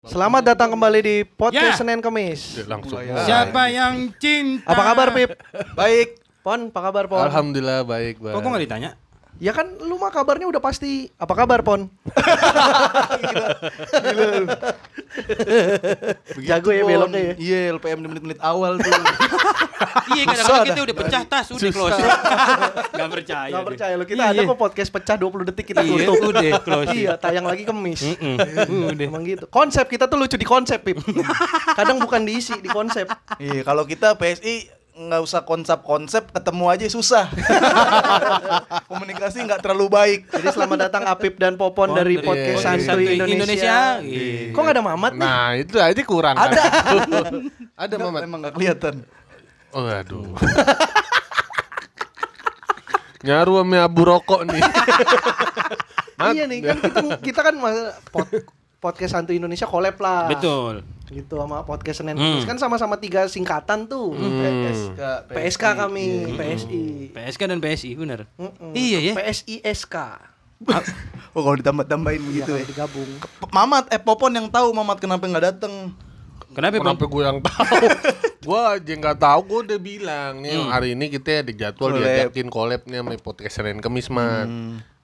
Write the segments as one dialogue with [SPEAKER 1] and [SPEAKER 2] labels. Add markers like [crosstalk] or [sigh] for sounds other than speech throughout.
[SPEAKER 1] Selamat datang kembali di podcast
[SPEAKER 2] Ya.
[SPEAKER 1] Senin Kemis.
[SPEAKER 3] langsung.
[SPEAKER 2] Siapa yang cinta?
[SPEAKER 1] Apa kabar
[SPEAKER 2] [laughs]
[SPEAKER 1] Pip?
[SPEAKER 4] Baik.
[SPEAKER 1] Pon, apa kabar Pon?
[SPEAKER 4] Alhamdulillah baik
[SPEAKER 2] Kok
[SPEAKER 4] banget.
[SPEAKER 2] gue gak ditanya?
[SPEAKER 1] Ya kan lu mah kabarnya udah pasti. Apa kabar
[SPEAKER 2] [laughs]
[SPEAKER 1] Pon? Jago ya beloknya ya.
[SPEAKER 4] Iya, LPM di menit-menit awal tuh.
[SPEAKER 2] [laughs] iya kadang-kadang kita udah pecah tas, udah close. [laughs] gak percaya.
[SPEAKER 1] Gak
[SPEAKER 2] deh.
[SPEAKER 1] percaya lu, kita ada kok podcast pecah 20 detik kita
[SPEAKER 2] Iya,
[SPEAKER 1] tutup.
[SPEAKER 2] udah close.
[SPEAKER 1] Iya, tayang lagi Kemis.
[SPEAKER 2] Mm-mm. Udah.
[SPEAKER 1] Emang gitu. Konsep kita tuh lucu di konsep,
[SPEAKER 2] [laughs]
[SPEAKER 1] Pip. Kadang bukan diisi, di konsep.
[SPEAKER 4] Iya, kalau kita PSI nggak usah konsep-konsep, ketemu aja susah. [laughs] Komunikasi nggak terlalu baik.
[SPEAKER 1] Jadi selamat datang Apip dan Popon dari
[SPEAKER 2] dari
[SPEAKER 1] podcast
[SPEAKER 2] podcast
[SPEAKER 1] Santuy
[SPEAKER 2] Santuy
[SPEAKER 1] Indonesia.
[SPEAKER 2] Indonesia. Iya.
[SPEAKER 1] Kok gak ada Mamat nih?
[SPEAKER 3] Nah itu aja kurang. [laughs]
[SPEAKER 4] Ada.
[SPEAKER 3] kan? ada Mamat.
[SPEAKER 4] Emang nggak kelihatan.
[SPEAKER 3] Oh aduh. [laughs] Nyaru sama abu rokok nih. Mat.
[SPEAKER 1] Iya nih kan kita kita kan mas- pod- podcast Santu Indonesia collab lah.
[SPEAKER 2] Betul.
[SPEAKER 1] Gitu sama podcast Senin
[SPEAKER 2] Hmm.
[SPEAKER 1] Kamis. kan sama-sama tiga singkatan tuh.
[SPEAKER 4] PSK,
[SPEAKER 1] PSK kami, PSI.
[SPEAKER 2] PSK dan PSI bener.
[SPEAKER 1] Mm-mm.
[SPEAKER 2] Iya ya.
[SPEAKER 1] PSISK.
[SPEAKER 4] [laughs] Oh, kalau ditambah-tambahin
[SPEAKER 1] Iya,
[SPEAKER 4] begitu
[SPEAKER 1] kalau
[SPEAKER 4] ya.
[SPEAKER 1] digabung.
[SPEAKER 4] P- Mamat, eh Popon yang tahu Mamat kenapa nggak datang.
[SPEAKER 2] Kenapa Bang?
[SPEAKER 3] Kenapa gue yang [laughs] tahu? gue aja nggak tahu. Gue udah bilang nih hari ini kita ada jadwal
[SPEAKER 4] Collab.
[SPEAKER 3] diajakin collabnya sama podcast Senin Kemis Mat.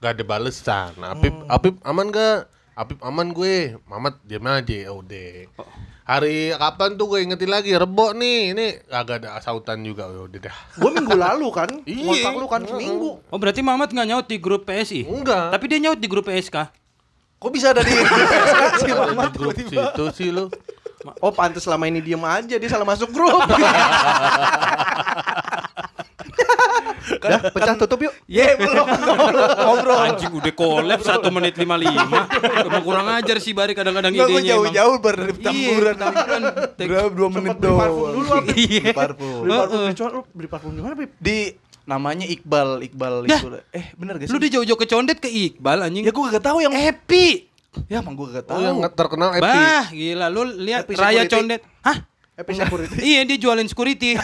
[SPEAKER 3] Gak ada balesan. Apip, Apip aman gak? Apip aman gue. Mamat diam aja. Oh deh. Hari kapan tuh gue ingetin lagi Rebo nih Ini agak ada sautan juga Oh, Udah dah
[SPEAKER 1] Gue minggu lalu kan,
[SPEAKER 3] Iya.
[SPEAKER 1] kontak lu kan seminggu.
[SPEAKER 2] Oh berarti Mamat gak nyaut di grup PSI?
[SPEAKER 3] Enggak
[SPEAKER 2] Tapi dia nyaut di grup PSK.
[SPEAKER 4] Kok bisa ada [laughs] di PSK sih
[SPEAKER 2] Iya,
[SPEAKER 4] Mamat?
[SPEAKER 3] Di grup situ sih lu
[SPEAKER 1] Oh pantes selama ini diem aja dia salah masuk grup. Dah pecah tutup yuk.
[SPEAKER 4] Ye, Iya,
[SPEAKER 2] [laughs]
[SPEAKER 4] belum. Ngobrol.
[SPEAKER 2] Anjing udah collab 1 menit 55 Emang kurang ajar sih Bari kadang-kadang
[SPEAKER 4] Enggak, gue
[SPEAKER 2] idenya emang.
[SPEAKER 4] jauh-jauh baru dari
[SPEAKER 2] Iya,
[SPEAKER 4] tamburan.
[SPEAKER 2] tamburan.
[SPEAKER 4] [laughs] Berapa? Dua menit
[SPEAKER 1] beli parfum
[SPEAKER 4] doang. [laughs]
[SPEAKER 1] dulu, Apip.
[SPEAKER 2] Iya.
[SPEAKER 4] Beli Parfum.
[SPEAKER 1] Beli parfum, di Cor- lu beli parfum di mana, Pip?
[SPEAKER 4] di namanya Iqbal Iqbal
[SPEAKER 2] Dah.
[SPEAKER 4] itu eh bener gak sih
[SPEAKER 2] Lu Eh, udah jauh-jauh ke condet ke Iqbal anjing.
[SPEAKER 4] ya gue gak tahu yang
[SPEAKER 2] Happy.
[SPEAKER 4] ya emang gue gak
[SPEAKER 3] Oh
[SPEAKER 4] tahu
[SPEAKER 3] yang terkenal Epi
[SPEAKER 2] Bah, gila lu lihat
[SPEAKER 1] Happy
[SPEAKER 2] Raya
[SPEAKER 1] security.
[SPEAKER 2] Condet. Hah?
[SPEAKER 1] Happy
[SPEAKER 2] [laughs]
[SPEAKER 1] Security.
[SPEAKER 2] Iya dia jualin
[SPEAKER 1] [laughs]
[SPEAKER 2] security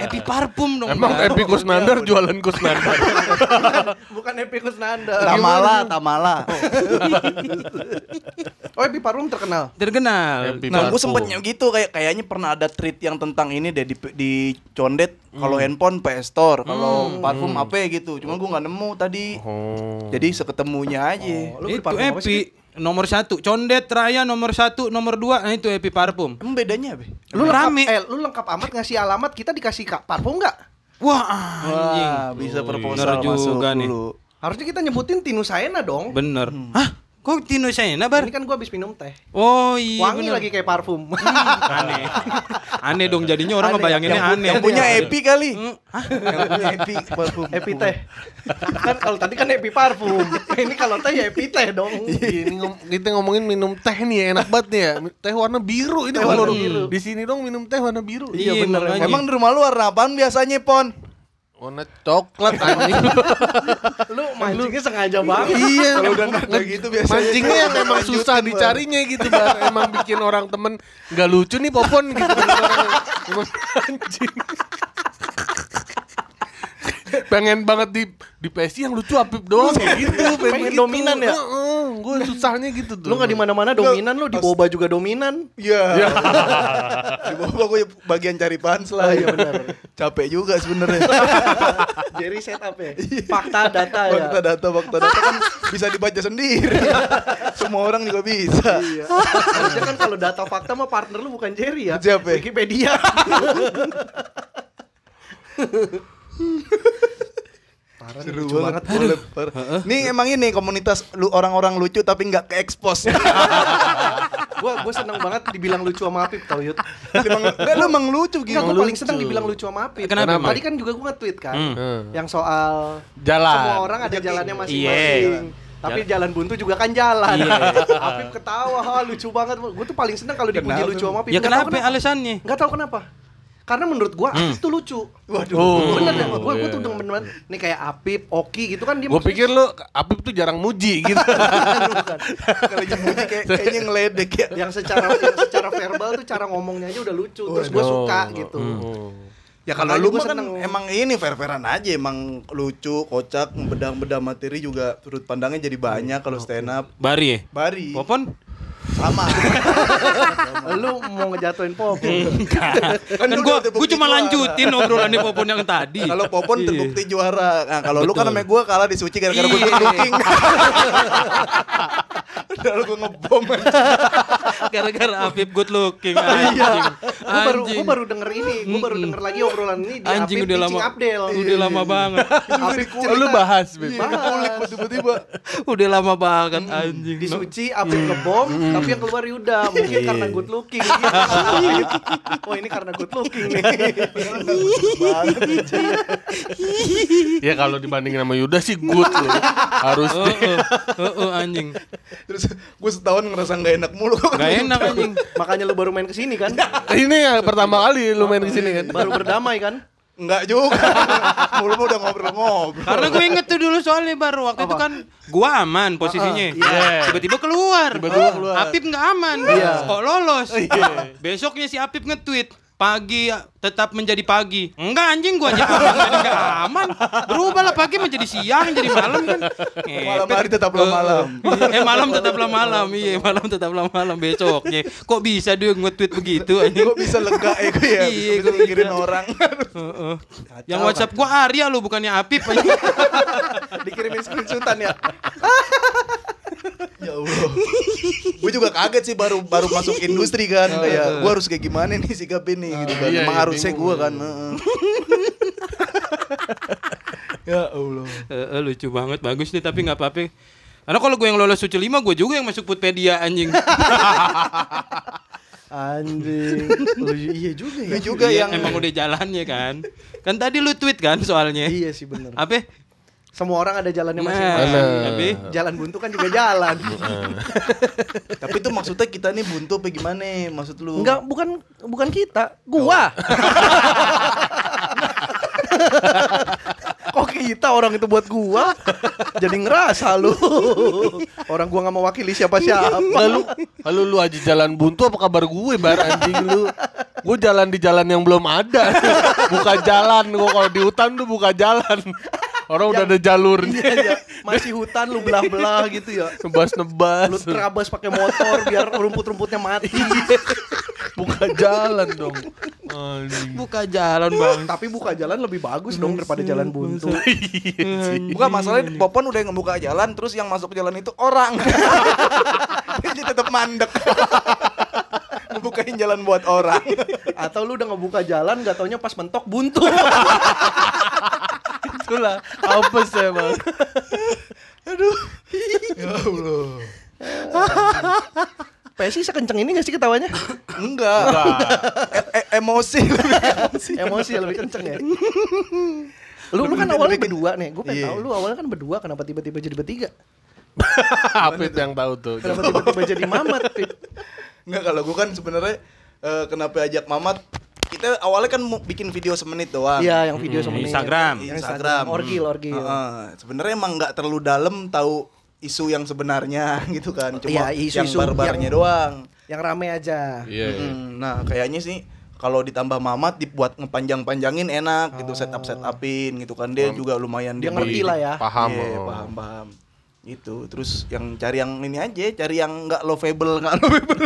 [SPEAKER 2] Happy parfum dong Nah,
[SPEAKER 3] Emang
[SPEAKER 2] Bang.
[SPEAKER 3] Epi Kusnandar jualan Kusnandar
[SPEAKER 1] Bukan Happy Kusnanda.
[SPEAKER 4] Tamala Tamala
[SPEAKER 1] Oh, Happy Parfum terkenal.
[SPEAKER 2] Terkenal
[SPEAKER 3] Epi
[SPEAKER 4] [laughs] nah gue
[SPEAKER 3] Parfum.
[SPEAKER 4] sempet nyew gitu kayak kayaknya pernah ada tweet yang tentang ini deh di, di condet kalau
[SPEAKER 2] Hmm.
[SPEAKER 4] handphone PS Store kalau parfum apa gitu cuma gue nggak nemu tadi
[SPEAKER 3] Oh.
[SPEAKER 4] jadi seketemunya aja
[SPEAKER 1] Lu beli
[SPEAKER 2] Itu
[SPEAKER 1] parfum apa sih?
[SPEAKER 2] Epi Nomor satu Condet Raya nomor satu Nomor dua Nah itu Epi parfum
[SPEAKER 4] emang bedanya be
[SPEAKER 1] Lu lengkap,
[SPEAKER 2] Rame.
[SPEAKER 1] eh, lu lengkap amat ngasih alamat kita dikasih kak parfum nggak?
[SPEAKER 2] Wah anjing
[SPEAKER 4] Wah, bisa
[SPEAKER 2] Bener
[SPEAKER 4] proposal masuk
[SPEAKER 2] juga nih.
[SPEAKER 4] dulu
[SPEAKER 1] Harusnya kita nyebutin Tinusayana dong.
[SPEAKER 2] Bener Hah? Kok Tino Sena bar?
[SPEAKER 1] Hmm. Ini kan gua habis minum teh.
[SPEAKER 2] Oh iya
[SPEAKER 1] Wangi
[SPEAKER 2] bener.
[SPEAKER 1] lagi kayak parfum.
[SPEAKER 2] Aneh Aneh dong jadinya orang
[SPEAKER 1] Aneh.
[SPEAKER 2] ngebayanginnya
[SPEAKER 1] Yang pu-
[SPEAKER 2] aneh
[SPEAKER 4] yang punya Epi kali
[SPEAKER 2] Hmm, Hah?
[SPEAKER 4] yang punya Epi parfum
[SPEAKER 1] [laughs] Happy teh. kan kalau tadi kan happy parfum. [laughs] Ini kalau teh ya happy teh dong.
[SPEAKER 3] Iya, ini ngom- kita ngomongin minum teh nih ya enak banget nih ya teh warna biru ini
[SPEAKER 1] Teh
[SPEAKER 3] kalau
[SPEAKER 1] warna
[SPEAKER 3] lu-
[SPEAKER 1] biru.
[SPEAKER 3] di sini dong minum teh warna biru
[SPEAKER 2] Iya,
[SPEAKER 4] bener
[SPEAKER 2] makanya.
[SPEAKER 4] emang di rumah lu warna apaan biasanya pon
[SPEAKER 3] warna coklat anjing
[SPEAKER 1] Lu mancingnya sengaja banget.
[SPEAKER 3] iya
[SPEAKER 4] Kalau udah nggak kayak gitu biasanya
[SPEAKER 3] mancingnya yang emang
[SPEAKER 4] lanjutin,
[SPEAKER 3] susah
[SPEAKER 4] Bang.
[SPEAKER 3] dicarinya gitu Bang. emang bikin orang temen nggak lucu nih popon gitu Emang anjing pengen banget di di PSI yang lucu Apip doang kayak gitu
[SPEAKER 1] Pengen dominan ya?
[SPEAKER 3] gue susahnya gitu tuh
[SPEAKER 1] Lu nggak di mana-mana dominan lu di boba juga dominan.
[SPEAKER 4] Iya. [laughs] Di bawah gue bagian cari punchline.
[SPEAKER 1] iya benar. Ah,
[SPEAKER 4] Capek juga
[SPEAKER 1] [laughs]
[SPEAKER 4] sebenarnya.
[SPEAKER 1] Jerry setup ya. Fakta data ya.
[SPEAKER 4] Fakta data, fakta data
[SPEAKER 1] [laughs]
[SPEAKER 4] kan bisa dibaca sendiri. Semua orang juga bisa.
[SPEAKER 1] Iya. Harusnya kan kalau data fakta mah partner lu bukan Jerry ya.
[SPEAKER 4] Siapa ya?
[SPEAKER 1] Wikipedia. Parah nih,
[SPEAKER 4] Seru
[SPEAKER 1] lucu
[SPEAKER 4] banget. boleh, parah. Nih emang ini komunitas lu orang-orang lucu tapi nggak ke
[SPEAKER 1] [laughs]
[SPEAKER 4] expose.
[SPEAKER 1] Gua gua seneng banget dibilang lucu sama Apip tau Yud.
[SPEAKER 4] emang, nggak, lu emang lucu
[SPEAKER 1] Enggak,
[SPEAKER 4] gitu.
[SPEAKER 1] gua paling
[SPEAKER 3] lucu.
[SPEAKER 1] seneng dibilang lucu sama Apip.
[SPEAKER 2] Kenapa,
[SPEAKER 1] Tadi
[SPEAKER 2] Mike?
[SPEAKER 1] kan juga gua nge-tweet kan.
[SPEAKER 3] Hmm.
[SPEAKER 1] Yang soal
[SPEAKER 3] Jalan.
[SPEAKER 1] Semua orang ada jalannya
[SPEAKER 2] Iya.
[SPEAKER 1] masing-masing. Tapi jalan buntu juga kan jalan. [laughs] Apip ketawa, "Ha, lucu banget. Gue tuh paling seneng kalau dipuji
[SPEAKER 4] Kenapa?
[SPEAKER 1] lucu sama Apip.
[SPEAKER 2] Ya
[SPEAKER 1] Nggak tahu
[SPEAKER 2] kenapa alasannya?
[SPEAKER 1] Nggak tahu kenapa. Karena menurut gua Apip tuh lucu. Waduh.
[SPEAKER 3] Oh.
[SPEAKER 1] Bener deh, gua gua tuh
[SPEAKER 3] Iya.
[SPEAKER 1] demen banget. Nih kayak Apip, Oki gitu kan dia
[SPEAKER 3] Gue
[SPEAKER 1] maksudnya-
[SPEAKER 3] pikir lu Apip tuh jarang muji gitu.
[SPEAKER 4] Kalau jemuji kayak kayaknya ngeledek ya.
[SPEAKER 1] [laughs] yang secara yang secara verbal tuh cara ngomongnya aja udah lucu. Terus gua suka gitu.
[SPEAKER 3] hmm.
[SPEAKER 4] Ya kalau
[SPEAKER 1] Makanya
[SPEAKER 4] lu
[SPEAKER 1] gua
[SPEAKER 4] mah kan
[SPEAKER 1] seneng.
[SPEAKER 4] emang ini fair-fairan aja emang lucu, kocak, bedah-bedah materi juga sudut pandangnya jadi banyak kalau stand up.
[SPEAKER 2] Bari ya?
[SPEAKER 4] Bari.
[SPEAKER 2] Popon?
[SPEAKER 4] Sama.
[SPEAKER 1] [laughs] Lu mau ngejatuhin Popon.
[SPEAKER 2] Kan
[SPEAKER 4] lu
[SPEAKER 2] gua gua
[SPEAKER 4] udah terbukti
[SPEAKER 2] cuma
[SPEAKER 4] juara. Nah,
[SPEAKER 2] lanjutin obrolan di Popon yang tadi.
[SPEAKER 4] Kalau Popon
[SPEAKER 2] Iya.
[SPEAKER 4] terbukti juara. Nah, kalau lu kan
[SPEAKER 2] Betul.
[SPEAKER 4] sama gue kalah di suci gara-gara gue
[SPEAKER 2] Iya.
[SPEAKER 4] good looking. [laughs] Udah lu gue ngebom.
[SPEAKER 2] [laughs] gara-gara Afif good looking.
[SPEAKER 1] Iya.
[SPEAKER 2] Iya.
[SPEAKER 1] Gue baru gue baru denger ini, gue baru denger lagi obrolan ini di
[SPEAKER 2] Anjing
[SPEAKER 1] Apip
[SPEAKER 2] udah lama.
[SPEAKER 1] Pitching Abdel. Iya.
[SPEAKER 2] Udah
[SPEAKER 1] [laughs]
[SPEAKER 2] lama banget.
[SPEAKER 1] Apip cerita-
[SPEAKER 5] Lu bahas, Beb.
[SPEAKER 3] Iya.
[SPEAKER 1] Bahas.
[SPEAKER 4] tiba-tiba.
[SPEAKER 2] Udah lama banget anjing.
[SPEAKER 1] di suci Apip
[SPEAKER 2] Mm.
[SPEAKER 1] ngebom tapi yang keluar Yuda mungkin karena
[SPEAKER 2] Iya.
[SPEAKER 1] good looking [laughs] oh ini karena good looking nih [laughs]
[SPEAKER 3] ya kalau dibandingin sama Yuda sih good loh. Harus
[SPEAKER 2] Oh, oh, oh, oh,
[SPEAKER 1] [laughs]
[SPEAKER 2] anjing.
[SPEAKER 4] Terus gue setahun ngerasa gak enak mulu.
[SPEAKER 2] Gak enak anjing.
[SPEAKER 1] makanya lu baru main kesini
[SPEAKER 2] [laughs]
[SPEAKER 1] kan
[SPEAKER 3] [laughs] ini ya pertama kali lu main kesini kan.
[SPEAKER 1] baru berdamai kan
[SPEAKER 4] Enggak juga. Mulu mah udah ngobrol-ngobrol.
[SPEAKER 2] Karena gue inget tuh dulu soalnya baru waktu itu kan gua aman posisinya.
[SPEAKER 4] Ah, Iya.
[SPEAKER 2] Tiba-tiba keluar. Ah,
[SPEAKER 5] Tiba-tiba keluar.
[SPEAKER 2] Apip nggak aman. Kok lolos?
[SPEAKER 4] Iya.
[SPEAKER 2] Besoknya si Apip nge-tweet pagi tetap menjadi pagi. Enggak anjing gua aja aman, jadi nggak aman. Berubahlah pagi menjadi siang, jadi malam kan. Ngepet.
[SPEAKER 4] Malam hari tetaplah
[SPEAKER 2] Eh,
[SPEAKER 4] malam.
[SPEAKER 2] eh malam tetaplah malam. Iya, malam tetaplah malam besoknya. Kok bisa dia nge-tweet begitu anjing?
[SPEAKER 4] Gue bisa lega ya gue ya.
[SPEAKER 2] Iya,
[SPEAKER 4] Bisa
[SPEAKER 2] gua
[SPEAKER 4] mikirin
[SPEAKER 2] bisa.
[SPEAKER 4] orang.
[SPEAKER 2] Heeh. Yang WhatsApp gua Arya lu bukannya Apip anjing.
[SPEAKER 4] Dikirimin screenshotan ya. ya Allah. Gue juga kaget sih baru baru masuk industri kan. Kayak gue harus kayak gimana nih sikapin nih gitu kan.
[SPEAKER 3] Oh, Iya,
[SPEAKER 4] Emang
[SPEAKER 3] iya,
[SPEAKER 4] harusnya
[SPEAKER 3] bingung.
[SPEAKER 4] gue kan. heeh. ya Allah.
[SPEAKER 2] Eh, eh, lucu banget, bagus nih tapi nggak apa-apa. Karena kalau gue yang lolos suci lima, gue juga yang masuk Putpedia anjing.
[SPEAKER 1] anjing Lu- iya juga
[SPEAKER 4] Gue
[SPEAKER 1] ya
[SPEAKER 4] juga
[SPEAKER 2] Iya,
[SPEAKER 4] yang
[SPEAKER 2] emang udah jalannya kan. Kan tadi lu tweet kan soalnya.
[SPEAKER 1] iya sih bener
[SPEAKER 2] Apa?
[SPEAKER 1] semua orang ada jalannya masing-masing
[SPEAKER 2] Nah,
[SPEAKER 3] Mana?
[SPEAKER 2] tapi
[SPEAKER 1] jalan buntu kan juga jalan
[SPEAKER 2] Iya.
[SPEAKER 4] Tapi itu maksudnya kita nih buntu apa gimana? Maksud lu?
[SPEAKER 1] enggak bukan bukan kita gua [laughs] kok kita orang itu buat gua jadi ngerasa lu orang gua nggak mewakili siapa-siapa
[SPEAKER 3] Lalu lalu lu aja jalan buntu apa kabar gue bar anjing lu? Gue jalan di jalan yang belum ada. [laughs] Buka jalan gua kalau di hutan tuh buka jalan. Orang udah ada
[SPEAKER 1] Iya,
[SPEAKER 3] jalurnya.
[SPEAKER 1] iya. masih hutan lu belah-belah gitu ya. Lu
[SPEAKER 3] Nebas-nebas.
[SPEAKER 1] terabas pakai motor biar rumput-rumputnya mati.
[SPEAKER 3] [laughs] Buka jalan dong. Anjing.
[SPEAKER 2] buka jalan
[SPEAKER 3] [laughs]
[SPEAKER 2] bang.
[SPEAKER 1] Tapi buka jalan lebih bagus dong daripada jalan buntu.
[SPEAKER 4] Bukan
[SPEAKER 3] Iya,
[SPEAKER 4] masalahnya Popon udah ngebuka jalan terus yang masuk jalan itu orang. [laughs] Jadi tetap mandek. [laughs] Ngebukain jalan buat orang.
[SPEAKER 1] Atau lu udah ngebuka jalan gak taunya pas mentok buntu.
[SPEAKER 5] Itulah. Apes ya, Bang.
[SPEAKER 1] PSI sekenceng ini gak sih ketawanya?
[SPEAKER 4] Enggak. [laughs] E- e-
[SPEAKER 3] [laughs]
[SPEAKER 4] emosi.
[SPEAKER 1] Emosi ya lebih kenceng ya. Lu, lu kan awalnya berdua nih, gue pengen
[SPEAKER 4] Iya.
[SPEAKER 1] tahu lu awalnya kan berdua kenapa tiba-tiba jadi bertiga?
[SPEAKER 3] Apit yang tahu tuh.
[SPEAKER 1] Kenapa tiba-tiba jadi mamat? Pip?
[SPEAKER 4] Enggak kalau gue kan sebenarnya eh, kenapa ajak Mamat kita awalnya kan mau bikin video semenit doang.
[SPEAKER 1] Iya, yang video sama
[SPEAKER 2] Instagram.
[SPEAKER 1] Yang
[SPEAKER 4] Ah. Instagram.
[SPEAKER 1] Instagram. Orgil, orgil.
[SPEAKER 4] Heeh. sebenarnya emang nggak terlalu dalam tahu isu yang sebenarnya [laughs] gitu kan. Cuma
[SPEAKER 1] Iya,
[SPEAKER 4] yang
[SPEAKER 1] isu-isu
[SPEAKER 4] barbarnya
[SPEAKER 1] yang-
[SPEAKER 4] doang.
[SPEAKER 1] Yang rame aja.
[SPEAKER 3] Iya. iya.
[SPEAKER 4] Mm, nah kayaknya sih kalau ditambah mamat dibuat ngepanjang-panjangin enak gitu setup setupin gitu kan dia juga lumayan
[SPEAKER 1] Ah. Dia
[SPEAKER 4] dia
[SPEAKER 1] ngerti lah ya.
[SPEAKER 3] Paham.
[SPEAKER 4] Iya,
[SPEAKER 3] oh.
[SPEAKER 4] paham paham gitu terus yang cari yang ini aja cari yang nggak lovable nggak [laughs] lovable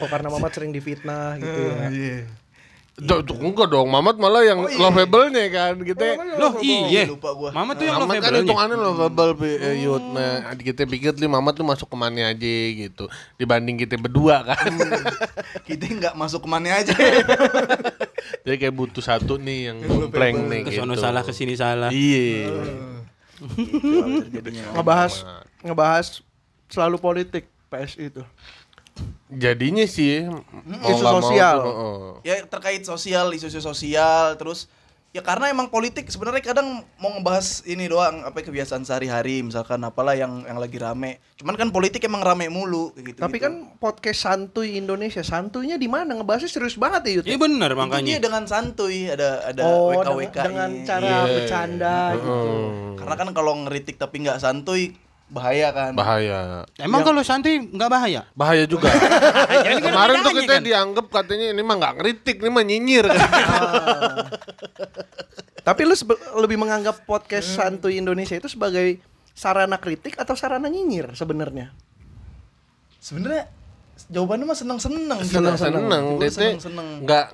[SPEAKER 1] Oh karena mamat sering difitnah gitu ya.
[SPEAKER 2] Iya,
[SPEAKER 3] Duh, tuh, enggak dong, Mamat malah yang lovable-nya kan gitu.
[SPEAKER 2] Loh Oh, iya.
[SPEAKER 4] lupa gua.
[SPEAKER 2] Mama tuh yang
[SPEAKER 3] Mamat kan
[SPEAKER 2] lovable-nya.
[SPEAKER 3] hitungannya lovable Pi, eh, Yud. Nah, kita pikir li Mamat tuh masuk ke mana aja gitu dibanding kita berdua kan.
[SPEAKER 2] Hmm.
[SPEAKER 4] [laughs] kita nggak masuk kemana aja
[SPEAKER 3] [laughs] Jadi kayak butuh satu nih yang kompleng nih gitu.
[SPEAKER 2] Kesono salah kesini salah.
[SPEAKER 3] Iya.
[SPEAKER 2] Hmm.
[SPEAKER 4] gitu
[SPEAKER 1] ngebahas ngebahas selalu politik PSI itu.
[SPEAKER 3] Jadinya sih
[SPEAKER 2] Hmm,
[SPEAKER 3] mau
[SPEAKER 1] Isu
[SPEAKER 3] nggak mau
[SPEAKER 1] sosial.
[SPEAKER 3] tuh, oh, heeh.
[SPEAKER 4] ya terkait sosial isu-isu sosial terus ya karena emang politik sebenarnya kadang mau ngebahas ini doang apa kebiasaan sehari-hari misalkan apalah yang yang lagi rame cuman kan politik emang rame mulu gitu
[SPEAKER 1] Tapi kan podcast santuy Indonesia, santuinya di mana? Ngebahasnya serius banget ya, Yud.
[SPEAKER 2] Iya bener
[SPEAKER 4] Makanya.
[SPEAKER 2] makanya.
[SPEAKER 4] dengan santuy ada ada
[SPEAKER 1] oh,
[SPEAKER 4] WKWK
[SPEAKER 1] dengan, dengan cara bercanda gitu.
[SPEAKER 3] Hmm.
[SPEAKER 4] Karena kan kalau ngeritik tapi nggak santuy bahaya kan.
[SPEAKER 3] bahaya.
[SPEAKER 2] Emang kalau santuy nggak bahaya?
[SPEAKER 3] Bahaya juga.
[SPEAKER 2] Jadi kan
[SPEAKER 3] Kemarin tuh
[SPEAKER 2] bedanya
[SPEAKER 3] kita
[SPEAKER 2] kan.
[SPEAKER 3] dianggap katanya ini mah nggak ngeritik, ini mah nyinyir.
[SPEAKER 2] [laughs]
[SPEAKER 1] Tapi lu sebe- lebih menganggap
[SPEAKER 4] Hmm.
[SPEAKER 1] podcast santuy Indonesia itu sebagai sarana kritik atau sarana nyinyir sebenarnya?
[SPEAKER 4] sebenarnya jawabannya mah seneng-seneng gitu.
[SPEAKER 3] seneng seneng
[SPEAKER 4] Gua
[SPEAKER 3] dete
[SPEAKER 4] seneng-seneng.
[SPEAKER 3] nggak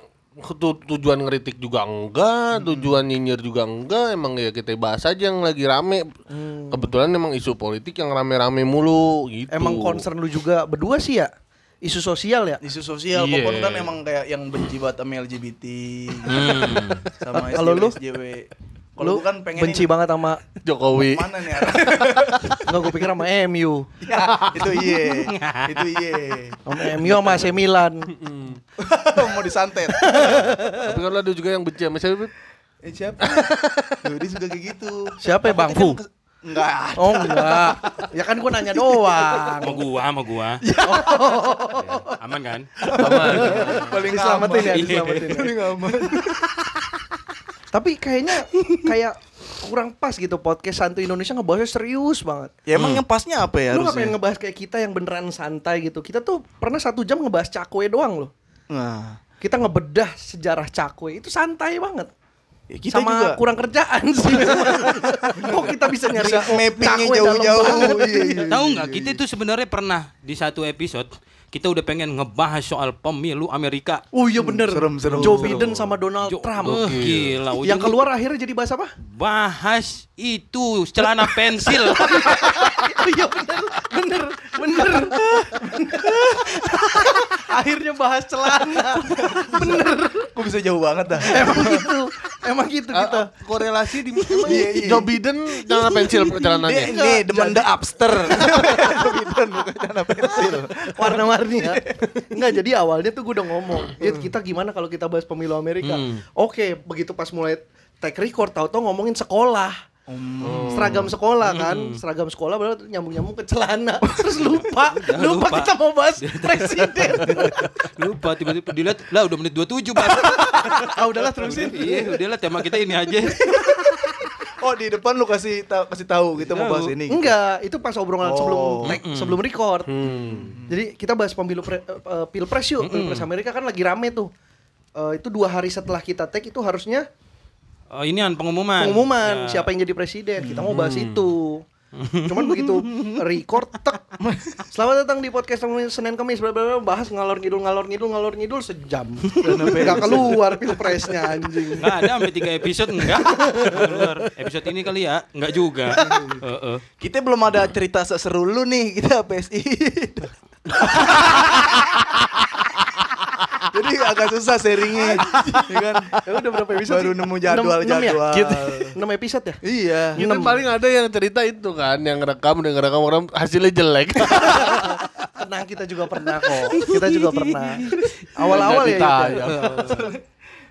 [SPEAKER 3] tu- tujuan ngeritik juga enggak tujuan nyinyir juga enggak emang ya kita bahas aja yang lagi rame
[SPEAKER 4] Hmm.
[SPEAKER 3] kebetulan emang isu politik yang rame-rame mulu gitu
[SPEAKER 1] Emang concern lu juga berdua sih ya? Isu sosial ya?
[SPEAKER 4] isu sosial
[SPEAKER 3] Iya.
[SPEAKER 4] Popon kan emang kayak yang benci banget sama LGBT sama
[SPEAKER 1] Kalau lu?
[SPEAKER 4] SJW kalau
[SPEAKER 1] Lu
[SPEAKER 4] gua kan pengen
[SPEAKER 1] benci banget sama
[SPEAKER 3] Jokowi
[SPEAKER 4] mana nih
[SPEAKER 1] Enggak gue pikir sama MU
[SPEAKER 4] [laughs] Ya, itu iye itu iye [laughs]
[SPEAKER 1] Sama MU sama AC Milan
[SPEAKER 4] mau disantet
[SPEAKER 3] tapi kan lu ada juga yang benci sama siapa Bib?
[SPEAKER 4] eh, siapa Duh, dia suka kayak gitu
[SPEAKER 1] Siapa ya Bang Fu?
[SPEAKER 4] enggak
[SPEAKER 1] Oh enggak Ya kan gue nanya doang
[SPEAKER 2] Sama gua, sama gua. Ya, Aman kan?
[SPEAKER 1] Paling diselamatin
[SPEAKER 4] Iya.
[SPEAKER 1] ya diselamatin ya. Tapi kayaknya kayak kurang pas gitu podcast Santu Indonesia ngebahasnya serius banget
[SPEAKER 4] ya emang yang pasnya apa ya
[SPEAKER 1] Lu gak pengen
[SPEAKER 4] harusnya
[SPEAKER 1] ngebahas kayak kita yang beneran santai gitu Kita tuh pernah satu jam ngebahas cakwe doang loh
[SPEAKER 4] nah
[SPEAKER 1] Kita ngebedah sejarah cakwe itu santai banget
[SPEAKER 4] ya kita
[SPEAKER 1] sama
[SPEAKER 4] juga
[SPEAKER 1] kurang kerjaan
[SPEAKER 4] [laughs]
[SPEAKER 1] sih. Kok kita bisa nyari
[SPEAKER 4] Bisa mappingnya
[SPEAKER 1] cakwe dalam
[SPEAKER 4] jauh-jauh.
[SPEAKER 1] banget?
[SPEAKER 4] Iya, iya.
[SPEAKER 2] Tahu nggak kita itu sebenarnya pernah di satu episode kita udah pengen ngebahas soal pemilu Amerika.
[SPEAKER 1] Oh iya bener.
[SPEAKER 4] Serem, serem,
[SPEAKER 1] Joe
[SPEAKER 4] serem. oh,
[SPEAKER 1] Biden sama Donald
[SPEAKER 2] Jo-
[SPEAKER 1] Trump.
[SPEAKER 2] Eh, gila.
[SPEAKER 1] Yang
[SPEAKER 2] ujung-
[SPEAKER 1] keluar akhirnya jadi bahasa
[SPEAKER 4] [laughs]
[SPEAKER 1] apa?
[SPEAKER 2] bahas itu celana pensil.
[SPEAKER 1] Oh iya bener, bener, bener. [laughs] akhirnya bahas
[SPEAKER 4] [laughs]
[SPEAKER 1] celana.
[SPEAKER 4] kok bisa jauh banget dah
[SPEAKER 1] Emang gitu, emang gitu kita.
[SPEAKER 3] Ah, korelasi
[SPEAKER 4] [laughs]
[SPEAKER 3] di emang ya?
[SPEAKER 4] Iya, iya.
[SPEAKER 3] Joe Biden celana
[SPEAKER 4] [laughs]
[SPEAKER 3] pensil
[SPEAKER 4] dia
[SPEAKER 3] perjalanannya
[SPEAKER 4] ini demen the
[SPEAKER 1] [laughs]
[SPEAKER 4] upster [laughs] Biden bukan anak pensil
[SPEAKER 1] warna-warni ya. Enggak, jadi awalnya tuh gue udah ngomong, ya kita gimana kalau kita bahas pemilu Amerika. Oke, begitu pas mulai take record tahu-tahu ngomongin sekolah. Seragam sekolah kan, seragam sekolah baru tuh nyambung-nyambung ke celana. Terus lupa, lupa,
[SPEAKER 2] lupa.
[SPEAKER 1] kita mau bahas presiden.
[SPEAKER 2] [laughs] Lupa tiba-tiba dilihat lah udah menit 27 Bang.
[SPEAKER 1] ah udahlah terusin.
[SPEAKER 2] [laughs] Iya, udahlah tema kita ini aja.
[SPEAKER 4] oh di depan lu kasih ta- kasih tahu kita mau
[SPEAKER 2] Tahu.
[SPEAKER 4] bahas ini
[SPEAKER 1] Enggak, itu pas obrolan sebelum
[SPEAKER 4] Oh.
[SPEAKER 1] take, sebelum record. Jadi kita bahas pemilu pre- eh, eh, pilpres yuk. Pilpres Amerika kan lagi rame tuh. Eh, itu dua hari setelah kita take itu harusnya
[SPEAKER 2] Oh, ini an pengumuman.
[SPEAKER 1] pengumuman
[SPEAKER 2] Ya.
[SPEAKER 1] siapa yang jadi presiden. Kita mau bahas itu. Cuman begitu record tek. Selamat datang di podcast Temen Senin Kamis bla bla bla bahas ngalor ngidul ngalor ngidul ngalor ngidul sejam. Enggak keluar pilpresnya anjing.
[SPEAKER 2] Enggak ada sampai tiga episode enggak. Keluar. Episode ini kali ya, enggak juga. Heeh.
[SPEAKER 4] Kita belum ada cerita seseru lu nih kita PSI.
[SPEAKER 1] [laughs]
[SPEAKER 4] Jadi agak susah sharingnya, ya kan?
[SPEAKER 1] Ya udah berapa episode?
[SPEAKER 4] Baru
[SPEAKER 1] sih?
[SPEAKER 4] nemu
[SPEAKER 1] Enam- enam ya?
[SPEAKER 4] jadwal-jadwal.
[SPEAKER 1] Gitu. Enam episode ya?
[SPEAKER 4] Iya.
[SPEAKER 3] Kita paling ada yang cerita itu kan yang rekam dan rekam orang hasilnya jelek.
[SPEAKER 1] Pernah kita juga pernah kok. [laughs] Kita juga pernah. Awal-awal ya.
[SPEAKER 3] Ditanya.
[SPEAKER 1] Yuda?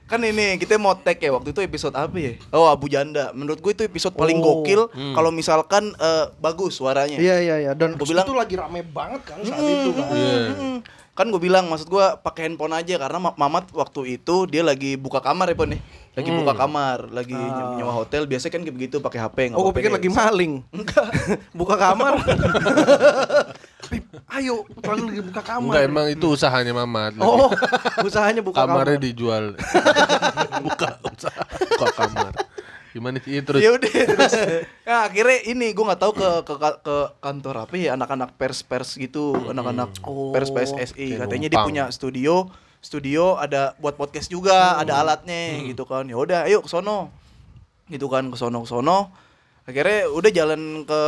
[SPEAKER 4] Kan ini kita mau tag ya waktu itu episode apa ya? Oh Abu Janda. Menurut gue itu episode paling
[SPEAKER 1] Oh.
[SPEAKER 4] gokil kalau misalkan eh, bagus suaranya.
[SPEAKER 1] Iya iya iya dan
[SPEAKER 4] Gua
[SPEAKER 1] itu
[SPEAKER 4] bilang-
[SPEAKER 1] lagi rame banget kan saat itu kan.
[SPEAKER 4] Mm-mm. Kan gue bilang maksud gue pakai handphone aja karena Ma- Mamat waktu itu dia lagi buka kamar ya pon ya. Lagi buka kamar, lagi ny- nyewa hotel. Biasanya kan kayak begitu pakai HP. nggak
[SPEAKER 1] Oh, gue
[SPEAKER 4] apa-apa
[SPEAKER 1] pikir
[SPEAKER 4] deh.
[SPEAKER 1] lagi maling. Enggak. [laughs] Buka kamar. [laughs] Pip, ayo, terlalu lagi buka kamar.
[SPEAKER 3] Enggak emang itu usahanya Mamat.
[SPEAKER 1] Oh, usahanya buka kamar.
[SPEAKER 3] kamarnya
[SPEAKER 4] [laughs]
[SPEAKER 3] dijual. Buka usaha. Buka kamar. Gimana sih Iya, terus?
[SPEAKER 4] ya udah terus [laughs] ya, akhirnya ini gue nggak tahu ke, ke ke kantor apa ya anak-anak pers pers gitu anak-anak pers PSSI
[SPEAKER 3] Kayak
[SPEAKER 4] katanya dia
[SPEAKER 3] numpang.
[SPEAKER 4] punya studio studio ada buat podcast juga ada alatnya gitu kan ya udah ayo ke sono gitu kan ke sono ke sono akhirnya udah jalan ke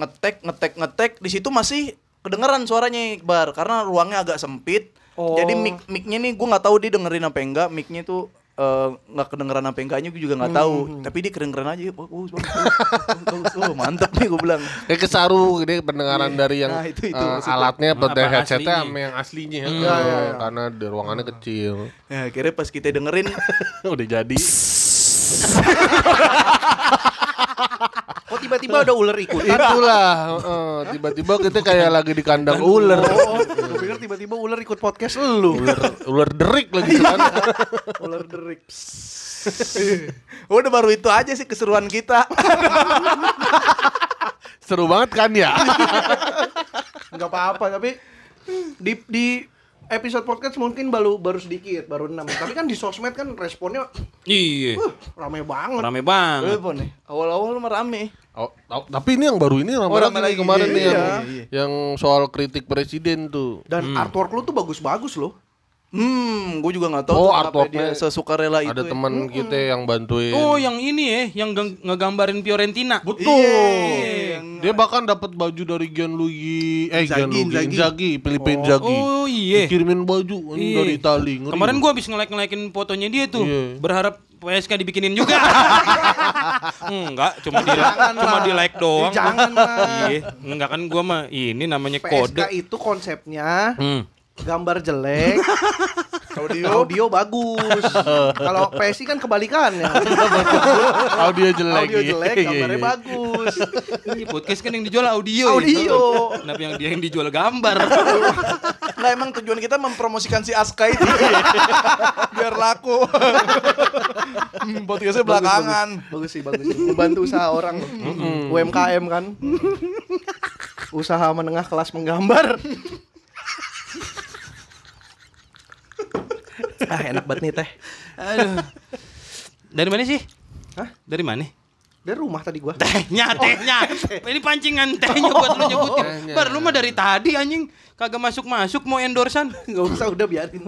[SPEAKER 4] ngetek ngetek ngetek di situ masih kedengeran suaranya bar karena ruangnya agak sempit
[SPEAKER 1] Oh.
[SPEAKER 4] jadi mic micnya nih gue nggak tahu dia dengerin apa enggak micnya tuh eh, nggak kedengeran apa enggaknya gue juga nggak tahu tapi dia keren keren aja bagus bagus bagus, bagus. Oh, mantep nih gue bilang
[SPEAKER 3] Kayak kesaru ini pendengaran dari yang
[SPEAKER 4] Nah, itu- itu
[SPEAKER 3] eh,
[SPEAKER 4] maksudnya.
[SPEAKER 3] alatnya atau
[SPEAKER 2] Apa
[SPEAKER 3] dari headsetnya
[SPEAKER 2] aslinya?
[SPEAKER 3] sama yang aslinya Hmm.
[SPEAKER 1] Iya, iya, iya.
[SPEAKER 3] karena di ruangannya kecil.
[SPEAKER 4] ya akhirnya pas kita dengerin
[SPEAKER 3] [laughs]
[SPEAKER 4] [laughs]
[SPEAKER 3] Udah jadi.
[SPEAKER 1] Kok tiba-tiba ada ular
[SPEAKER 3] [laughs]
[SPEAKER 1] ikutan?
[SPEAKER 3] [laughs] Itulah heeh. tiba-tiba kita kayak lagi di kandang ular.
[SPEAKER 1] Oh, gue pikir tiba-tiba ular ikut podcast lu.
[SPEAKER 3] Ular ular derik lagi di sana.
[SPEAKER 4] Iya.
[SPEAKER 1] ular derik.
[SPEAKER 4] udah baru itu aja sih keseruan kita
[SPEAKER 3] Seru banget kan ya?
[SPEAKER 4] [laughs]
[SPEAKER 1] Enggak apa-apa, tapi di di episode podcast mungkin baru baru sedikit, baru 6. Tapi kan di sosmed kan responnya
[SPEAKER 2] Iya.
[SPEAKER 1] uh, rame banget.
[SPEAKER 2] Rame banget.
[SPEAKER 4] Telepon nih. Awal-awal mah rame.
[SPEAKER 3] Oh, oh, tapi ini yang baru ini ramai
[SPEAKER 4] Oh, ramai
[SPEAKER 3] lagi nih
[SPEAKER 4] lagi.
[SPEAKER 3] kemarin nih
[SPEAKER 4] Iya.
[SPEAKER 3] yang, yang soal kritik presiden tuh.
[SPEAKER 1] Dan artwork lu tuh bagus-bagus loh.
[SPEAKER 4] Hmm, gue juga nggak tahu
[SPEAKER 3] Oh,
[SPEAKER 4] tuh kenapa
[SPEAKER 3] artworknya.
[SPEAKER 4] dia sesuka rela itu.
[SPEAKER 3] Ada
[SPEAKER 4] ya.
[SPEAKER 3] teman kita yang bantuin.
[SPEAKER 2] Oh, yang ini ya, yang gang- ngegambarin Fiorentina.
[SPEAKER 3] Betul.
[SPEAKER 4] Iya.
[SPEAKER 3] Dia bahkan dapat baju dari Gianluigi eh
[SPEAKER 4] Inzaghi,
[SPEAKER 3] Gianluigi
[SPEAKER 4] Inzaghi.
[SPEAKER 3] Inzaghi, Filipin Inzaghi.
[SPEAKER 2] Oh, iya.
[SPEAKER 3] Dikirimin baju ini
[SPEAKER 2] Iya.
[SPEAKER 3] dari Itali. Ngeri
[SPEAKER 2] Kemarin [laughs]
[SPEAKER 3] loh.
[SPEAKER 2] gua habis ngelek-ngelekin fotonya dia tuh,
[SPEAKER 3] Iya.
[SPEAKER 2] berharap PSK dibikinin
[SPEAKER 1] [laughs]
[SPEAKER 2] juga. enggak, cuma di cuma di like
[SPEAKER 1] Eh,
[SPEAKER 2] doang.
[SPEAKER 1] jangan lah.
[SPEAKER 2] Iya, enggak kan gua mah ini namanya
[SPEAKER 1] PSK
[SPEAKER 2] kode.
[SPEAKER 1] itu konsepnya
[SPEAKER 2] Hmm.
[SPEAKER 1] gambar jelek, [laughs] audio audio
[SPEAKER 3] [laughs]
[SPEAKER 1] bagus. Kalau PSI kan kebalikannya.
[SPEAKER 3] [laughs] audio jelek.
[SPEAKER 1] audio jelek,
[SPEAKER 3] Iya, iya,
[SPEAKER 1] gambarnya
[SPEAKER 3] iya.
[SPEAKER 1] bagus.
[SPEAKER 2] Ini podcast kan yang dijual audio. ya.
[SPEAKER 1] Audio.
[SPEAKER 2] Kenapa yang dia yang dijual gambar?
[SPEAKER 4] Lah emang tujuan kita mempromosikan si Aska [laughs] itu biar laku. hmm, podcastnya belakangan.
[SPEAKER 1] [laughs] Bagus sih, bagus sih. Membantu usaha orang loh. UMKM kan. usaha menengah kelas menggambar. [laughs] ah, enak banget nih teh.
[SPEAKER 2] Aduh. Dari mana sih?
[SPEAKER 1] Hah? Eh,
[SPEAKER 2] Dari mana?
[SPEAKER 1] Dari rumah tadi gua.
[SPEAKER 2] [laughs] Tehnya, tehnya. Ini pancingan tehnya buat
[SPEAKER 1] Oh.
[SPEAKER 2] lu nyebutin. Bar, lu mah dari tadi anjing kagak masuk-masuk mau endorsan.
[SPEAKER 1] Enggak usah udah biarin.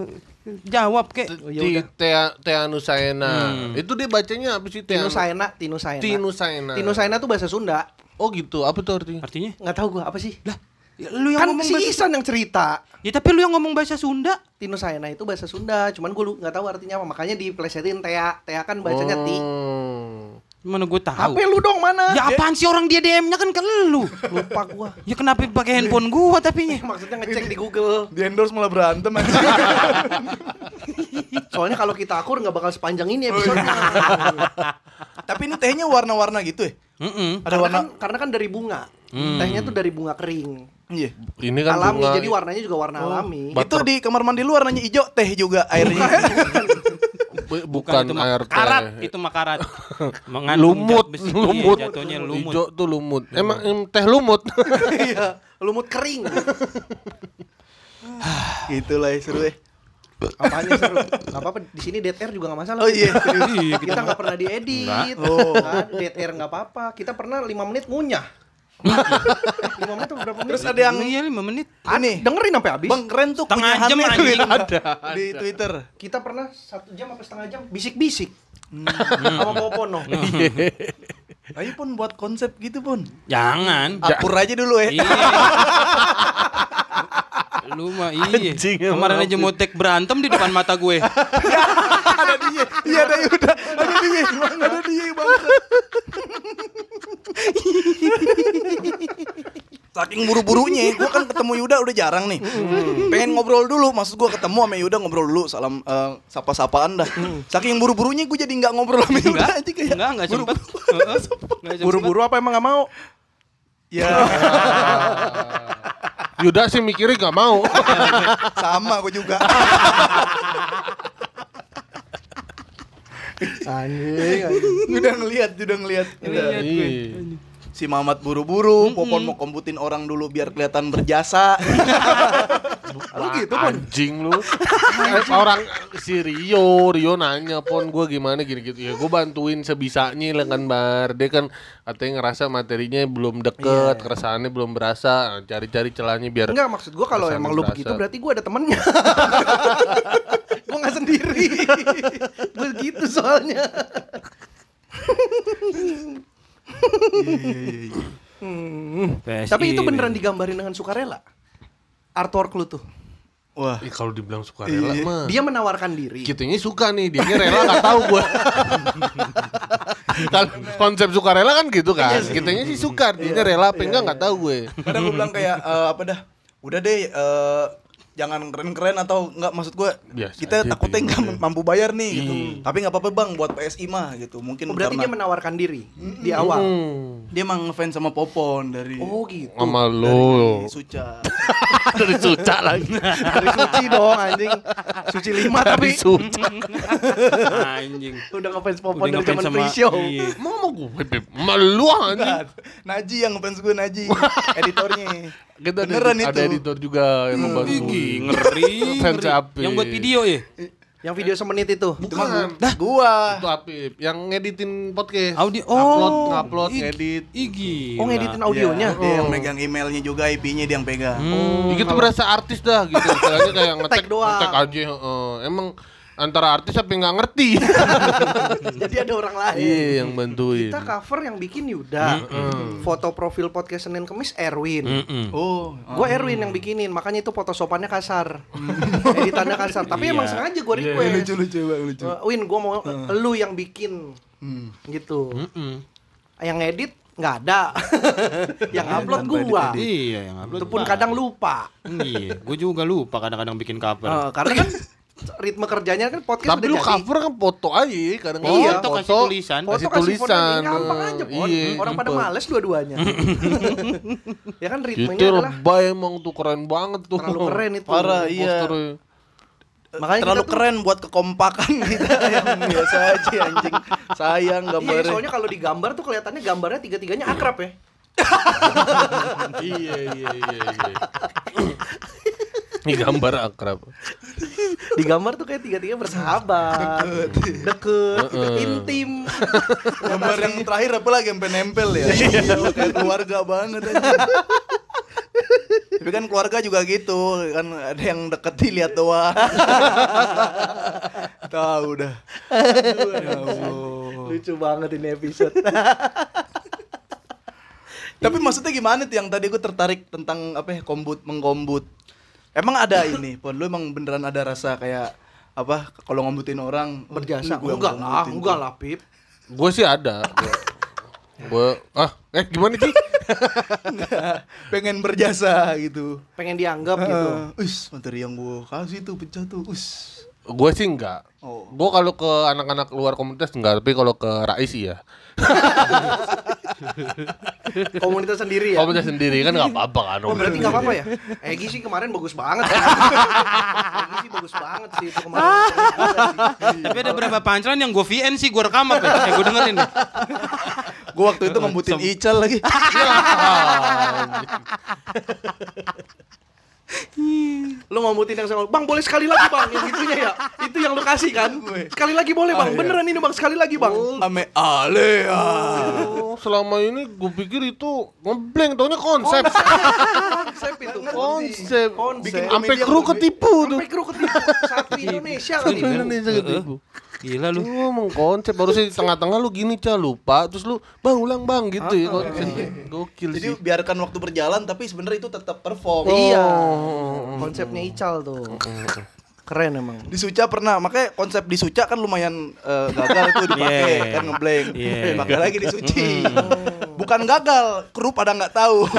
[SPEAKER 2] Jawab kek.
[SPEAKER 1] Oh,
[SPEAKER 3] Di Tea- Teanusaena.
[SPEAKER 2] Hmm.
[SPEAKER 3] Itu dia bacanya apa sih
[SPEAKER 1] Tino
[SPEAKER 3] Teanusaena?
[SPEAKER 1] Saena, Tino Saena.
[SPEAKER 3] Tino Saena.
[SPEAKER 1] Tino Saena tuh bahasa Sunda.
[SPEAKER 3] Oh gitu, apa tuh artinya?
[SPEAKER 2] Artinya?
[SPEAKER 1] Nggak tahu gua apa sih. Lah,
[SPEAKER 2] Ya, lu yang
[SPEAKER 1] iya. kan
[SPEAKER 2] ngomong
[SPEAKER 1] si
[SPEAKER 2] bahasa,
[SPEAKER 1] Isan yang cerita.
[SPEAKER 2] Ya tapi lu yang ngomong bahasa Sunda.
[SPEAKER 1] Tino Saena itu bahasa Sunda, cuman gua lu- nggak tahu artinya apa. Makanya diplesetin Tea. Tea kan bacanya Ti.
[SPEAKER 3] Oh.
[SPEAKER 2] Mana gue
[SPEAKER 1] HP
[SPEAKER 2] tahu.
[SPEAKER 1] lu dong mana?
[SPEAKER 2] Ya apaan sih orang dia DM-nya kan ke lu.
[SPEAKER 1] [laughs] Lupa gua. Eh,
[SPEAKER 2] Ya kenapa pakai handphone gua tapi
[SPEAKER 1] Maksudnya ngecek di Google.
[SPEAKER 4] Di endorse malah berantem [laughs] aja.
[SPEAKER 1] Soalnya kalau kita akur nggak bakal sepanjang ini episode.
[SPEAKER 4] Tapi ini tehnya warna-warna gitu ya.
[SPEAKER 2] Heeh.
[SPEAKER 4] Ada
[SPEAKER 1] karena
[SPEAKER 4] warna.
[SPEAKER 1] kan karena kan dari bunga. Tehnya tuh dari bunga kering.
[SPEAKER 4] Iya.
[SPEAKER 3] Ini kan
[SPEAKER 1] alami
[SPEAKER 3] bunga-
[SPEAKER 1] jadi warnanya juga warna alami.
[SPEAKER 3] Butter.
[SPEAKER 4] Itu di kamar mandi lu warnanya hijau, teh juga airnya.
[SPEAKER 3] bu- bukan,
[SPEAKER 2] mah
[SPEAKER 3] air teh.
[SPEAKER 2] karat, itu mah
[SPEAKER 3] [laughs]
[SPEAKER 2] karat. Mengandung
[SPEAKER 3] lumut,
[SPEAKER 2] zat besi. Iya,
[SPEAKER 3] lumut.
[SPEAKER 2] jatuhnya lumut.
[SPEAKER 3] Hijau tuh lumut. Emang em, teh
[SPEAKER 2] [laughs]
[SPEAKER 3] lumut.
[SPEAKER 1] Iya, lumut kering.
[SPEAKER 4] [laughs] gitu lah ya, seru ya.
[SPEAKER 1] Apanya seru? Gak apa-apa, di sini dead air juga gak masalah.
[SPEAKER 4] Oh iya.
[SPEAKER 2] Iya,
[SPEAKER 1] kita nggak pernah diedit.
[SPEAKER 4] Oh.
[SPEAKER 1] Nggak, dead air nggak apa-apa. Kita pernah 5 menit ngunyah. 5 menit atau berapa menit?
[SPEAKER 4] Terus ada yang
[SPEAKER 2] Iya, 5 menit.
[SPEAKER 4] ini.
[SPEAKER 1] dengerin sampai habis.
[SPEAKER 4] Bang keren tuh
[SPEAKER 2] Tengah
[SPEAKER 4] kunyahannya
[SPEAKER 2] jam,
[SPEAKER 4] tuh
[SPEAKER 2] anjing.
[SPEAKER 4] Ada. Di Twitter.
[SPEAKER 1] Kita pernah satu jam apa setengah jam bisik-bisik.
[SPEAKER 4] Hmm.
[SPEAKER 1] Sama Iya. Popono.
[SPEAKER 4] Ayo pun buat konsep gitu pun.
[SPEAKER 2] Jangan.
[SPEAKER 4] Akur aja dulu ya.
[SPEAKER 3] [laughs]
[SPEAKER 2] Iya. Lu mah iya.
[SPEAKER 3] Anjing,
[SPEAKER 2] Kemarin
[SPEAKER 3] emang
[SPEAKER 2] aja motek berantem di depan mata
[SPEAKER 3] [laughs]
[SPEAKER 2] gue.
[SPEAKER 4] ada dia. Iya ada Yuda. Ada dia. Ada dia bang. Saking buru-burunya, gue kan ketemu Yuda udah jarang nih. Pengen ngobrol dulu, maksud gue ketemu sama Yuda ngobrol dulu, salam eh, sapa-sapaan dah. Saking buru-burunya gue jadi nggak ngobrol sama Yuda aja kayak.
[SPEAKER 2] Enggak, enggak sempet.
[SPEAKER 3] [laughs]
[SPEAKER 2] Heeh. Nggak sempet.
[SPEAKER 1] Buru-buru apa emang gak mau?
[SPEAKER 4] Ya,
[SPEAKER 3] Yuda sih mikirnya gak
[SPEAKER 2] [laughs]
[SPEAKER 3] mau.
[SPEAKER 4] sama gue juga.
[SPEAKER 1] Anjing.
[SPEAKER 4] Udah ngelihat, udah ngelihat. Udah.
[SPEAKER 3] Iya.
[SPEAKER 4] Si Mamat buru-buru, Popon mau komputin orang dulu biar kelihatan
[SPEAKER 3] [laughs]
[SPEAKER 4] berjasa.
[SPEAKER 1] Lu gitu
[SPEAKER 3] Wah,
[SPEAKER 1] pun.
[SPEAKER 3] Anjing lu. Eh, Orang si Rio, Rio nanya pon gue gimana gini-gitu. Ya gue bantuin sebisanya lah kan bar. Dia kan katanya ngerasa materinya belum deket, keresahannya belum berasa. Nah, Cari-cari celahnya
[SPEAKER 1] Iya.
[SPEAKER 3] biar
[SPEAKER 1] Enggak maksud gua kalau
[SPEAKER 3] Perasaan
[SPEAKER 1] emang lu
[SPEAKER 3] berasa.
[SPEAKER 1] begitu berarti gua ada temennya. [laughs] gua nggak sendiri. gua gitu soalnya.
[SPEAKER 4] Eh,
[SPEAKER 2] PSI.
[SPEAKER 1] Tapi itu beneran digambarin dengan sukarela. Artwork lu tuh.
[SPEAKER 4] Wah,
[SPEAKER 3] Ih, kalau dibilang suka rela mah.
[SPEAKER 1] Dia menawarkan diri.
[SPEAKER 3] Gitunya suka nih, dia rela gak tahu
[SPEAKER 1] [laughs]
[SPEAKER 3] gue. kan konsep suka rela kan gitu kan.
[SPEAKER 1] Iya
[SPEAKER 3] Kitanya sih suka, dia rela apa enggak nggak tahu gue.
[SPEAKER 4] kadang gue bilang kayak eh, apa dah udah deh eh, jangan keren-keren atau nggak maksud gue
[SPEAKER 3] Biasa
[SPEAKER 4] kita
[SPEAKER 3] aja, iya. Mm.
[SPEAKER 4] takutnya
[SPEAKER 3] Bing.
[SPEAKER 4] nggak mampu bayar nih gitu tapi nggak apa-apa bang buat PSI mah gitu
[SPEAKER 1] Oh,
[SPEAKER 4] mungkin
[SPEAKER 1] berarti dia
[SPEAKER 4] karena
[SPEAKER 1] menawarkan diri di awal.
[SPEAKER 3] Hmm.
[SPEAKER 4] Dia emang ngefans sama Popon dari
[SPEAKER 1] Oh gitu.
[SPEAKER 3] Sama
[SPEAKER 4] dari
[SPEAKER 3] lu.
[SPEAKER 4] Suca. [laughs]
[SPEAKER 3] [laughs] Dari suca lagi.
[SPEAKER 1] Dari suci dong anjing. Suci lima tapi
[SPEAKER 3] Dari suca.
[SPEAKER 2] Anjing.
[SPEAKER 1] udah ngefans Popon dari
[SPEAKER 2] ngefans
[SPEAKER 1] zaman
[SPEAKER 2] sama-
[SPEAKER 1] pre-show.
[SPEAKER 2] iya.
[SPEAKER 3] Mau mau gue beb. Sama lu ah, anjing.
[SPEAKER 4] Naji yang ngefans gue Naji, editornya.
[SPEAKER 3] [laughs] Kita ada,
[SPEAKER 4] Beneran
[SPEAKER 3] ada
[SPEAKER 4] itu.
[SPEAKER 3] editor juga yang
[SPEAKER 1] Hmm.
[SPEAKER 3] membantu.
[SPEAKER 2] Ih, ngeri,
[SPEAKER 3] [laughs] Fans
[SPEAKER 2] ngeri.
[SPEAKER 3] Apip.
[SPEAKER 2] Yang buat video ya?
[SPEAKER 1] Yang video semenit itu. Oh,
[SPEAKER 3] Bukan.
[SPEAKER 4] Gua.
[SPEAKER 3] Itu Apip. Yang ngeditin podcast.
[SPEAKER 2] Audio. Oh.
[SPEAKER 3] Upload, ngupload,
[SPEAKER 2] Ih,
[SPEAKER 3] ngedit.
[SPEAKER 2] Ih, gila.
[SPEAKER 1] Oh [laughs] ngeditin audionya.
[SPEAKER 4] Iya, Dia yang megang emailnya juga, IP-nya dia yang pegang.
[SPEAKER 3] Gitu berasa artis dah gitu. Istilahnya kayak
[SPEAKER 1] [laughs]
[SPEAKER 3] ngetek,
[SPEAKER 1] Hmm. Ngetek doang.
[SPEAKER 3] ngetek aja. heeh. emang antara artis tapi nggak
[SPEAKER 1] [laughs]
[SPEAKER 3] ngerti.
[SPEAKER 1] Jadi ada orang lain.
[SPEAKER 3] Iya yang bantuin.
[SPEAKER 1] Kita kan cover yang bikin Yuda. Foto profil podcast Senin Kemis Erwin.
[SPEAKER 2] Mm-mm.
[SPEAKER 4] Oh,
[SPEAKER 1] Gue Erwin yang bikinin, makanya itu foto sopannya kasar. [laughs] Editannya kasar. Tapi emang sengaja gue request.
[SPEAKER 4] lucu bang, lucu. Hmm.
[SPEAKER 1] Eh, Win, gue mau lu yang bikin. Gitu.
[SPEAKER 2] Mm-mm.
[SPEAKER 1] Yang edit nggak ada. yang upload gua.
[SPEAKER 2] Iya, yang
[SPEAKER 1] Ah.
[SPEAKER 2] upload.
[SPEAKER 1] Itu pun kan- kadang
[SPEAKER 2] Bang.
[SPEAKER 1] lupa.
[SPEAKER 2] Iya, gue juga lupa kadang-kadang bikin cover.
[SPEAKER 1] Eh, karena kan ritme kerjanya kan podcast
[SPEAKER 3] Tapi
[SPEAKER 1] udah
[SPEAKER 3] lu
[SPEAKER 1] jadi.
[SPEAKER 3] cover kan foto aja kadang
[SPEAKER 1] Iya,
[SPEAKER 2] foto kasih tulisan.
[SPEAKER 1] Foto
[SPEAKER 3] kasih
[SPEAKER 1] kasih foto
[SPEAKER 3] tulisan.
[SPEAKER 1] ini gampang aja, Pon.
[SPEAKER 3] Iya,
[SPEAKER 1] Orang pada
[SPEAKER 3] gampang. Gitu
[SPEAKER 1] males dua-duanya. ya kan ritmenya
[SPEAKER 3] Itu
[SPEAKER 1] adalah
[SPEAKER 3] lebay emang tuh keren banget tuh.
[SPEAKER 1] terlalu keren itu.
[SPEAKER 4] Parah, iya.
[SPEAKER 3] Posternya.
[SPEAKER 1] Makanya
[SPEAKER 4] Terlalu
[SPEAKER 1] kita tuh- Ah,
[SPEAKER 4] keren buat kekompakan [laughs] kita yang biasa aja anjing. Sayang
[SPEAKER 1] Iya,
[SPEAKER 4] gambarnya.
[SPEAKER 1] soalnya kalau digambar tuh kelihatannya gambarnya tiga-tiganya akrab ya.
[SPEAKER 3] [laughs] iya iya iya iya. Ini gambar akrab.
[SPEAKER 1] Digambar tuh kayak tiga-tiga bersahabat, deket, gitu, intim.
[SPEAKER 4] Gambar yang terakhir apa lagi yang penempel ya? Iya, kayak keluarga banget aja. Tapi kan keluarga juga gitu, kan ada yang deket dilihat doang. [laughs] Tahu dah. Aduh, ya Allah.
[SPEAKER 1] Lucu banget ini episode.
[SPEAKER 4] Tapi maksudnya gimana tuh yang tadi gue tertarik tentang apa ya kombut mengkombut. Emang ada ini, pon lu emang beneran ada rasa kayak apa kalau ngombutin orang
[SPEAKER 1] Berjasa.
[SPEAKER 4] "Gua yang
[SPEAKER 1] Enggak lah,
[SPEAKER 4] ngombutin
[SPEAKER 1] enggak
[SPEAKER 4] tuh."
[SPEAKER 1] lah, Pip.
[SPEAKER 3] Gue sih ada. Gue ah eh gimana sih?
[SPEAKER 4] Enggak. [laughs] Pengen berjasa gitu.
[SPEAKER 1] Pengen dianggap gitu.
[SPEAKER 4] Eh, Us, materi yang gue kasih tuh pecah tuh. Us.
[SPEAKER 3] Gue sih enggak.
[SPEAKER 4] Oh.
[SPEAKER 3] Gue kalau ke anak-anak luar komunitas enggak, tapi kalau ke Rais iya.
[SPEAKER 1] Komunitas sendiri ya.
[SPEAKER 3] Komunitas sendiri kan enggak apa-apa kan.
[SPEAKER 1] Oh berarti nggak apa-apa ya? Egi sih kemarin bagus banget. sih. Egi sih bagus banget sih itu kemarin.
[SPEAKER 2] iya. Tapi ada beberapa pancelan yang gue VN sih, gue rekam apa ya? Gue dengerin deh.
[SPEAKER 4] Gue waktu itu ngombutin Ical
[SPEAKER 1] [laughs]
[SPEAKER 4] lagi.
[SPEAKER 1] Lu ngombutin yang sama, bang boleh sekali lagi bang, yang gitunya ya. Itu yang lu kasih kan? Sekali lagi boleh bang, beneran ini bang sekali lagi bang.
[SPEAKER 4] Ame Ale. ah.
[SPEAKER 3] Oh, selama ini gue pikir itu ngebleng taunya konsep.
[SPEAKER 1] Oh, Konsep itu.
[SPEAKER 3] Konsep.
[SPEAKER 1] Konsep. ya?
[SPEAKER 3] Sampai kru ketipu tuh.
[SPEAKER 1] Sampai kru ketipu satu Indonesia
[SPEAKER 3] Iya.
[SPEAKER 1] ya.
[SPEAKER 3] Satu
[SPEAKER 1] lagi.
[SPEAKER 3] Indonesia ketipu.
[SPEAKER 2] Gila lu.
[SPEAKER 3] Lu ngomong konsep harusnya di tengah-tengah lu gini cah lupa terus lu bang ulang bang gitu ya konsep gokil
[SPEAKER 4] Jadi
[SPEAKER 3] sih.
[SPEAKER 4] biarkan waktu berjalan tapi sebenarnya itu tetap perform.
[SPEAKER 1] Iya.
[SPEAKER 3] Oh.
[SPEAKER 1] Konsepnya Ical tuh. Keren emang.
[SPEAKER 4] Di Suca pernah, makanya konsep di Suca kan lumayan eh, gagal
[SPEAKER 2] [laughs]
[SPEAKER 4] tuh dipakai
[SPEAKER 2] Yeah.
[SPEAKER 4] kan ngeblank.
[SPEAKER 2] Yeah.
[SPEAKER 4] Pakai lagi di Suci. [laughs] Bukan gagal, kru pada nggak tahu.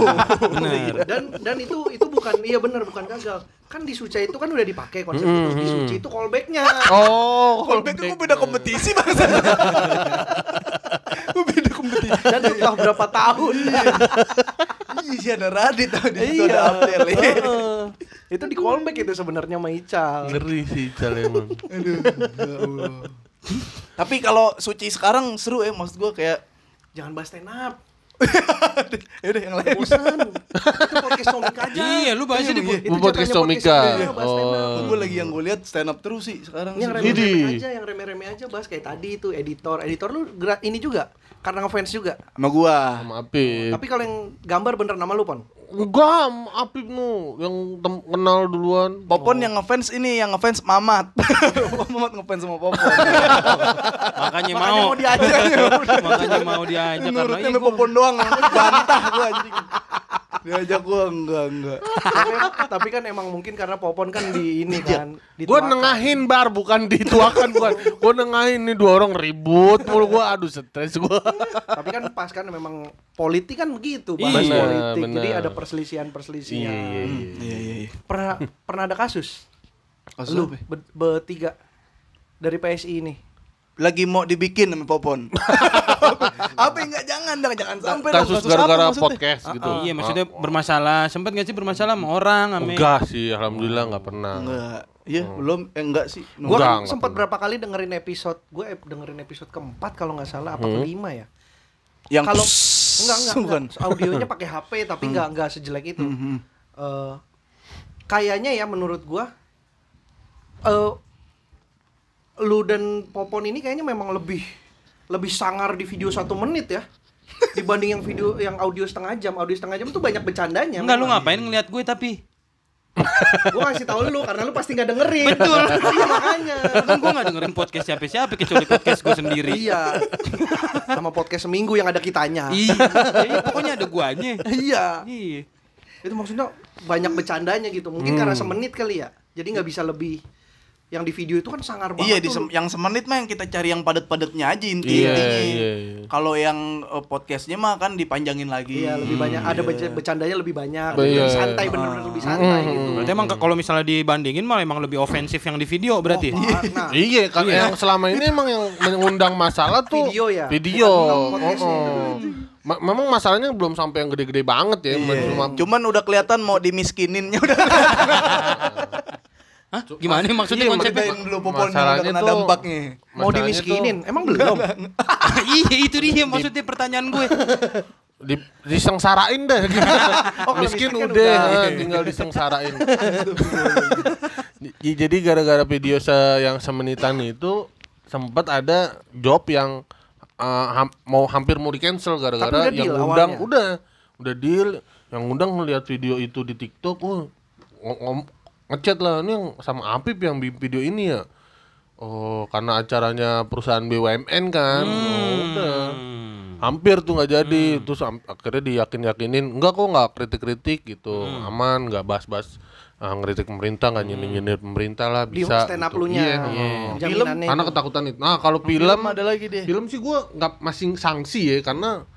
[SPEAKER 4] [laughs]
[SPEAKER 1] Dan dan itu itu bukan iya bener bukan gagal. Kan di Suca itu kan udah dipakai konsep itu. Di Suci itu callbacknya.
[SPEAKER 3] Oh,
[SPEAKER 4] Callback gue beda kompetisi
[SPEAKER 2] [laughs]
[SPEAKER 4] bang. Gue beda kompetisi.
[SPEAKER 1] dan setelah berapa tahun
[SPEAKER 4] Iya ada Radit tau di situ ada
[SPEAKER 1] iya
[SPEAKER 4] Abdel. ya.
[SPEAKER 2] [laughs] Uh-uh.
[SPEAKER 1] Heeh. itu di callback itu sebenarnya sama Ical
[SPEAKER 3] ngeri sih cah emang.
[SPEAKER 4] ya Tapi kalau Suci sekarang seru ya maksud gue kayak [laughs]
[SPEAKER 1] jangan bahas stand up
[SPEAKER 4] Yaudah yang lain
[SPEAKER 1] bosan itu podcast komik aja
[SPEAKER 2] Iya, lu bahasnya di
[SPEAKER 1] Itu
[SPEAKER 3] Lu podcast
[SPEAKER 1] jatuhnya
[SPEAKER 3] komika.
[SPEAKER 1] komika, bahas stand up.
[SPEAKER 3] Oh.
[SPEAKER 4] Gue lagi yang gue lihat stand up terus sih sekarang
[SPEAKER 1] yang
[SPEAKER 3] Jadi-
[SPEAKER 4] sih.
[SPEAKER 1] remeh-remeh aja yang remeh-remeh aja bahas kayak tadi itu editor editor lu gerak ini juga karena ngefans juga
[SPEAKER 4] Sama gua
[SPEAKER 3] Sama Apip.
[SPEAKER 2] Iya.
[SPEAKER 1] tapi kalau yang gambar bener nama lu pon [laughs]
[SPEAKER 3] Enggak, sama Apip nu yang tem- kenal duluan.
[SPEAKER 4] Popon yang ngefans ini yang ngefans Mamat [laughs] Mamat ngefans sama Popon
[SPEAKER 2] Makanya
[SPEAKER 1] makanya
[SPEAKER 2] mau.
[SPEAKER 1] mau
[SPEAKER 2] [laughs]
[SPEAKER 1] diajak
[SPEAKER 2] Makanya mau diajak karena
[SPEAKER 4] Menurutnya
[SPEAKER 2] iya,
[SPEAKER 4] sama
[SPEAKER 2] gua-
[SPEAKER 4] Popon doang Bantah gua anjing Diajak gua enggak enggak
[SPEAKER 1] Tapi- tapi kan emang mungkin karena popon kan di ini
[SPEAKER 2] Iya.
[SPEAKER 1] kan
[SPEAKER 3] Gue
[SPEAKER 1] dituakan.
[SPEAKER 3] nengahin bar bukan dituakan bukan. Gue nengahin nih dua orang ribut mulu gue aduh stres gue.
[SPEAKER 1] Tapi kan pas kan memang politik kan begitu,
[SPEAKER 2] Iya,
[SPEAKER 1] bahas politik.
[SPEAKER 3] bener.
[SPEAKER 1] Jadi ada perselisihan-perselisihan.
[SPEAKER 4] Iya iya iya
[SPEAKER 1] Pernah pernah ada kasus
[SPEAKER 4] Kasus
[SPEAKER 1] lu
[SPEAKER 4] apa ya?
[SPEAKER 1] be- bertiga dari PSI ini.
[SPEAKER 4] lagi mau dibikin sama Popon. apa yang nggak jangan dong, jangan sampai dong.
[SPEAKER 3] Kasus
[SPEAKER 4] Kasus apa
[SPEAKER 3] gara-gara
[SPEAKER 4] maksudnya?
[SPEAKER 3] podcast gitu.
[SPEAKER 2] Iya maksudnya bermasalah. Sempat gak sih bermasalah sama orang? Sama...
[SPEAKER 3] Enggak sih, alhamdulillah enggak pernah.
[SPEAKER 4] Enggak. Iya, belum eh, enggak sih.
[SPEAKER 3] Gua-
[SPEAKER 1] Gue
[SPEAKER 3] Enggak,
[SPEAKER 1] kan
[SPEAKER 3] enggak
[SPEAKER 1] sempat
[SPEAKER 3] pernah.
[SPEAKER 1] berapa kali dengerin episode, gue dengerin episode keempat kalau nggak salah, apa kelima ya.
[SPEAKER 4] yang
[SPEAKER 1] Kalau
[SPEAKER 4] [laughs] pss-
[SPEAKER 1] enggak enggak, enggak.
[SPEAKER 4] bukan. Hmm. Mm-hmm.
[SPEAKER 1] audionya pakai HP tapi enggak enggak sejelek itu. Eh, kayaknya ya menurut gua eh lu dan Popon ini kayaknya memang lebih lebih sangar di video satu menit ya dibanding yang video yang audio setengah jam audio setengah jam tuh banyak bercandanya
[SPEAKER 2] Enggak lu
[SPEAKER 1] memang.
[SPEAKER 2] ngapain ngeliat gue tapi?
[SPEAKER 1] gua kasih tahu lu karena lu pasti nggak dengerin
[SPEAKER 2] Betul.
[SPEAKER 1] [laughs] iya makanya
[SPEAKER 2] Kan gue gak dengerin podcast siapa-siapa kecuali podcast gue sendiri.
[SPEAKER 1] iya sama podcast seminggu yang ada kitanya
[SPEAKER 2] Iya. Iya, pokoknya ada guanya.
[SPEAKER 1] iya
[SPEAKER 2] Iya.
[SPEAKER 1] itu maksudnya banyak bercandanya gitu mungkin karena
[SPEAKER 2] Hmm.
[SPEAKER 1] semenit kali ya jadi nggak bisa lebih yang di video itu kan sangar banget
[SPEAKER 4] Iya, di
[SPEAKER 1] tuh.
[SPEAKER 4] sem- yang semenit mah yang kita cari yang padat-padatnya aja
[SPEAKER 3] Iya,
[SPEAKER 4] inti-intinya.
[SPEAKER 3] iya, iya.
[SPEAKER 4] Kalau yang eh, podcastnya mah kan dipanjangin lagi.
[SPEAKER 1] iya lebih banyak ada berca- bercandanya lebih banyak
[SPEAKER 3] Iya. Hmm.
[SPEAKER 1] lebih santai bener-bener lebih santai gitu
[SPEAKER 2] Berarti emang ke- kalau misalnya dibandingin malah emang lebih ofensif yang di video berarti.
[SPEAKER 1] nah
[SPEAKER 3] Iya, kan yang selama ini emang yang mengundang masalah tuh
[SPEAKER 1] Video ya?
[SPEAKER 3] Video.
[SPEAKER 1] Bukan podcastnya.
[SPEAKER 3] Oh, oh. Ma- memang masalahnya belum sampai yang gede-gede banget
[SPEAKER 1] Iya.
[SPEAKER 3] ya. Cuma
[SPEAKER 4] Cuman udah kelihatan mau dimiskininnya [laughs] udah.
[SPEAKER 2] Hah? Gimana maksudnya
[SPEAKER 3] Iya,
[SPEAKER 2] konsepnya? [laughs]
[SPEAKER 4] Ceritain dulu Popon
[SPEAKER 3] Masalahnya
[SPEAKER 4] udah kena
[SPEAKER 3] tuh-
[SPEAKER 4] dampaknya.
[SPEAKER 1] mau
[SPEAKER 3] masalahnya
[SPEAKER 1] dimiskinin emang
[SPEAKER 3] [laughs]
[SPEAKER 1] belum
[SPEAKER 2] Iya itu dia maksudnya pertanyaan gue.
[SPEAKER 3] tuh Di, disengsarain deh.
[SPEAKER 1] [laughs]
[SPEAKER 3] [laughs]
[SPEAKER 1] Oh, kalau miskin
[SPEAKER 3] miskin
[SPEAKER 1] kan
[SPEAKER 3] udah,
[SPEAKER 1] udah.
[SPEAKER 3] ah, tinggal
[SPEAKER 1] [laughs]
[SPEAKER 3] disengsarain. Di- Jadi gara-gara video se- yang semenitan itu sempat ada job yang eh, ham- mau hampir mau di cancel gara-gara
[SPEAKER 1] Tapi udah
[SPEAKER 3] yang
[SPEAKER 1] deal
[SPEAKER 3] undang
[SPEAKER 1] awalnya.
[SPEAKER 3] udah udah deal yang undang ngeliat video itu di TikTok, wah ng- ngom- ngechat lah ini yang sama Apip yang bikin video ini ya. Oh, karena acaranya perusahaan BUMN kan.
[SPEAKER 1] Hmm.
[SPEAKER 3] Oh, udah. Hampir tuh nggak jadi. Terus am- akhirnya diyakin-yakinin, enggak kok nggak kritik-kritik gitu. Aman, nggak bahas-bahas ah, ngeritik pemerintah, nggak nyindir-nyindir pemerintah lah
[SPEAKER 1] di
[SPEAKER 3] bisa.
[SPEAKER 1] stand up
[SPEAKER 3] gitu.
[SPEAKER 1] lu nya
[SPEAKER 3] Iya, iya.
[SPEAKER 1] jaminannya
[SPEAKER 3] Karena
[SPEAKER 1] itu.
[SPEAKER 3] ketakutan itu. Nah, kalau film,
[SPEAKER 4] ada lagi deh.
[SPEAKER 3] Film sih gua nggak masih sanksi ya karena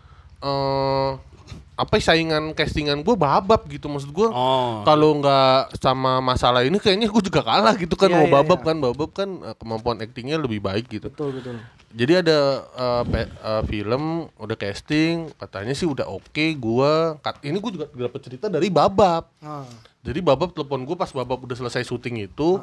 [SPEAKER 3] eh apa saingan castingan gua babab gitu maksud gua
[SPEAKER 2] Oh.
[SPEAKER 3] kalau nggak sama masalah ini kayaknya gue juga kalah gitu kan
[SPEAKER 1] Iya,
[SPEAKER 3] mau
[SPEAKER 1] iya,
[SPEAKER 3] babab
[SPEAKER 1] iya.
[SPEAKER 3] kan babab kan eh, kemampuan aktingnya lebih baik gitu
[SPEAKER 1] betul betul
[SPEAKER 3] jadi ada eh, pe- eh, film udah casting katanya sih udah oke gua kat- ini gue juga dapat cerita dari babab
[SPEAKER 1] nah,
[SPEAKER 3] jadi babab telepon gue pas babab udah selesai syuting itu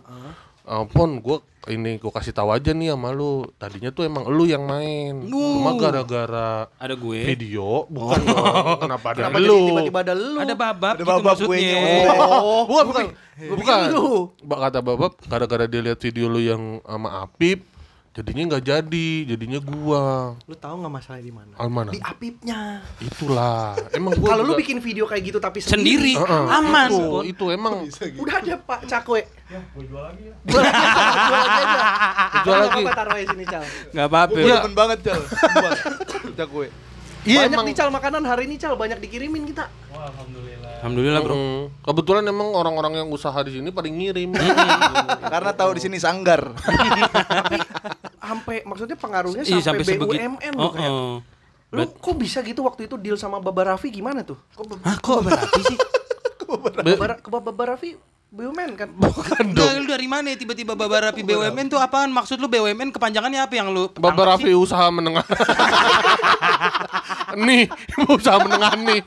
[SPEAKER 3] eh, pon gue ini gue kasih tahu aja nih sama lu tadinya tuh emang lu yang main cuma gara-gara
[SPEAKER 2] Ada gue.
[SPEAKER 3] video bukan dong. [laughs] kenapa ada
[SPEAKER 1] Oh. kenapa jadi
[SPEAKER 3] Ya, lu
[SPEAKER 1] tiba-tiba ada lu
[SPEAKER 2] Ada babab
[SPEAKER 4] Ada
[SPEAKER 2] gitu
[SPEAKER 4] babab
[SPEAKER 2] maksudnya.
[SPEAKER 4] guenya.
[SPEAKER 1] oh
[SPEAKER 3] bukan bukan bukan
[SPEAKER 1] lu.
[SPEAKER 3] Ba- kata babab gara-gara dia lihat video lu yang sama Apip jadinya nggak jadi jadinya gua
[SPEAKER 1] lu tahu nggak masalah di mana
[SPEAKER 3] Almana
[SPEAKER 1] di apipnya
[SPEAKER 3] itulah emang Oh, nah. gua
[SPEAKER 1] kalau lu
[SPEAKER 3] juga-
[SPEAKER 1] bikin video kayak gitu tapi
[SPEAKER 2] Sendiri
[SPEAKER 3] Heeh,
[SPEAKER 2] aman.
[SPEAKER 3] itu,
[SPEAKER 2] Bon.
[SPEAKER 3] itu emang
[SPEAKER 1] udah ada pak cakwe ya jual lagi ya jual lagi aja
[SPEAKER 3] [laughs] Jual lagi.
[SPEAKER 1] apa taruh di sini cal
[SPEAKER 2] Nggak apa-apa.
[SPEAKER 3] Iya.
[SPEAKER 4] Temen banget, Cal. Sumpah. Cak gue.
[SPEAKER 3] iya
[SPEAKER 1] banyak
[SPEAKER 3] emang
[SPEAKER 1] nih cal makanan hari ini cal banyak dikirimin kita
[SPEAKER 2] Alhamdulillah bro.
[SPEAKER 3] Mm, kebetulan emang orang-orang yang usaha di sini paling ngirim
[SPEAKER 4] Karena tahu di sini sanggar. [laughs]
[SPEAKER 1] sampai maksudnya pengaruhnya
[SPEAKER 2] Iya,
[SPEAKER 1] sampai,
[SPEAKER 2] sebegi-
[SPEAKER 1] BUMN
[SPEAKER 2] Oh,
[SPEAKER 1] loh kayak
[SPEAKER 2] oh.
[SPEAKER 1] lu kok bisa gitu waktu itu deal sama Baba Raffi gimana tuh kok
[SPEAKER 2] Hah kok berarti sih?
[SPEAKER 3] Be-
[SPEAKER 1] Baba, ke Baba Raffi BUMN
[SPEAKER 2] [laughs]
[SPEAKER 1] kan
[SPEAKER 2] Nggak, lu dari mana ya tiba-tiba Baba Rapi BUMN tuh apaan? Maksud lu BUMN kepanjangannya apa yang lu
[SPEAKER 3] Bapak
[SPEAKER 2] tangkap
[SPEAKER 3] Raffi
[SPEAKER 2] sih?
[SPEAKER 3] usaha menengah [laughs] nih usaha menengah nih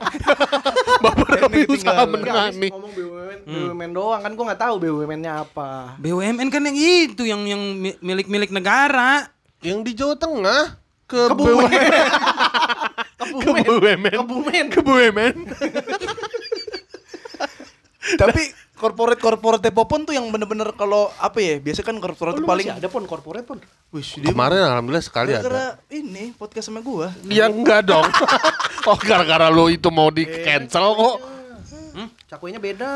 [SPEAKER 3] Bapak Raffi usaha menengah
[SPEAKER 1] Nggak,
[SPEAKER 3] nih
[SPEAKER 1] ngomong BUMN
[SPEAKER 2] Hmm.
[SPEAKER 1] BUMN doang kan gua nggak tahu BUMN-nya apa
[SPEAKER 2] BUMN kan yang itu yang yang mi- milik-milik negara.
[SPEAKER 3] yang di Jawa Tengah ke
[SPEAKER 1] Kebumen.
[SPEAKER 3] BUMN. ke BUMN
[SPEAKER 1] Kebumen.
[SPEAKER 3] ke BUMN
[SPEAKER 4] Tapi korporat-korporat Popon tuh yang bener-bener kalau apa ya? Biasanya kan korporat
[SPEAKER 1] Oh, Lu
[SPEAKER 4] tuh paling
[SPEAKER 1] masih ada pon corporate pon
[SPEAKER 4] Wish, dia
[SPEAKER 3] kemarin alhamdulillah sekali ada
[SPEAKER 4] gara-gara ini podcast sama gua.
[SPEAKER 3] ya enggak dong oh gara-gara lo itu mau di cancel kok
[SPEAKER 1] Cakwenya Hmm. beda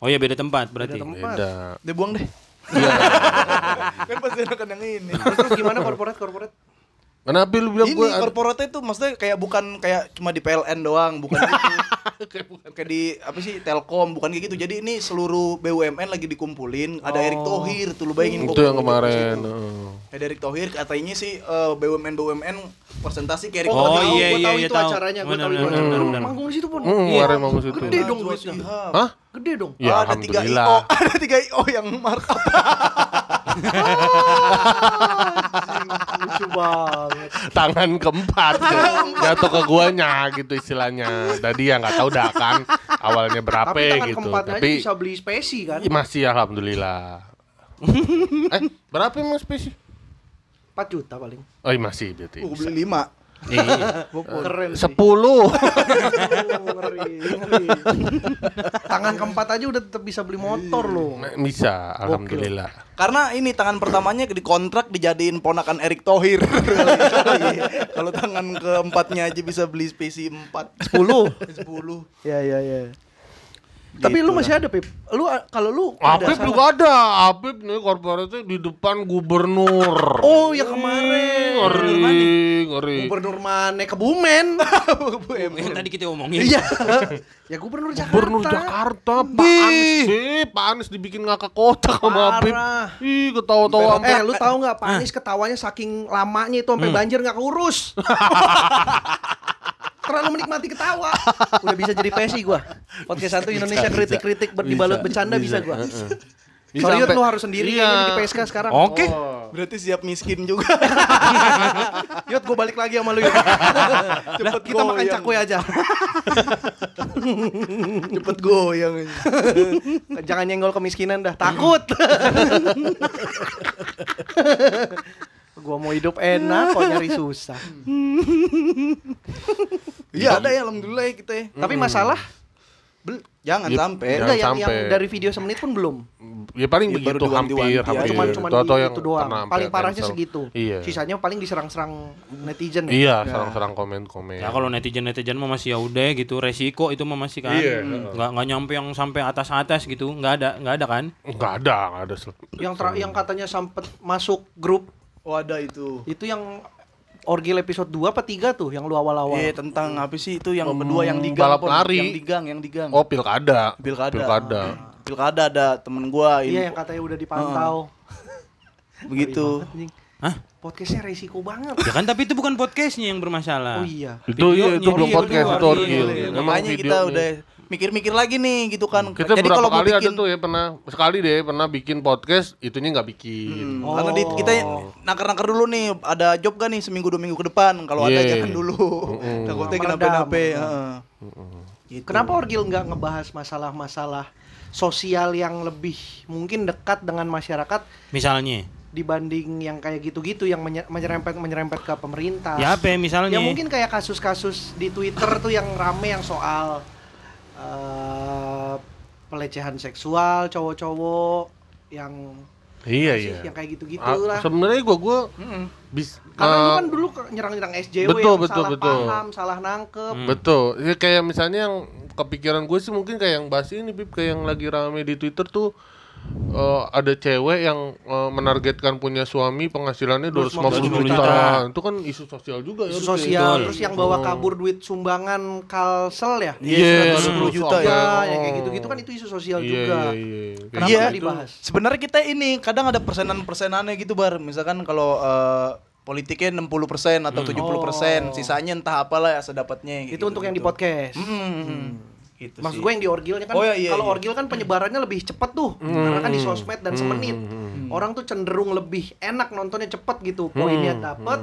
[SPEAKER 2] Oh iya beda tempat berarti.
[SPEAKER 1] Beda tempat.
[SPEAKER 3] beda
[SPEAKER 4] Dia buang deh. [laughs] kan pasti enakan yang ini.
[SPEAKER 1] Terus gimana corporate corporate
[SPEAKER 3] kenapa lu bilang
[SPEAKER 4] Ini
[SPEAKER 3] gue
[SPEAKER 4] korporatnya tuh maksudnya kayak bukan kayak cuma di PLN doang, bukan
[SPEAKER 3] [laughs]
[SPEAKER 4] gitu. kayak di apa sih Telkom bukan kayak gitu. Jadi ini seluruh BUMN lagi dikumpulin, ada Erick Thohir tuh lu
[SPEAKER 3] Oh.
[SPEAKER 4] bayangin
[SPEAKER 3] itu
[SPEAKER 4] gua-
[SPEAKER 3] yang kemarin heeh.
[SPEAKER 4] Ada Erick Thohir katanya sih eh, BUMN BUMN presentasi
[SPEAKER 2] [laughs]
[SPEAKER 4] ke Erick
[SPEAKER 2] Oh,
[SPEAKER 4] Thohir.
[SPEAKER 2] iya,
[SPEAKER 1] gua
[SPEAKER 2] iya,
[SPEAKER 1] tahu
[SPEAKER 2] iya,
[SPEAKER 1] itu
[SPEAKER 2] tahu.
[SPEAKER 1] acaranya gua
[SPEAKER 2] Benar,
[SPEAKER 1] tahu itu
[SPEAKER 2] benar, benar,
[SPEAKER 1] acaranya. Lu
[SPEAKER 2] benar.
[SPEAKER 1] Manggung di situ pon
[SPEAKER 3] Hmm, kemarin mau ke situ.
[SPEAKER 1] gede dong
[SPEAKER 4] Najwa
[SPEAKER 1] duitnya
[SPEAKER 4] Shihab.
[SPEAKER 3] Hah?
[SPEAKER 1] gede
[SPEAKER 2] [laughs]
[SPEAKER 1] dong
[SPEAKER 3] Ya
[SPEAKER 4] iya. [laughs] ada tiga
[SPEAKER 3] alhamdulillah.
[SPEAKER 4] IO, ada tiga IO yang markup.
[SPEAKER 1] lucu banget.
[SPEAKER 3] tangan
[SPEAKER 1] [laughs]
[SPEAKER 3] keempat tuh. jatuh ke guanya gitu istilahnya tadi ya nggak tahu dah kan awalnya berapa
[SPEAKER 1] Tapi tangan
[SPEAKER 3] gitu
[SPEAKER 1] keempatnya
[SPEAKER 3] tapi
[SPEAKER 1] aja bisa beli spesi kan.
[SPEAKER 3] i- masih
[SPEAKER 1] [laughs]
[SPEAKER 3] alhamdulillah eh berapa emang spesies
[SPEAKER 1] 4 juta paling.
[SPEAKER 3] oh i- masih berarti
[SPEAKER 4] Gue beli lima.
[SPEAKER 1] [laughs]
[SPEAKER 2] Eh,
[SPEAKER 3] Iya.
[SPEAKER 1] Keren sih. Oh,
[SPEAKER 3] sepuluh
[SPEAKER 1] ngeri,
[SPEAKER 2] [laughs]
[SPEAKER 1] ngeri. Tangan keempat aja udah tetap bisa beli motor loh.
[SPEAKER 3] Nah, bisa alhamdulillah
[SPEAKER 4] Karena ini tangan pertamanya di kontrak dijadiin ponakan Erick Thohir. [laughs] Iya. Kalau tangan keempatnya aja bisa beli spesi empat.
[SPEAKER 1] 10.
[SPEAKER 4] Sepuluh.
[SPEAKER 1] [laughs] Ya ya ya. Gitu Tapi lu masih ada Pip. Lu a- kalau lu ada
[SPEAKER 3] Apip
[SPEAKER 1] salah-
[SPEAKER 3] juga ada Apip nih korporatnya di depan gubernur
[SPEAKER 1] Oh, ya
[SPEAKER 3] Hmm.
[SPEAKER 1] kemarin.
[SPEAKER 3] ngeri ngeri
[SPEAKER 1] Gubernur Mane
[SPEAKER 3] [laughs]
[SPEAKER 1] Kebumen.
[SPEAKER 2] Yang tadi kita omongin.
[SPEAKER 1] Iya. ya Gubernur Jakarta.
[SPEAKER 3] Gubernur Jakarta Pak Anies deh Pak Anies dibikin ngakak kotak sama Apip
[SPEAKER 1] Parah.
[SPEAKER 3] Ih ketawa-tawa
[SPEAKER 1] Eh, lu tahu nggak Pak Anies ketawanya saking lamanya itu
[SPEAKER 3] Hmm.
[SPEAKER 1] sampai banjir nggak keurus. [laughs] Terlalu menikmati ketawa. Udah bisa jadi PSI gua. Podcast satu Indonesia
[SPEAKER 3] bisa,
[SPEAKER 1] kritik-kritik ber- dibalut bercanda bisa, gua.
[SPEAKER 3] Bisa
[SPEAKER 1] Sorry Yud,
[SPEAKER 3] sampai-
[SPEAKER 1] lu harus sendiri
[SPEAKER 3] Iya.
[SPEAKER 1] kayaknya di PSK sekarang.
[SPEAKER 2] Oke.
[SPEAKER 1] Oh.
[SPEAKER 4] Berarti siap miskin juga.
[SPEAKER 1] Yud, gua balik lagi sama lu
[SPEAKER 3] [laughs]
[SPEAKER 1] Yud. Cepet kita makan
[SPEAKER 4] goyang.
[SPEAKER 1] cakwe aja.
[SPEAKER 4] [laughs]
[SPEAKER 1] [laughs]
[SPEAKER 4] Cepet goyang.
[SPEAKER 1] Jangan nyenggol kemiskinan dah, takut. [laughs] gua mau hidup enak kok nyari susah.
[SPEAKER 3] Hmm.
[SPEAKER 4] Iya ada ya alhamdulillah ya kita. ya.
[SPEAKER 1] Tapi masalah
[SPEAKER 4] Bel- Jangan
[SPEAKER 3] Yep.
[SPEAKER 4] sampai.
[SPEAKER 3] Jangan
[SPEAKER 1] enggak yang, yang
[SPEAKER 3] sampai.
[SPEAKER 1] dari video semenit pun belum.
[SPEAKER 3] Ya paling
[SPEAKER 4] Ya,
[SPEAKER 3] begitu hampir
[SPEAKER 4] baru diwanti-wanti
[SPEAKER 3] hampir
[SPEAKER 4] aja.
[SPEAKER 1] Iya, Cuman cuman
[SPEAKER 3] Atau-atau
[SPEAKER 1] di-
[SPEAKER 3] Iya, yang
[SPEAKER 1] itu doang.
[SPEAKER 3] pernah hampir
[SPEAKER 1] Paling parahnya
[SPEAKER 3] cancel.
[SPEAKER 1] segitu.
[SPEAKER 3] Iya
[SPEAKER 1] Sisanya paling diserang-serang netizen ya.
[SPEAKER 3] Iya serang-serang komen-komen
[SPEAKER 2] Ya kalau netizen-netizen mah masih ya udah gitu, resiko itu mah masih kan.
[SPEAKER 3] Iya.
[SPEAKER 2] Nggak nggak nyampe yang sampai atas-atas gitu, nggak ada nggak ada kan?
[SPEAKER 3] Nggak ada nggak ada sel-
[SPEAKER 1] Yang tra- yang katanya sempet masuk grup
[SPEAKER 4] Oh ada itu.
[SPEAKER 1] itu yang Orgil episode 2 apa 3 tuh yang lu awal-awal.
[SPEAKER 4] Iya tentang apa sih itu yang
[SPEAKER 3] Mem-
[SPEAKER 4] kedua yang digang
[SPEAKER 3] balap
[SPEAKER 4] Pon.
[SPEAKER 3] lari.
[SPEAKER 4] yang digang yang digang.
[SPEAKER 3] Oh pilkada
[SPEAKER 4] Pilkada. Ah,
[SPEAKER 3] Pilkada
[SPEAKER 1] Hmm.
[SPEAKER 4] Pilkada ada temen gua
[SPEAKER 1] Iya
[SPEAKER 4] ini
[SPEAKER 1] yang katanya udah dipantau.
[SPEAKER 4] begitu.
[SPEAKER 1] Anjing,
[SPEAKER 2] Hah?
[SPEAKER 1] Podcastnya resiko banget.
[SPEAKER 2] Ya kan tapi itu bukan podcastnya yang
[SPEAKER 1] Oh
[SPEAKER 2] bermasalah.
[SPEAKER 1] iya.
[SPEAKER 3] Itu iya
[SPEAKER 2] Videonya
[SPEAKER 3] itu belum
[SPEAKER 2] itu
[SPEAKER 3] podcast
[SPEAKER 2] doang.
[SPEAKER 3] itu orgil
[SPEAKER 2] Iya,
[SPEAKER 3] Emang
[SPEAKER 4] Makanya kita
[SPEAKER 3] videonya.
[SPEAKER 4] udah mikir-mikir lagi nih gitu kan.
[SPEAKER 3] kita
[SPEAKER 4] Jadi
[SPEAKER 3] berapa
[SPEAKER 4] kalau mau
[SPEAKER 3] kali ada
[SPEAKER 4] bikin
[SPEAKER 3] tuh ya pernah sekali deh pernah bikin podcast itunya nggak
[SPEAKER 1] Hmm.
[SPEAKER 3] bikin
[SPEAKER 4] Karena di, kita
[SPEAKER 3] Oh.
[SPEAKER 4] naker-naker dulu nih ada job gak nih seminggu dua minggu ke depan kalau ada
[SPEAKER 3] Iya.
[SPEAKER 4] jangan dulu takutnya
[SPEAKER 1] Meredam,
[SPEAKER 4] kenapa-napa
[SPEAKER 1] meredam.
[SPEAKER 4] heeh. Gitu.
[SPEAKER 1] Kenapa Orgil nggak ngebahas masalah-masalah sosial yang lebih mungkin dekat dengan masyarakat
[SPEAKER 2] Misalnya.
[SPEAKER 1] dibanding yang kayak gitu-gitu yang menye- menyerempet menyerempet ke pemerintah.
[SPEAKER 2] Ya apa ya, misalnya?
[SPEAKER 1] Ya mungkin kayak kasus-kasus di Twitter tuh yang rame yang soal eh, pelecehan seksual cowok-cowok yang
[SPEAKER 3] iya
[SPEAKER 1] apa sih,
[SPEAKER 3] iya
[SPEAKER 1] yang kayak gitu-gitu
[SPEAKER 3] Ah,
[SPEAKER 1] lah. Hmm.
[SPEAKER 3] sebenarnya gua gua bis
[SPEAKER 1] Karena lu
[SPEAKER 3] ah,
[SPEAKER 1] kan dulu ke- nyerang-nyerang SJW
[SPEAKER 3] betul,
[SPEAKER 1] yang
[SPEAKER 3] betul,
[SPEAKER 1] salah
[SPEAKER 3] betul.
[SPEAKER 1] paham, salah nangkep.
[SPEAKER 3] Betul. Ya, kayak misalnya yang kepikiran gue sih mungkin kayak yang bahas ini Pip kayak yang lagi rame di Twitter tuh eh, ada cewek yang eh, menargetkan punya suami penghasilannya 250
[SPEAKER 2] 250
[SPEAKER 3] juta.
[SPEAKER 2] juta.
[SPEAKER 3] Itu kan isu sosial juga
[SPEAKER 1] Isu
[SPEAKER 3] ya. Hmm.
[SPEAKER 1] sosial
[SPEAKER 2] Betul.
[SPEAKER 1] terus yang bawa kabur duit sumbangan kalsel ya.
[SPEAKER 4] Oh. Iya,
[SPEAKER 3] Iya,
[SPEAKER 4] 110 juta
[SPEAKER 1] Ya,
[SPEAKER 4] ya.
[SPEAKER 1] ya kayak gitu-gitu kan itu isu sosial juga.
[SPEAKER 3] juga. Iya,
[SPEAKER 1] Kenapa
[SPEAKER 4] Iya.
[SPEAKER 1] nggak dibahas?
[SPEAKER 4] Sebenarnya kita ini kadang ada persenan-persenannya gitu bar. Misalkan kalau eh, politiknya 60% atau 70%, sisanya entah apalah ya sedapatnya
[SPEAKER 1] Itu untuk yang di podcast.
[SPEAKER 4] Gitu
[SPEAKER 1] Maksud
[SPEAKER 4] sih.
[SPEAKER 1] gue yang di orgilnya kan
[SPEAKER 4] Oh, iya, iya,
[SPEAKER 1] kalau
[SPEAKER 4] iya.
[SPEAKER 1] orgil kan penyebarannya lebih cepet tuh karena kan di sosmed dan semenit. Orang tuh cenderung lebih enak nontonnya cepet gitu. Poinnya dapet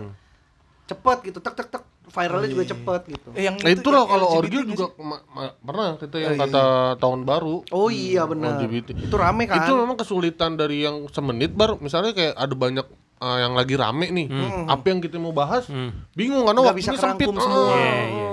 [SPEAKER 1] cepet gitu. Tek tek tek viralnya juga cepet gitu.
[SPEAKER 4] Eh, yang
[SPEAKER 3] Nah, itu loh
[SPEAKER 4] yang
[SPEAKER 3] kalau
[SPEAKER 4] LGBT
[SPEAKER 1] iya,
[SPEAKER 3] Orgil
[SPEAKER 4] nggak
[SPEAKER 3] juga
[SPEAKER 4] sih?
[SPEAKER 3] ma- ma- pernah kita yang kata tahun baru.
[SPEAKER 1] Oh iya benar.
[SPEAKER 4] gitu.
[SPEAKER 3] LGBT.
[SPEAKER 1] Itu rame kan?
[SPEAKER 3] Itu memang kesulitan dari yang semenit bar misalnya kayak ada banyak eh, yang lagi rame nih. Hmm. Apa yang kita mau bahas? Bingung karena
[SPEAKER 1] Nggak
[SPEAKER 3] waktunya
[SPEAKER 1] bisa
[SPEAKER 3] sempit.
[SPEAKER 1] kerangkum semua.
[SPEAKER 3] Hmm. Iya, iya.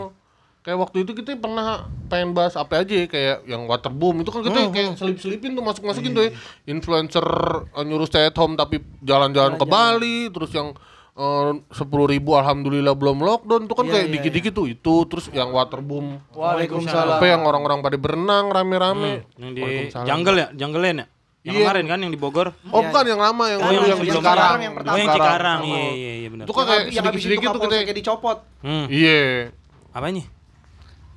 [SPEAKER 3] Kayak waktu itu kita pernah pengen bahas apa aja ya, kayak yang waterboom itu kan kita
[SPEAKER 1] Hmm.
[SPEAKER 3] kayak selip-selipin tuh masuk-masukin tuh ya. Influencer eh, nyuruh stay at home tapi jalan-jalan ke Bali terus yang eh, sepuluh ribu alhamdulillah belum lockdown
[SPEAKER 1] Iya,
[SPEAKER 3] tuh kan kayak dikit-dikit tuh itu terus yang waterboom
[SPEAKER 4] Waalaikumsalam.
[SPEAKER 3] apa yang orang-orang pada berenang rame-rame
[SPEAKER 2] yang di jungle ya, jungle Land ya. Yang
[SPEAKER 3] Iya.
[SPEAKER 2] kemarin kan yang di Bogor.
[SPEAKER 3] oh bukan yang lama yang
[SPEAKER 1] Oh,
[SPEAKER 3] yang,
[SPEAKER 1] yang
[SPEAKER 3] yang,
[SPEAKER 1] yang
[SPEAKER 3] Cikarang
[SPEAKER 1] Cikarang yang pertama.
[SPEAKER 2] Oh yang Cikarang,
[SPEAKER 1] Sama-
[SPEAKER 2] iya iya iya benar.
[SPEAKER 3] itu kan kayak
[SPEAKER 1] yang habis itu
[SPEAKER 3] sedikit-sedikit
[SPEAKER 4] gitu
[SPEAKER 3] tuh kita
[SPEAKER 1] kapolseknya dicopot
[SPEAKER 2] Hmm.
[SPEAKER 3] iya
[SPEAKER 2] Apanya?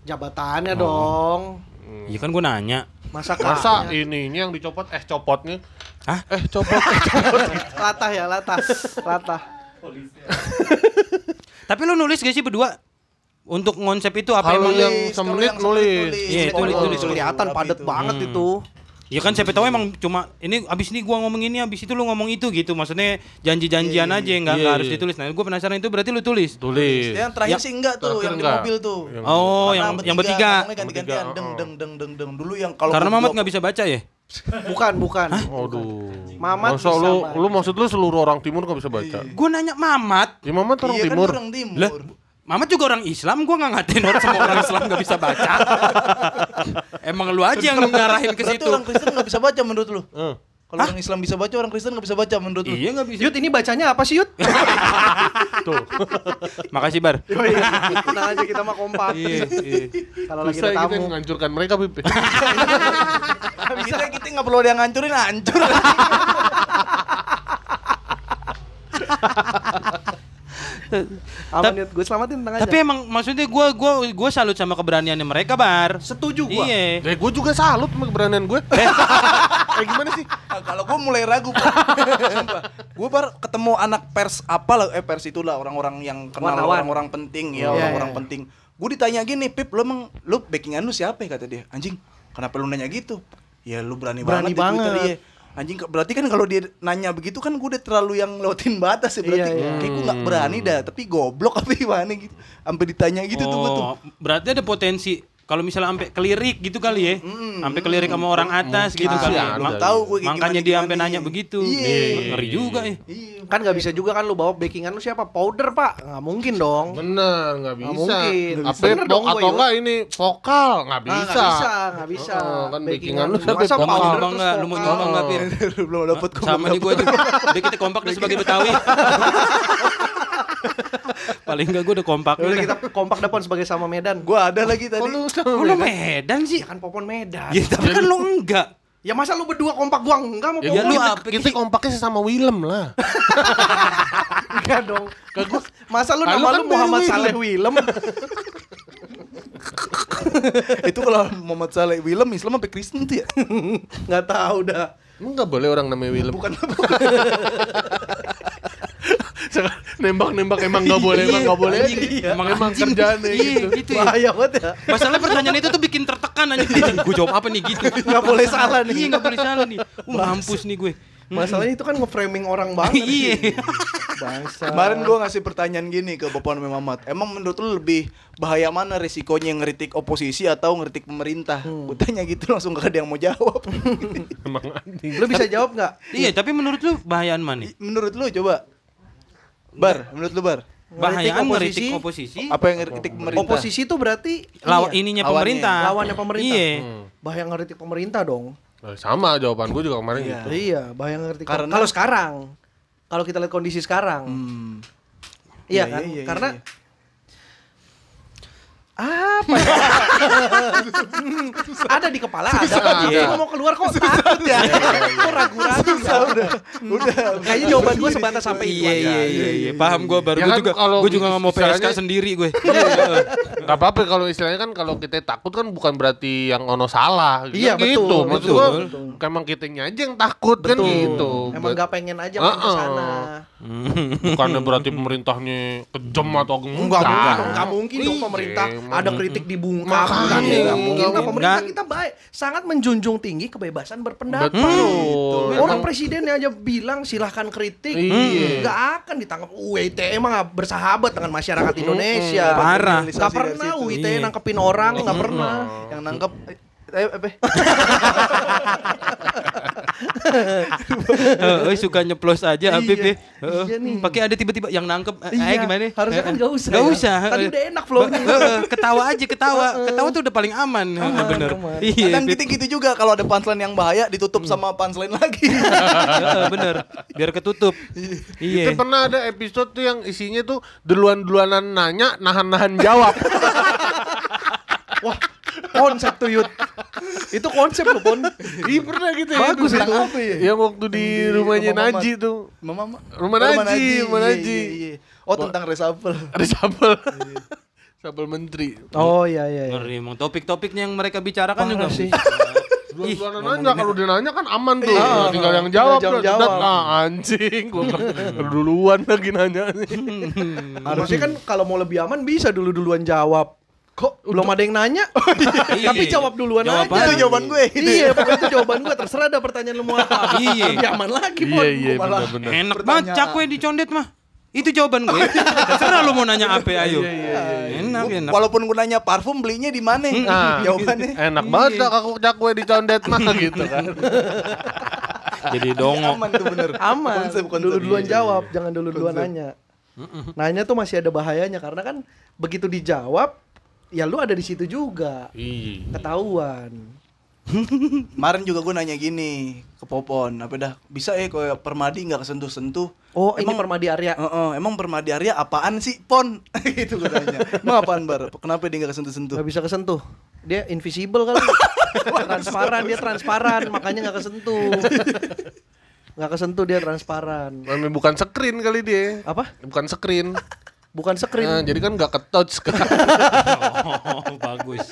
[SPEAKER 1] jabatannya
[SPEAKER 4] Oh.
[SPEAKER 1] dong.
[SPEAKER 3] Hmm.
[SPEAKER 2] Iya kan gua nanya.
[SPEAKER 1] [laughs] Masa iya.
[SPEAKER 3] masa
[SPEAKER 1] katanya.
[SPEAKER 3] ininya yang dicopot eh copotnya
[SPEAKER 2] Hah?
[SPEAKER 3] eh
[SPEAKER 1] [laughs]
[SPEAKER 3] copot
[SPEAKER 1] latah ya latah latah
[SPEAKER 2] Tapi lu nulis gak sih berdua? Untuk konsep itu apa
[SPEAKER 3] Kalau
[SPEAKER 2] emang
[SPEAKER 3] yang semenit nulis.
[SPEAKER 2] Iya, itu
[SPEAKER 4] Kalau Oh, gitu. yang
[SPEAKER 2] nulis,
[SPEAKER 4] semenit
[SPEAKER 1] kelihatan
[SPEAKER 4] Rapi
[SPEAKER 1] padat
[SPEAKER 4] itu.
[SPEAKER 1] banget itu
[SPEAKER 2] Ya kan siapa tahu emang cuma ini abis ini gua ngomong ini abis itu lu ngomong itu gitu. Maksudnya janji-janjian aja nggak nggak
[SPEAKER 3] Iya,
[SPEAKER 2] harus
[SPEAKER 3] iya.
[SPEAKER 2] ditulis. Nah, gua penasaran itu berarti lu tulis.
[SPEAKER 3] Tulis.
[SPEAKER 4] Yang terakhir
[SPEAKER 2] Ya,
[SPEAKER 4] sih enggak
[SPEAKER 3] terakhir
[SPEAKER 4] tuh, yang di
[SPEAKER 3] enggak.
[SPEAKER 4] mobil tuh.
[SPEAKER 3] Yang-
[SPEAKER 2] Oh, yang yang bertiga.
[SPEAKER 4] ngomongnya ganti-gantian
[SPEAKER 3] Bertiga,
[SPEAKER 4] deng
[SPEAKER 3] oh.
[SPEAKER 4] deng deng deng deng. Dulu yang kalau
[SPEAKER 2] Karena
[SPEAKER 4] gua-
[SPEAKER 2] Mamat nggak bisa baca ya?
[SPEAKER 1] Bukan, bukan.
[SPEAKER 3] Aduh.
[SPEAKER 1] Mamat
[SPEAKER 3] Masa
[SPEAKER 1] bisa Iya.
[SPEAKER 3] lu,
[SPEAKER 1] baca.
[SPEAKER 3] lu maksud lu seluruh orang timur gak bisa baca?
[SPEAKER 2] Gua nanya Mamat.
[SPEAKER 3] Ya Mamat orang
[SPEAKER 4] Iya kan
[SPEAKER 3] timur.
[SPEAKER 4] orang timur.
[SPEAKER 2] Lah, Mamat juga orang Islam, gua nggak ngatain orang semua orang Islam nggak bisa
[SPEAKER 4] [laughs]
[SPEAKER 2] baca. Emang lu aja yang ngarahin ke
[SPEAKER 4] Berarti
[SPEAKER 2] situ.
[SPEAKER 4] orang Kristen nggak bisa baca menurut
[SPEAKER 3] Eh.
[SPEAKER 4] lu?
[SPEAKER 1] Iya.
[SPEAKER 4] Kalau orang Islam bisa baca, orang Kristen nggak bisa baca menurut lu?
[SPEAKER 2] Iya nggak bisa.
[SPEAKER 1] Yud, ini bacanya apa sih, Yud?
[SPEAKER 2] Makasih Bar.
[SPEAKER 1] Yoi, Tenang aja kita mah kompak.
[SPEAKER 2] Iya, iya.
[SPEAKER 1] [laughs] Kalau lagi
[SPEAKER 3] Bisa
[SPEAKER 1] ada
[SPEAKER 3] kita
[SPEAKER 1] tamu.
[SPEAKER 3] menghancurkan mereka, Pip. [laughs]
[SPEAKER 4] Kita kita nggak perlu ada yang ngancurin,
[SPEAKER 1] [laughs]
[SPEAKER 4] hancur.
[SPEAKER 1] Aman, Yud. Gue selamatin, tenang aja.
[SPEAKER 2] Tapi emang maksudnya gua gua gua salut sama keberaniannya mereka, Bar.
[SPEAKER 1] setuju gue.
[SPEAKER 2] Iya.
[SPEAKER 3] Eh, gue juga salut sama keberanian gue. [laughs] eh, gimana sih?
[SPEAKER 4] Nah, kalau gue mulai ragu, gue baru ketemu anak pers apa lah, eh pers itulah orang-orang yang kenal
[SPEAKER 1] Wartawan.
[SPEAKER 4] orang-orang penting ya,
[SPEAKER 1] Iya,
[SPEAKER 4] orang-orang
[SPEAKER 1] iya.
[SPEAKER 4] penting. Gue ditanya gini, Pip, lo emang lo backingan lu siapa ya kata dia? Anjing, kenapa lu nanya gitu? Ya lu berani,
[SPEAKER 1] Berani
[SPEAKER 4] banget. di Twitter,
[SPEAKER 1] banget.
[SPEAKER 4] iya. Anjing, ke- berarti kan kalau dia nanya begitu kan gue udah terlalu yang lewatin batas ya
[SPEAKER 1] Iya,
[SPEAKER 4] berarti.
[SPEAKER 1] Hmm. iya.
[SPEAKER 4] Kayak gue nggak berani dah, tapi goblok apa gimana gitu. Sampai ditanya gitu tuh gue tuh.
[SPEAKER 2] Oh, Berarti ada potensi kalau misalnya sampai kelirik gitu kali ya. Sampai kelirik sama orang atas gitu kali.
[SPEAKER 3] Mungkin sih
[SPEAKER 2] ya.
[SPEAKER 3] ada.
[SPEAKER 2] Mak-
[SPEAKER 4] Belum tahu gue kayak
[SPEAKER 2] Makanya dia sampai
[SPEAKER 4] gimana-gimana.
[SPEAKER 2] nanya begitu.
[SPEAKER 4] Iya.
[SPEAKER 2] Ngeri juga ya.
[SPEAKER 4] Iya.
[SPEAKER 1] Kan nggak bisa juga kan lu bawa backingan lu siapa? Powder, Pak. Nggak mungkin dong.
[SPEAKER 3] Bener, nggak bisa.
[SPEAKER 1] mungkin. Nggak bisa.
[SPEAKER 3] Apa
[SPEAKER 1] Bener dong,
[SPEAKER 3] atau
[SPEAKER 1] Boy.
[SPEAKER 3] enggak ini vokal
[SPEAKER 1] Ah,
[SPEAKER 3] nggak bisa.
[SPEAKER 1] nggak bisa, nggak bisa.
[SPEAKER 3] Heeh, kan backingan lu sampai
[SPEAKER 1] masa
[SPEAKER 3] vokal.
[SPEAKER 2] Mau
[SPEAKER 1] powder
[SPEAKER 2] nyoba
[SPEAKER 1] terus
[SPEAKER 2] nggak? Lu mau
[SPEAKER 1] vokal?
[SPEAKER 2] nyoba nggak, Pir?
[SPEAKER 4] [laughs] Belum dapat gue.
[SPEAKER 2] Sama nih gue tuh. Udah kita kompak nih sebagai Betawi. Paling enggak gue udah kompak.
[SPEAKER 1] Ya Udah
[SPEAKER 2] nih
[SPEAKER 1] kita kompak depan sebagai sama Medan. Gua
[SPEAKER 4] Gue ada lagi
[SPEAKER 3] Oh,
[SPEAKER 4] tadi.
[SPEAKER 3] lu sama
[SPEAKER 2] Oh, lu
[SPEAKER 3] Medan?
[SPEAKER 2] Medan sih.
[SPEAKER 1] ya kan popon Medan.
[SPEAKER 2] Ya, tapi kan lu enggak.
[SPEAKER 1] Ya masa lu berdua kompak gua enggak mau
[SPEAKER 3] Ya,
[SPEAKER 2] Ya,
[SPEAKER 1] popon?
[SPEAKER 2] lu
[SPEAKER 3] kita,
[SPEAKER 2] apa
[SPEAKER 3] kita
[SPEAKER 2] sih?
[SPEAKER 3] kompaknya sih sama Willem lah.
[SPEAKER 1] enggak dong. Masa lu
[SPEAKER 3] Ah, lu
[SPEAKER 1] nama
[SPEAKER 3] kan
[SPEAKER 1] lu Muhammad
[SPEAKER 3] dari
[SPEAKER 1] Saleh Willem?
[SPEAKER 4] [laughs] itu kalau Muhammad Saleh Willem Islam sampai Kristen
[SPEAKER 1] [laughs]
[SPEAKER 4] tuh ya
[SPEAKER 1] Enggak tahu dah.
[SPEAKER 3] Emang nggak boleh orang namanya Willem. [laughs]
[SPEAKER 4] bukan
[SPEAKER 3] Nembak-nembak emang nggak boleh, emang nggak boleh.
[SPEAKER 2] Anjing,
[SPEAKER 3] aja.
[SPEAKER 2] Emang
[SPEAKER 3] Emang
[SPEAKER 2] Iya. anjing.
[SPEAKER 3] kerjaannya
[SPEAKER 2] Iya,
[SPEAKER 3] gitu.
[SPEAKER 2] gitu ya.
[SPEAKER 1] Bahaya banget ya.
[SPEAKER 2] Masalah pertanyaan itu tuh bikin tertekan [laughs] aja. Gue Iya, jawab apa nih gitu.
[SPEAKER 1] [laughs] Nggak boleh salah nih.
[SPEAKER 2] Iya nggak boleh salah nih. Uh, mampus nih gue.
[SPEAKER 1] Masalahnya itu kan nge-framing orang banget.
[SPEAKER 2] Iya.
[SPEAKER 1] Bangsa.
[SPEAKER 4] kemarin gua ngasih pertanyaan gini ke Bapak Nama Muhammad emang menurut lu lebih bahaya mana risikonya ngeritik oposisi atau ngeritik pemerintah
[SPEAKER 1] Hmm.
[SPEAKER 4] Gua tanya gitu [laughs] langsung gak ada yang mau
[SPEAKER 1] [laughs]
[SPEAKER 4] jawab
[SPEAKER 3] Emang
[SPEAKER 1] lu
[SPEAKER 3] anjing.
[SPEAKER 1] bisa jawab enggak?
[SPEAKER 2] Iya, tapi menurut lu bahayaan mana?
[SPEAKER 4] I- menurut lu coba Bar menurut lu Bar
[SPEAKER 2] Bahayaan
[SPEAKER 1] oposisi.
[SPEAKER 2] ngeritik oposisi.
[SPEAKER 4] apa yang ngeritik pemerintah
[SPEAKER 1] Oposisi itu berarti
[SPEAKER 2] Lawan
[SPEAKER 1] ini ya,
[SPEAKER 2] ininya
[SPEAKER 4] Lawannya.
[SPEAKER 2] pemerintah.
[SPEAKER 1] lawannya pemerintah. Hmm.
[SPEAKER 2] Iya.
[SPEAKER 1] Bahaya ngeritik pemerintah dong.
[SPEAKER 3] Nah, sama jawaban gue juga kemarin gitu.
[SPEAKER 1] Iya, bahaya ngeritik.
[SPEAKER 4] Karena-
[SPEAKER 1] Kalau sekarang, kalau kita lihat kondisi sekarang,
[SPEAKER 4] Hmm.
[SPEAKER 1] Iya
[SPEAKER 4] Iya,
[SPEAKER 1] kan?
[SPEAKER 4] iya, iya,
[SPEAKER 1] Karena
[SPEAKER 4] iya.
[SPEAKER 1] apa? ya? [laughs] Hmm, ada di kepala ada kok.
[SPEAKER 3] Iya.
[SPEAKER 1] Cuma mau keluar kok takut ya. Kok ragu-ragu ya? udah. Kayaknya jawaban gue sebatas sampai itu
[SPEAKER 2] Iya,
[SPEAKER 1] aja.
[SPEAKER 2] iya, iya, iya. Paham gue baru gue
[SPEAKER 3] Ya kan
[SPEAKER 2] juga.
[SPEAKER 3] kalau
[SPEAKER 2] Gue juga nggak mau PSK
[SPEAKER 3] misalnya-
[SPEAKER 2] sendiri
[SPEAKER 1] [laughs]
[SPEAKER 2] gue.
[SPEAKER 1] Iya.
[SPEAKER 3] Gak apa-apa kalau istilahnya kan kalau kita takut kan bukan berarti yang ono salah gitu.
[SPEAKER 1] Iya, betul,
[SPEAKER 3] Gitu. Maksud
[SPEAKER 1] betul.
[SPEAKER 3] gua, emang kitanya aja yang takut kan gitu.
[SPEAKER 1] Emang
[SPEAKER 3] Ber-
[SPEAKER 1] gak pengen aja main ke
[SPEAKER 3] Heeh.
[SPEAKER 1] sana.
[SPEAKER 3] Bukannya berarti pemerintahnya kejam atau
[SPEAKER 1] Enggak
[SPEAKER 3] enggak.
[SPEAKER 1] mungkin, dong, enggak mungkin dong
[SPEAKER 3] Iya,
[SPEAKER 1] pemerintah
[SPEAKER 3] emang.
[SPEAKER 1] ada kritik dibungkam.
[SPEAKER 3] Makanya,
[SPEAKER 1] Enggak
[SPEAKER 3] enggak
[SPEAKER 1] mungkin. Nah,
[SPEAKER 3] mungkin.
[SPEAKER 1] pemerintah
[SPEAKER 2] Enggak.
[SPEAKER 1] kita baik, sangat menjunjung tinggi kebebasan berpendapat.
[SPEAKER 3] Betul.
[SPEAKER 1] Orang
[SPEAKER 3] Emang-
[SPEAKER 1] presidennya aja bilang silahkan kritik,
[SPEAKER 3] Iya.
[SPEAKER 1] nggak akan ditangkap. E UIT emang nggak bersahabat dengan masyarakat Indonesia.
[SPEAKER 2] Parah.
[SPEAKER 1] Nggak pernah E
[SPEAKER 4] Dari situ.
[SPEAKER 1] UIT
[SPEAKER 2] Iya.
[SPEAKER 1] nangkepin orang, nggak pernah.
[SPEAKER 4] yang nangkep eh,
[SPEAKER 1] [laughs]
[SPEAKER 4] eh, eh,
[SPEAKER 2] Heeh, suka nyeplos aja Habib ya.
[SPEAKER 1] Iya.
[SPEAKER 2] Heeh.
[SPEAKER 1] Iya nih.
[SPEAKER 2] Pakai ada tiba-tiba yang nangkep. Eh,
[SPEAKER 1] Iya,
[SPEAKER 2] Eh gimana?
[SPEAKER 1] harusnya
[SPEAKER 2] Eh,
[SPEAKER 1] kan nggak usah
[SPEAKER 2] Nggak
[SPEAKER 1] ya.
[SPEAKER 2] usah.
[SPEAKER 1] Tadi
[SPEAKER 2] Heeh.
[SPEAKER 1] udah enak flow-nya.
[SPEAKER 2] Heeh, Ketawa aja ketawa. Ketawa tuh udah paling aman. Heeh, Bener.
[SPEAKER 1] aman.
[SPEAKER 2] Iya.
[SPEAKER 4] kadang
[SPEAKER 2] Bib.
[SPEAKER 4] gitu-gitu juga kalau ada punchline yang bahaya ditutup
[SPEAKER 1] Hmm.
[SPEAKER 4] sama punchline lagi
[SPEAKER 2] Heeh, Bener. Biar ketutup.
[SPEAKER 3] Itu
[SPEAKER 2] Iya.
[SPEAKER 3] pernah ada episode tuh yang isinya tuh duluan-duluanan nanya, nahan-nahan jawab.
[SPEAKER 1] Wah, [laughs] konsep tuh Yud. Itu konsep loh
[SPEAKER 4] [laughs]
[SPEAKER 1] Pon.
[SPEAKER 3] Iya pernah gitu ya.
[SPEAKER 1] Bagus
[SPEAKER 3] Tentang
[SPEAKER 1] itu.
[SPEAKER 3] apa ya? Yang waktu di rumahnya
[SPEAKER 4] rumah Mamat.
[SPEAKER 3] Naji tuh.
[SPEAKER 4] Mama, mama.
[SPEAKER 3] Rumah Naji, rumah Naji.
[SPEAKER 4] Oh tentang reshuffle.
[SPEAKER 3] Ada sabel. [laughs] sabel menteri.
[SPEAKER 1] Oh iya iya. iya.
[SPEAKER 2] Ngeri emang topik-topiknya yang mereka bicarakan
[SPEAKER 1] Parah
[SPEAKER 2] juga
[SPEAKER 1] sih.
[SPEAKER 3] Duluan-duluanan nanya kalau dia nanya kan aman tuh. Tinggal yang jawab.
[SPEAKER 1] tinggal
[SPEAKER 3] Tinggal
[SPEAKER 1] jawab.
[SPEAKER 3] Ah, anjing, gua kan duluan lagi nanya nih.
[SPEAKER 2] Hmm.
[SPEAKER 1] Harusnya kan kalau mau lebih aman bisa dulu-duluan jawab. Kok belum ada yang nanya? Tapi jawab duluan aja.
[SPEAKER 2] Jawab apa?
[SPEAKER 4] Itu jawaban gue. gitu ya.
[SPEAKER 1] Iya, pokoknya itu jawaban gue. Terserah ada pertanyaan lu mau apa.
[SPEAKER 2] Iya.
[SPEAKER 1] Lebih aman lagi, Pon.
[SPEAKER 5] Iya iya
[SPEAKER 1] Gua malah-
[SPEAKER 2] [laughs]
[SPEAKER 5] benar-benar.
[SPEAKER 2] Enak banget cakwe dicondet mah. Itu jawaban gue. Terserah lu mau nanya apa
[SPEAKER 1] Iya,
[SPEAKER 2] ayo. Enak
[SPEAKER 4] Gua-
[SPEAKER 2] enak.
[SPEAKER 4] Walaupun gue nanya parfum belinya di mana?
[SPEAKER 1] Hmm, ah.
[SPEAKER 3] Nah,
[SPEAKER 4] [laughs] Jawabannya.
[SPEAKER 1] Eh,
[SPEAKER 3] enak banget dah kakak cakwe dicondet mah gitu kan.
[SPEAKER 2] Jadi dongo.
[SPEAKER 4] [laughs] Aman tuh bener.
[SPEAKER 1] iya Aman.
[SPEAKER 4] Konsep, konsep.
[SPEAKER 1] Dulu-duluan
[SPEAKER 4] Iya,
[SPEAKER 1] jawab, jangan dulu-duluan nanya. Nanya tuh masih ada bahayanya karena kan begitu dijawab, ya lu ada di situ juga.
[SPEAKER 3] Ih.
[SPEAKER 1] Ketahuan.
[SPEAKER 4] iya. Kemarin juga gue nanya gini ke Popon, apa dah bisa ya kayak Permadi nggak sentuh-sentuh?
[SPEAKER 1] Oh, ini Permadi Arya.
[SPEAKER 4] Heeh, emang Permadi Arya apaan sih Pon? [laughs] gitu gue tanya. Emang apaan bar? Kenapa dia nggak kesentuh-sentuh? [laughs]
[SPEAKER 1] nggak bisa kesentuh. Dia invisible kali. transparan, dia transparan, makanya nggak kesentuh. Nggak kesentuh dia transparan.
[SPEAKER 3] Memang bukan screen kali dia.
[SPEAKER 1] Apa?
[SPEAKER 3] Bukan screen.
[SPEAKER 1] Bukan
[SPEAKER 3] Nah,
[SPEAKER 1] screen.
[SPEAKER 3] jadi kan nggak ketouch kan.
[SPEAKER 2] Oh,
[SPEAKER 1] [laughs]
[SPEAKER 2] bagus.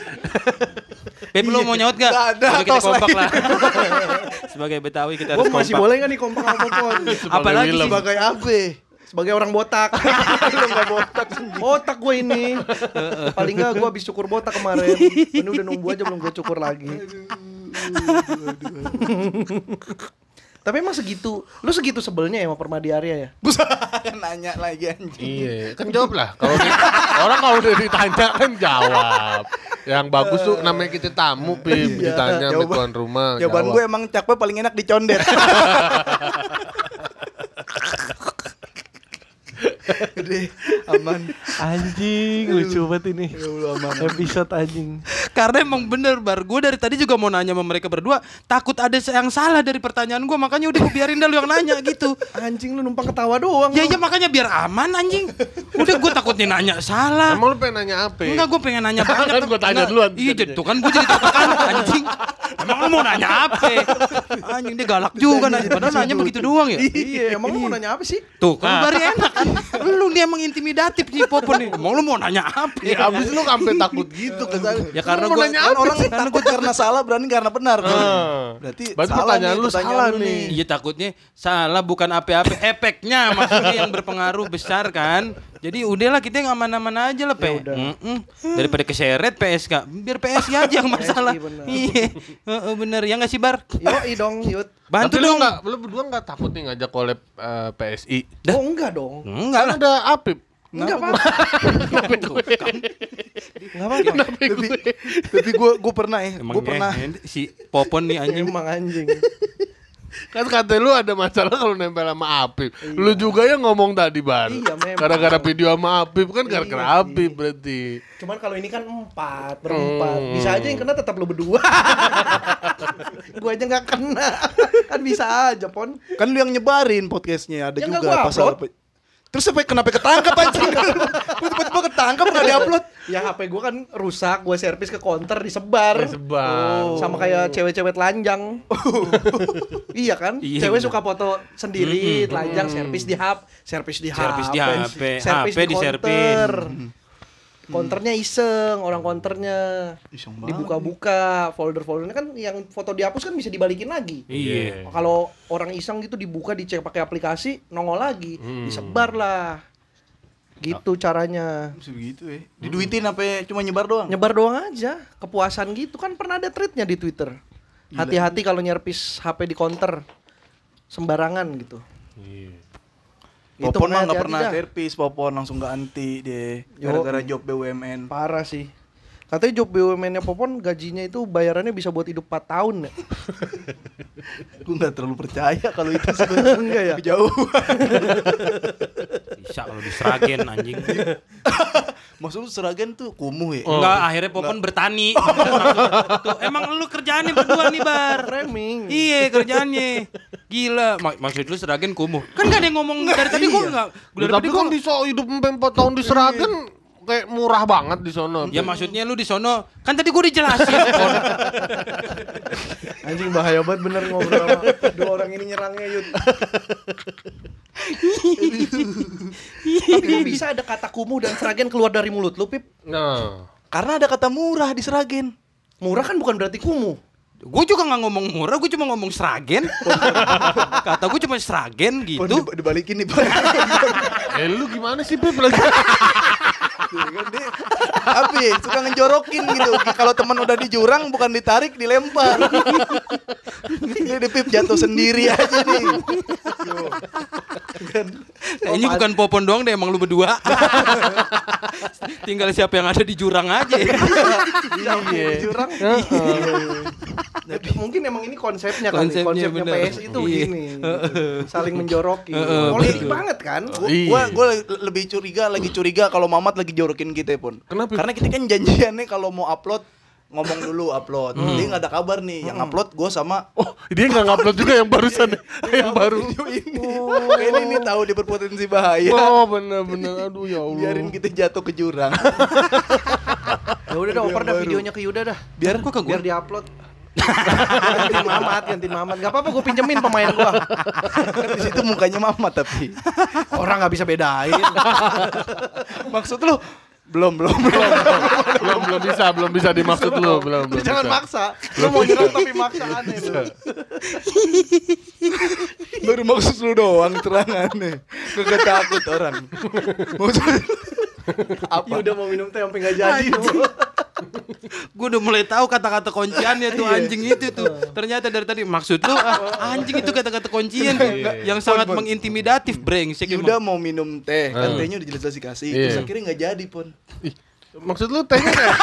[SPEAKER 2] Beb
[SPEAKER 1] Iya.
[SPEAKER 2] lu mau nyaut gak?
[SPEAKER 4] Nggak ada,
[SPEAKER 2] Kalau kita
[SPEAKER 4] tos
[SPEAKER 2] kompak
[SPEAKER 1] [laughs]
[SPEAKER 2] lah. Sebagai Betawi kita
[SPEAKER 1] Gua
[SPEAKER 2] harus
[SPEAKER 1] masih
[SPEAKER 2] kompak.
[SPEAKER 1] boleh nggak nih kompak sama [laughs] Popon?
[SPEAKER 2] Apalagi sih
[SPEAKER 1] Sebagai apa? Sebagai orang botak. Lu nggak [laughs] botak Botak gue ini. Paling nggak gue habis cukur botak kemarin. Ini udah nunggu aja belum gue cukur lagi. Tapi emang segitu, lu segitu sebelnya ya sama Permadi Arya ya?
[SPEAKER 4] nanya lagi anjing.
[SPEAKER 3] iya, kan jawab lah. Kalau di- orang kalau udah ditanya kan jawab. Yang bagus tuh namanya kita tamu, Pim. Ditanya sama tuan rumah.
[SPEAKER 4] Jawaban
[SPEAKER 3] jawab.
[SPEAKER 4] gue emang cakwe paling enak [laughs] dicondet. Udah, aman.
[SPEAKER 5] Anjing lucu banget ini. Episode anjing.
[SPEAKER 2] Karena emang bener bar Gue dari tadi juga mau nanya sama mereka berdua Takut ada yang salah dari pertanyaan gue Makanya udah gue biarin dah lu yang nanya gitu
[SPEAKER 1] Anjing lu numpang ketawa doang.
[SPEAKER 2] Ya
[SPEAKER 1] lu.
[SPEAKER 2] ya makanya biar aman anjing Udah gue takutnya nanya salah
[SPEAKER 3] Emang lu pengen nanya apa?
[SPEAKER 2] Enggak gue pengen nanya banyak
[SPEAKER 3] [laughs] Kan gua tanya
[SPEAKER 2] Nggak,
[SPEAKER 3] duluan.
[SPEAKER 2] Iya jadi tuh kan gue jadi tertekan anjing Emang lu mau nanya apa Anjing dia galak juga nanya Padahal nanya begitu doang ya
[SPEAKER 1] [laughs] Iya, emang lu mau nanya apa sih?
[SPEAKER 2] Tuh
[SPEAKER 3] Nah.
[SPEAKER 2] kan baru enak kan Lu nih emang intimidatif nih Popon nih Emang lu mau nanya apa
[SPEAKER 3] Ya abis lu sampai takut gitu ke sana.
[SPEAKER 2] Ya karena
[SPEAKER 3] Lu mau
[SPEAKER 2] gua-
[SPEAKER 3] nanya
[SPEAKER 4] Kan
[SPEAKER 3] apa?
[SPEAKER 4] orang takut karena salah berani karena benar. Ah. Berarti,
[SPEAKER 3] Berarti pertanyaan lu salah nih.
[SPEAKER 2] Iya takutnya salah bukan apa-apa efeknya maksudnya yang berpengaruh besar kan. Jadi udahlah kita yang aman-aman aja lah Pe. Mm-mm. Daripada keseret PSK, biar PSI aja yang masalah.
[SPEAKER 1] bener.
[SPEAKER 2] Iya, Heeh, bener ya nggak sih Bar?
[SPEAKER 1] [laughs] Yoi dong, yut.
[SPEAKER 2] Bantu
[SPEAKER 3] Tapi lu
[SPEAKER 2] dong.
[SPEAKER 3] nggak, lu berdua nggak takut nih ngajak collab eh, PSI?
[SPEAKER 1] Oh enggak dong.
[SPEAKER 2] Enggak
[SPEAKER 3] Kan
[SPEAKER 2] lah.
[SPEAKER 3] ada Apip.
[SPEAKER 1] Enggak
[SPEAKER 3] [laughs]
[SPEAKER 1] apa-apa. Enggak apa-apa.
[SPEAKER 4] Tapi, tapi gue gue pernah ya,
[SPEAKER 2] Emang
[SPEAKER 4] gue pernah.
[SPEAKER 2] ngehe- si Popon nih anjing.
[SPEAKER 1] [laughs] Emang anjing.
[SPEAKER 3] Kan kata lu ada masalah kalau nempel sama Apip. Lu juga yang ngomong tadi bar.
[SPEAKER 1] Iya, memang.
[SPEAKER 3] Gara-gara video sama Apip kan gara-gara
[SPEAKER 1] Iya sih.
[SPEAKER 3] Apip berarti.
[SPEAKER 1] [laughs] Cuman kalau ini kan empat, berempat. Bisa aja yang kena tetap lu [laughs] berdua. gua aja nggak [laughs] kena. Kan bisa aja, Pon.
[SPEAKER 4] Kan lu yang nyebarin podcastnya ada
[SPEAKER 1] Ya nggak
[SPEAKER 4] juga
[SPEAKER 1] gua
[SPEAKER 4] pasal.
[SPEAKER 1] upload.
[SPEAKER 4] Terus apa kenapa ketangkap anjing? [laughs] Gua Tiba-tiba ketangkap nggak diupload.
[SPEAKER 1] Ya HP gua kan rusak, gua servis ke counter
[SPEAKER 2] Iya,
[SPEAKER 1] disebar. Oh.
[SPEAKER 3] Disebar.
[SPEAKER 1] Sama
[SPEAKER 2] Oh.
[SPEAKER 1] kayak cewek-cewek
[SPEAKER 2] [laughs]
[SPEAKER 1] telanjang. iya kan?
[SPEAKER 2] Iya,
[SPEAKER 1] cewek
[SPEAKER 2] bener.
[SPEAKER 1] suka foto sendiri, telanjang, servis di HP, servis di HP,
[SPEAKER 2] Servis di HP,
[SPEAKER 1] servis
[SPEAKER 2] HP
[SPEAKER 1] di counter. Konternya iseng, orang konternya
[SPEAKER 4] Iseng banget.
[SPEAKER 1] dibuka-buka, folder-foldernya kan yang foto dihapus kan bisa dibalikin lagi.
[SPEAKER 2] [laughs] Iya.
[SPEAKER 1] Kalau orang iseng gitu dibuka dicek pakai aplikasi, nongol lagi,
[SPEAKER 2] Mm.
[SPEAKER 1] disebar lah. Gitu
[SPEAKER 2] Nah.
[SPEAKER 1] caranya.
[SPEAKER 4] Bisa begitu ya. Diduitin apa ya? cuma nyebar doang?
[SPEAKER 1] Nyebar doang aja, kepuasan gitu kan pernah ada tweetnya di Twitter. Hati-hati kalau nyerpis HP di counter sembarangan gitu. Itu
[SPEAKER 4] Popon mah nggak
[SPEAKER 1] hati-hati
[SPEAKER 4] pernah
[SPEAKER 1] dah.
[SPEAKER 4] servis, Popon langsung nggak anti deh.
[SPEAKER 1] Yo.
[SPEAKER 4] Gara-gara job BUMN.
[SPEAKER 1] Parah sih. Katanya job BUMN-nya Popon gajinya itu bayarannya bisa buat hidup 4 tahun ya.
[SPEAKER 4] Gue nggak terlalu percaya kalau itu sih.
[SPEAKER 1] Enggak ya?
[SPEAKER 4] [laughs] jauh.
[SPEAKER 2] Bisa kalau diseragen anjing.
[SPEAKER 4] Maksud lu Seragen tuh kumuh ya?
[SPEAKER 2] Enggak, akhirnya Popon bertani. Tuh, emang lu kerjaannya berdua nih Bar.
[SPEAKER 1] Framing.
[SPEAKER 2] Iya kerjaannya Gila Mak- Maksud lu seragen kumuh Kan gak ada yang ngomong dari tadi gue gak Dari tadi
[SPEAKER 3] tapi
[SPEAKER 2] gue
[SPEAKER 3] kan di so hidup sampai 4 tahun di Seragen kayak murah banget di sono.
[SPEAKER 2] Ya maksudnya lu di sono Kan tadi gue [laughs] dijelasin
[SPEAKER 1] Anjing bahaya banget bener ngobrol sama dua orang ini nyerangnya Yud. Tapi kok bisa ada kata kumuh dan seragen keluar dari mulut lu, Pip?
[SPEAKER 3] Nah,
[SPEAKER 4] Karena ada kata murah di Seragen.
[SPEAKER 1] Murah kan bukan berarti kumuh.
[SPEAKER 2] Gue juga gak ngomong murah Gue cuma ngomong seragen Kata gue cuma seragen
[SPEAKER 4] Pon, [laughs]
[SPEAKER 2] gitu
[SPEAKER 4] dib- dibalikin nih Pon.
[SPEAKER 3] eh lu gimana sih Pip lagi?
[SPEAKER 4] Tuh kan, dia- Abi suka ngejorokin gitu. Kalau teman udah di jurang bukan ditarik dilempar. Ini di pip jatuh sendiri aja nih.
[SPEAKER 2] Kayaknya bukan Popon doang deh, emang lu berdua. Tinggal siapa yang ada di jurang aja.
[SPEAKER 4] Iya. Jurang.
[SPEAKER 1] Jadi mungkin emang ini konsepnya,
[SPEAKER 2] Konsepnya,
[SPEAKER 1] kali. Konsepnya
[SPEAKER 2] bener.
[SPEAKER 1] PS itu
[SPEAKER 2] Iya. [laughs]
[SPEAKER 1] begini. gitu. Saling menjoroki.
[SPEAKER 2] Heeh,
[SPEAKER 1] Politik
[SPEAKER 2] betul. Oh,
[SPEAKER 1] banget kan?
[SPEAKER 4] Gua gua le- lebih curiga lagi curiga kalau Mamat lagi jorokin kita pun.
[SPEAKER 3] Kenapa?
[SPEAKER 4] Karena kita kan janjiannya kalau mau upload ngomong dulu upload. Jadi nggak ada kabar nih. Yang upload gue sama
[SPEAKER 3] Oh, [laughs] dia nggak ngupload juga yang barusan, ya?
[SPEAKER 1] Iya,
[SPEAKER 3] yang baru.
[SPEAKER 4] video [laughs] ini. Kayaknya ini tahu dia berpotensi bahaya.
[SPEAKER 3] Oh, bener-bener. Aduh ya Allah.
[SPEAKER 4] Biarin kita jatuh ke jurang.
[SPEAKER 1] Ya udah dah, oper dah videonya ke Yuda dah.
[SPEAKER 2] Biar kok ke iya. gua.
[SPEAKER 1] Biar
[SPEAKER 2] [laughs]
[SPEAKER 1] diupload. ganti mamat, ganti mamat. Gak apa-apa gue pinjemin pemain gua.
[SPEAKER 4] Kan Di situ mukanya Mamat tapi.
[SPEAKER 1] Orang gak bisa bedain.
[SPEAKER 4] Maksud lu belum belum belum.
[SPEAKER 3] belum belum bisa, belum bisa dimaksud lu, belum
[SPEAKER 1] Lu
[SPEAKER 3] belum.
[SPEAKER 1] jangan
[SPEAKER 3] bisa.
[SPEAKER 1] maksa. Lu mau nyerang tapi maksa aneh lu.
[SPEAKER 4] [laughs] Baru maksud lu doang terangannya. Kagak takut orang. Maksud
[SPEAKER 1] Apa? Nah, Yuda mau minum teh sampai gak jadi.
[SPEAKER 2] Gue udah mulai tahu kata-kata kunciannya tuh anjing itu tuh. Ternyata dari tadi maksud lu ah, anjing itu kata-kata kuncian tuh yang sangat mengintimidatif, brengsek
[SPEAKER 4] Yuda
[SPEAKER 2] emang.
[SPEAKER 4] mau minum teh, kan tehnya udah jelas-jelas dikasih.
[SPEAKER 3] Iya.
[SPEAKER 4] Terus akhirnya nggak jadi pun.
[SPEAKER 3] Maksud lu tehnya nggak?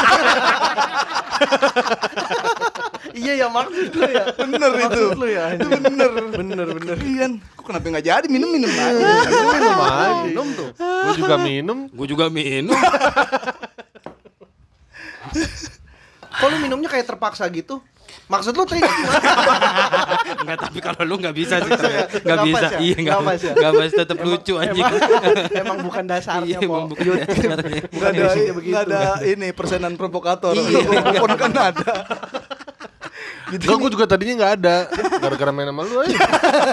[SPEAKER 1] iya ya maksud lu ya.
[SPEAKER 4] Bener itu.
[SPEAKER 1] Maksud lu ya.
[SPEAKER 4] Itu bener. Bener bener. Iya. Kok kenapa nggak jadi minum minum aja.
[SPEAKER 3] minum aja. Minum tuh. Gua juga minum.
[SPEAKER 2] Gue juga minum.
[SPEAKER 1] Kok lu minumnya kayak terpaksa gitu? Maksud lu teh gitu.
[SPEAKER 2] [laughs]
[SPEAKER 1] gimana?
[SPEAKER 2] Enggak, tapi kalau lu enggak bisa sih. Enggak
[SPEAKER 1] Nggak
[SPEAKER 2] bisa.
[SPEAKER 1] pas ya?
[SPEAKER 2] Iya, enggak
[SPEAKER 1] Nggak pas
[SPEAKER 2] bisa.
[SPEAKER 1] ya?
[SPEAKER 2] Enggak bisa tetap lucu anjing.
[SPEAKER 1] Emang bukan
[SPEAKER 2] Iya,
[SPEAKER 1] dasarnya,
[SPEAKER 2] emang
[SPEAKER 1] Pok.
[SPEAKER 2] bukan ya.
[SPEAKER 1] Yud. [laughs]
[SPEAKER 2] dasarnya.
[SPEAKER 4] Gak ada,
[SPEAKER 1] Isinya begitu.
[SPEAKER 4] nggak ada ini persenan provokator.
[SPEAKER 2] Iya.
[SPEAKER 4] Pun kan ada. Gitu.
[SPEAKER 3] Enggak, gua juga tadinya nggak ada. Gara-gara main sama lu aja.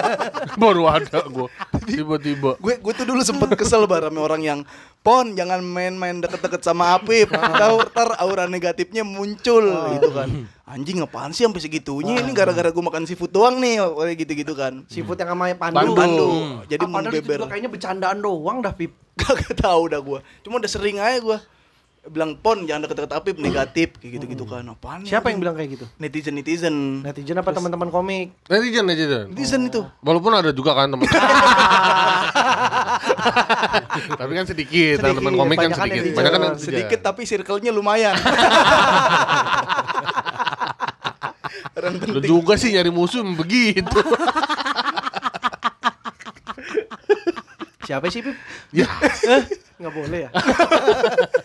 [SPEAKER 3] [laughs] Baru ada gua. Tiba-tiba.
[SPEAKER 4] Gue gue tuh dulu sempet kesel bar sama orang yang pon jangan main-main deket-deket sama Apip. Tahu ntar aura negatifnya muncul gitu kan. Anjing apaan sih sampai segitunya ini gara-gara gue makan seafood doang nih kayak gitu-gitu kan.
[SPEAKER 1] Seafood yang sama Pandu.
[SPEAKER 3] Pandu.
[SPEAKER 4] Pandu.
[SPEAKER 2] Hmm.
[SPEAKER 4] Jadi
[SPEAKER 1] Jadi mau beber.
[SPEAKER 4] membeber.
[SPEAKER 1] kayaknya bercandaan doang dah, Pip.
[SPEAKER 4] Gak tau dah gue Cuma udah sering aja gue Bilang pon jangan deket-deket Apip negatif Kayak gitu-gitu kan Apaan
[SPEAKER 1] Siapa yang bilang kayak gitu?
[SPEAKER 4] Netizen-netizen
[SPEAKER 1] Netizen apa teman-teman komik?
[SPEAKER 3] Netizen, netizen.
[SPEAKER 4] Netizen itu
[SPEAKER 3] Walaupun ada juga kan [laughs] teman. Tapi kan sedikit,
[SPEAKER 1] Sedikit,
[SPEAKER 3] teman komik kan
[SPEAKER 1] banyakan
[SPEAKER 3] sedikit.
[SPEAKER 1] netizen.
[SPEAKER 3] Banyak kan
[SPEAKER 4] Sedikit tapi circle-nya
[SPEAKER 3] [laughs]
[SPEAKER 4] lumayan Orang
[SPEAKER 3] Lu
[SPEAKER 4] penting
[SPEAKER 3] juga sih nyari musuh emang begitu.
[SPEAKER 1] Siapa sih, Pip? [laughs] Eh,
[SPEAKER 3] ya,
[SPEAKER 1] Nggak boleh ya?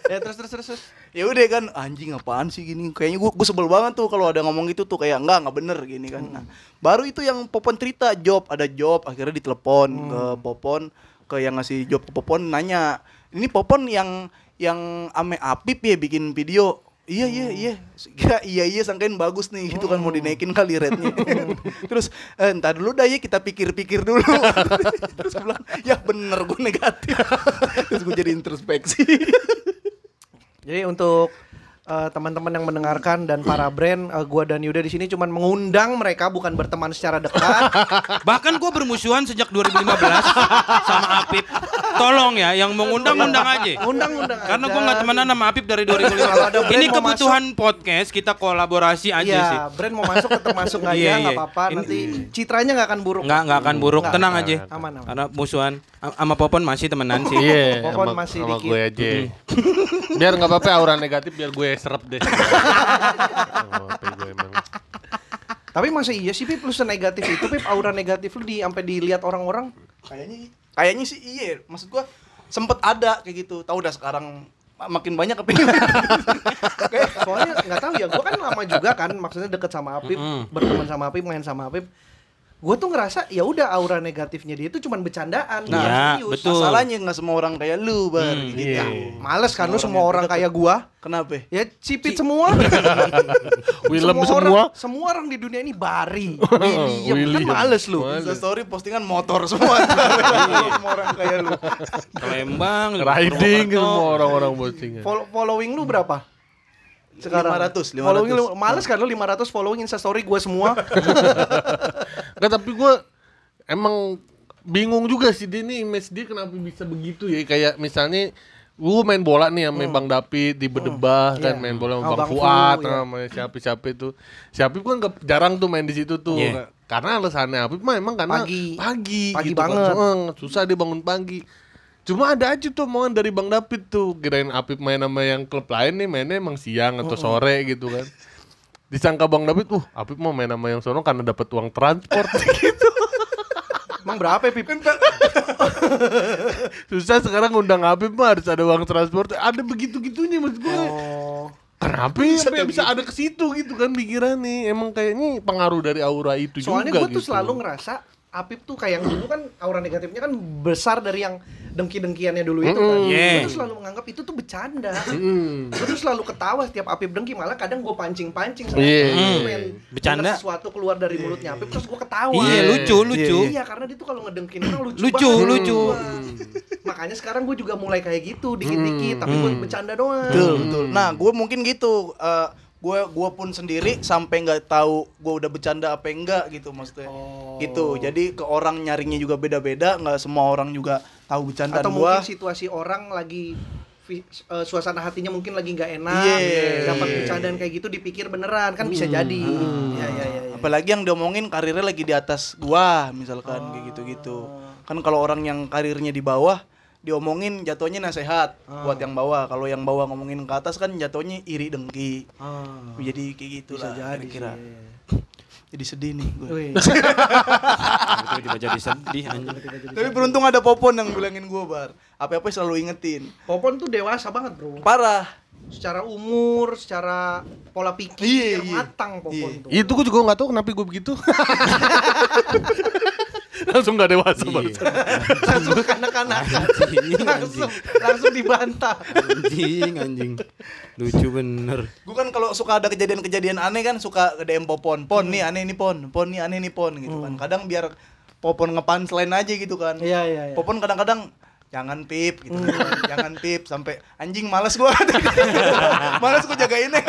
[SPEAKER 1] ya terus terus terus. terus.
[SPEAKER 4] ya udah kan anjing apaan sih gini kayaknya gue gue sebel banget tuh kalau ada ngomong gitu tuh kayak enggak enggak bener gini kan nah, baru itu yang popon cerita job ada job akhirnya ditelepon ke popon ke yang ngasih job ke popon nanya ini popon yang yang ame apip ya bikin video Iya iya iya, Kira iya iya sangkain bagus nih gitu kan mau dinaikin kali rate-nya. Terus eh, entar dulu dah ya kita pikir-pikir dulu. [laughs] Terus gua bilang ya bener gue negatif. [laughs] Terus gue jadi introspeksi. [laughs]
[SPEAKER 1] Jadi untuk eh, teman-teman yang mendengarkan dan para brand, eh, gua dan Yuda di sini cuman mengundang mereka bukan berteman secara
[SPEAKER 2] [laughs]
[SPEAKER 1] dekat.
[SPEAKER 2] Bahkan gue bermusuhan sejak 2015 sama Apip. Tolong ya, yang mengundang undang aja.
[SPEAKER 1] Undang-undang.
[SPEAKER 2] Karena
[SPEAKER 1] aja.
[SPEAKER 2] gue nggak temenan sama Apip dari
[SPEAKER 1] Kalau ada
[SPEAKER 2] 2015.
[SPEAKER 1] brand
[SPEAKER 2] Ini
[SPEAKER 1] mau
[SPEAKER 2] kebutuhan podcast kita kolaborasi aja
[SPEAKER 1] Iya,
[SPEAKER 2] sih.
[SPEAKER 1] brand mau masuk tetap masuk nggak
[SPEAKER 2] [laughs] Iya,
[SPEAKER 1] ya, nggak
[SPEAKER 2] iya.
[SPEAKER 1] apa-apa.
[SPEAKER 2] Ini-
[SPEAKER 1] Nanti citranya nggak akan buruk.
[SPEAKER 2] Nggak nggak akan buruk,
[SPEAKER 1] Nggak,
[SPEAKER 2] tenang
[SPEAKER 1] nggak,
[SPEAKER 2] aja.
[SPEAKER 1] nggak. Aman, aman.
[SPEAKER 2] Karena musuhan A- sama Popon masih temenan sih.
[SPEAKER 3] iya.
[SPEAKER 1] Popon
[SPEAKER 3] sama-
[SPEAKER 1] masih
[SPEAKER 3] sama
[SPEAKER 1] dikit.
[SPEAKER 3] gue aja. biar nggak apa-apa aura negatif biar gue serap [laughs] deh. Nggak apa-apa gue emang.
[SPEAKER 1] Tapi masa iya sih Pip lu negatif itu Pip aura negatif lu di sampai dilihat orang-orang.
[SPEAKER 4] kayaknya kayaknya sih iya maksud gua sempet ada kayak gitu tahu udah sekarang ma- makin banyak kepingin
[SPEAKER 1] Kayak- soalnya nggak tahu ya gue kan lama juga kan maksudnya deket sama Apip berteman sama Apip main sama Apip gue tuh ngerasa ya udah aura negatifnya dia itu cuman bercandaan
[SPEAKER 3] Iya,
[SPEAKER 2] Nah,
[SPEAKER 1] nggak
[SPEAKER 2] ya,
[SPEAKER 1] serius.
[SPEAKER 2] betul.
[SPEAKER 4] masalahnya nggak semua orang kayak lu bar gitu
[SPEAKER 3] iya.
[SPEAKER 1] males kan lu semua orang kayak gue
[SPEAKER 4] kenapa
[SPEAKER 1] ya cipit semua
[SPEAKER 3] [laughs] Willem semua.
[SPEAKER 1] orang, semua orang di dunia ini
[SPEAKER 3] [laughs]
[SPEAKER 1] bari William kan
[SPEAKER 3] William.
[SPEAKER 1] males lu
[SPEAKER 4] Insta story postingan motor semua [laughs] semua orang kayak lu
[SPEAKER 2] Palembang,
[SPEAKER 3] Riding semua
[SPEAKER 2] Purwokerto.
[SPEAKER 3] orang-orang postingan.
[SPEAKER 1] Fol- following lu berapa sekarang
[SPEAKER 4] 500, 500.
[SPEAKER 1] following lu males kan lu 500 following instastory gue semua
[SPEAKER 3] Nggak tapi gue emang bingung juga sih dia nih image dia kenapa bisa begitu ya kayak misalnya Gue main bola nih sama Bang Dapi di Bedebah kan
[SPEAKER 1] Hmm. Iya.
[SPEAKER 3] main bola sama
[SPEAKER 1] Oh,
[SPEAKER 3] Bang,
[SPEAKER 1] Bang
[SPEAKER 3] Fuad
[SPEAKER 1] Fu, iya.
[SPEAKER 3] sama siapa-siapa itu. Siapa pun nggak- jarang tuh main di situ tuh.
[SPEAKER 2] Iya.
[SPEAKER 3] Karena alasannya Apip mah emang karena
[SPEAKER 1] Pagi.
[SPEAKER 3] pagi,
[SPEAKER 1] Pagi
[SPEAKER 3] kan.
[SPEAKER 1] banget.
[SPEAKER 3] Soang, susah dia bangun pagi. Cuma ada aja tuh omongan dari Bang David tuh kirain Apip main sama yang klub lain nih mainnya emang siang
[SPEAKER 1] Oh,
[SPEAKER 3] atau sore gitu kan. Disangka Bang David, uh Apip mau main sama yang sono karena dapat
[SPEAKER 1] [laughs]
[SPEAKER 3] uang transport gitu.
[SPEAKER 1] Emang berapa ya, Pip?
[SPEAKER 3] Susah sekarang ngundang Apip mah harus ada uang transport. Ada begitu-gitunya maksud gue.
[SPEAKER 1] Oh.
[SPEAKER 3] Kenapa ya sampai bisa ada ke situ gitu kan pikiran nih. Emang kayaknya pengaruh dari aura itu
[SPEAKER 1] Soalnya
[SPEAKER 3] juga
[SPEAKER 1] gue tuh
[SPEAKER 3] gitu.
[SPEAKER 1] selalu ngerasa Apip tuh kayak yang dulu kan aura negatifnya kan besar dari yang dengki-dengkiannya dulu itu kan.
[SPEAKER 3] Mm,
[SPEAKER 2] yeah.
[SPEAKER 1] Gue tuh selalu menganggap itu tuh bercanda.
[SPEAKER 3] Mm.
[SPEAKER 1] gue tuh selalu ketawa setiap Apip dengki malah kadang gue pancing-pancing
[SPEAKER 3] Iya,
[SPEAKER 1] Apip
[SPEAKER 3] iya,
[SPEAKER 1] pengen
[SPEAKER 3] iya.
[SPEAKER 1] denger
[SPEAKER 2] Bercanda.
[SPEAKER 1] sesuatu keluar dari mulutnya Apip terus gue ketawa.
[SPEAKER 2] Iya, lucu, lucu.
[SPEAKER 1] Iya, karena dia tuh kalau ngedengkin orang lucu,
[SPEAKER 2] Lucu,
[SPEAKER 1] banget.
[SPEAKER 2] lucu.
[SPEAKER 1] Wah. Makanya sekarang gue juga mulai kayak gitu, dikit-dikit, tapi gue bercanda doang.
[SPEAKER 4] Betul, betul. Nah, gue mungkin gitu. eh, gue gue pun sendiri sampai nggak tahu gue udah bercanda apa enggak gitu maksudnya.
[SPEAKER 1] Oh.
[SPEAKER 4] Gitu. Jadi ke orang nyaringnya juga beda-beda, nggak semua orang juga tahu bercanda
[SPEAKER 1] Atau
[SPEAKER 4] gue.
[SPEAKER 1] mungkin situasi orang lagi fi- eh, suasana hatinya mungkin lagi nggak enak,
[SPEAKER 4] Iya. Hmm.
[SPEAKER 1] dapat bercandaan kayak gitu dipikir beneran kan bisa jadi. Iya iya iya. iya.
[SPEAKER 4] Apalagi yang diomongin karirnya lagi di atas gua misalkan kayak gitu-gitu.
[SPEAKER 1] Oh.
[SPEAKER 4] Kan kalau orang yang karirnya di bawah diomongin jatuhnya nasehat
[SPEAKER 1] Oh.
[SPEAKER 4] buat yang bawah. Kalau yang bawah ngomongin ke atas kan jatuhnya iri dengki.
[SPEAKER 1] Ah.
[SPEAKER 4] Jadi kayak gitu
[SPEAKER 1] Oh. Bisa
[SPEAKER 4] lah
[SPEAKER 1] jadi
[SPEAKER 4] kira-kira.
[SPEAKER 1] sih.
[SPEAKER 4] [laughs]
[SPEAKER 1] Oh, iya,
[SPEAKER 4] Jadi sedih nih gue.
[SPEAKER 1] [laughs] Wih.
[SPEAKER 2] Tiba-tiba jadi sedih anjing.
[SPEAKER 4] Tapi beruntung ada Popon yang bilangin gue bar. Apa-apa selalu ingetin.
[SPEAKER 1] Popon tuh dewasa banget bro,
[SPEAKER 4] Parah.
[SPEAKER 1] secara umur, secara pola pikir
[SPEAKER 4] Iya, iya.
[SPEAKER 1] matang Popon
[SPEAKER 4] Iya.
[SPEAKER 1] tuh.
[SPEAKER 3] Itu gue juga gak tahu kenapa gue
[SPEAKER 1] [laughs]
[SPEAKER 3] begitu. Langsung gak dewasa
[SPEAKER 1] Iya.
[SPEAKER 3] banget.
[SPEAKER 1] langsung kanak-kanak, [laughs]
[SPEAKER 2] Anjing,
[SPEAKER 1] langsung langsung dibantah.
[SPEAKER 2] anjing, anjing. Lucu bener.
[SPEAKER 4] Gue kan kalau suka ada kejadian-kejadian aneh kan suka ke DM Popon. Pon nih
[SPEAKER 1] Hmm.
[SPEAKER 4] aneh nih Pon. Pon nih aneh nih Pon gitu kan. Kadang biar Popon ngepan selain aja gitu kan.
[SPEAKER 1] Iya iya. Hmm. iya.
[SPEAKER 4] Popon kadang-kadang jangan pip gitu kan. [laughs] jangan pip sampai anjing males gua [laughs] males gua
[SPEAKER 1] [laughs]
[SPEAKER 4] jagainnya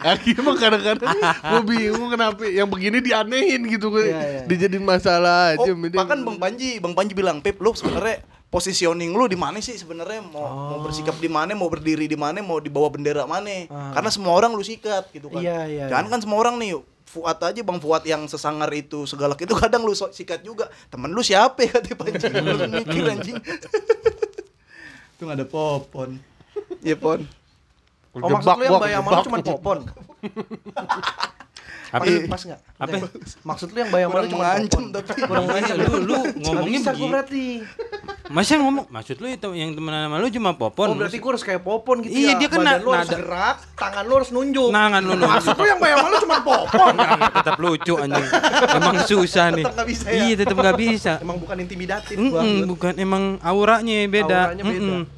[SPEAKER 3] Akhirnya emang Kan gitu kadang-kadang gue bingung kenapa yang begini dianehin gitu. gue
[SPEAKER 1] Iya, iya.
[SPEAKER 3] Dijadiin masalah
[SPEAKER 4] oh,
[SPEAKER 3] aja.
[SPEAKER 4] bahkan bang Panji bang Panji bilang pip lu sebenarnya positioning lu di mana sih sebenarnya mau
[SPEAKER 1] Oh.
[SPEAKER 4] mau bersikap di mana mau berdiri di mana mau dibawa bendera mana karena semua orang lu sikat gitu
[SPEAKER 1] Ah.
[SPEAKER 4] kan
[SPEAKER 1] Iya, iya,
[SPEAKER 4] jangan kan semua orang nih Fuad aja Bang Fuad yang sesangar itu segalak itu kadang lu so- sikat juga temen lu siapa ya kata Panji Lu mikir
[SPEAKER 1] [laughs]
[SPEAKER 4] anjing itu nggak ada popon ya pon
[SPEAKER 1] Oh maksud lu yang bayang malu cuma Popon?
[SPEAKER 2] Apa?
[SPEAKER 1] Pas, pas nggak?
[SPEAKER 2] Apa?
[SPEAKER 1] Nggak. Maksud lu yang bayang malu
[SPEAKER 4] Iya. Kurang
[SPEAKER 1] cuma
[SPEAKER 4] mengancam
[SPEAKER 1] Popon?
[SPEAKER 4] tapi.
[SPEAKER 1] [laughs] Kurang mengancam.
[SPEAKER 2] Iya, lu- lu
[SPEAKER 1] Nggak
[SPEAKER 2] ngomongnya
[SPEAKER 1] bisa gue
[SPEAKER 2] begitu.
[SPEAKER 1] berarti.
[SPEAKER 2] Masa ngomong, maksud lu itu yang temenan sama lu cuma popon?
[SPEAKER 1] Oh berarti gue harus kayak Popon gitu
[SPEAKER 2] Iya,
[SPEAKER 1] ya.
[SPEAKER 2] dia kan
[SPEAKER 1] Badan
[SPEAKER 2] na-
[SPEAKER 1] lu harus
[SPEAKER 2] nada.
[SPEAKER 1] gerak, tangan lu harus nunjuk.
[SPEAKER 2] Tangan Nah, lu nunjuk.
[SPEAKER 1] Maksud lu yang bayang malu cuma Popon? [laughs]
[SPEAKER 2] Enggak, enggak, tetap lucu anjing. Emang susah nih.
[SPEAKER 1] Tetap nggak bisa ya?
[SPEAKER 2] Iya, tetap nggak
[SPEAKER 1] [laughs]
[SPEAKER 2] bisa.
[SPEAKER 1] Emang bukan intimidatif Iya,
[SPEAKER 2] Mm-mm,
[SPEAKER 1] banget.
[SPEAKER 2] bukan emang auranya beda.
[SPEAKER 1] Auranya beda.
[SPEAKER 2] Mm-mm.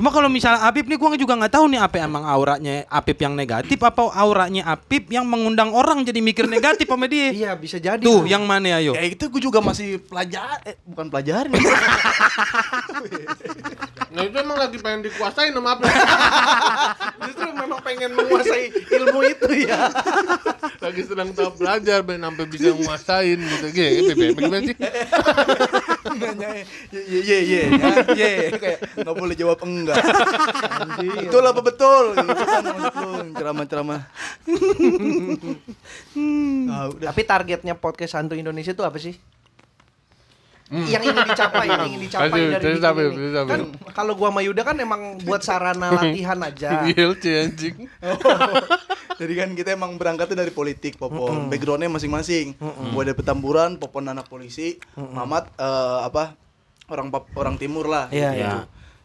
[SPEAKER 2] Cuma kalau misalnya Apip nih gua juga nggak tahu nih apa emang auranya Apip yang negatif apa auranya Apip yang mengundang orang jadi mikir negatif sama dia.
[SPEAKER 1] Iya bisa jadi.
[SPEAKER 2] Tuh, yang mana ayo?
[SPEAKER 4] Ya itu gue juga masih pelajar, eh, bukan
[SPEAKER 1] [laughs]
[SPEAKER 4] pelajarin.
[SPEAKER 3] Nah itu emang lagi pengen dikuasain sama apa?
[SPEAKER 1] [laughs] justru memang pengen menguasai ilmu itu ya.
[SPEAKER 3] lagi sedang tahap belajar pengen sampai bisa nguasain gitu. Gini, eh, Bebe, gimana sih?
[SPEAKER 1] [laughs]
[SPEAKER 4] Nanya, ye ye ye ye, ya, ye, kayak nggak boleh jawab enggak. betul apa betul? Gitu kan maksud lu, ceramah-ceramah.
[SPEAKER 1] Hmm.
[SPEAKER 4] Ah, udah.
[SPEAKER 1] [laughs]
[SPEAKER 4] [laughs]
[SPEAKER 1] Tapi targetnya podcast Santu Indonesia itu apa sih? Hmm. Yang ingin dicapai, yang ingin dicapai
[SPEAKER 3] Kasih,
[SPEAKER 1] dari
[SPEAKER 3] kasih
[SPEAKER 1] bikin
[SPEAKER 3] sambil,
[SPEAKER 1] ini.
[SPEAKER 3] kasih sambil.
[SPEAKER 1] Kan kalau gua sama Yuda kan emang buat
[SPEAKER 2] [laughs]
[SPEAKER 1] sarana latihan aja.
[SPEAKER 2] Iya.
[SPEAKER 3] Gil, Iya, anjing.
[SPEAKER 4] Jadi kan kita emang berangkatnya dari politik, Popon. Backgroundnya masing-masing. Gue ada petamburan, Popon anak polisi, Mamat eh, apa orang Pap- orang timur lah.
[SPEAKER 1] Iya,
[SPEAKER 4] gitu.
[SPEAKER 1] iya.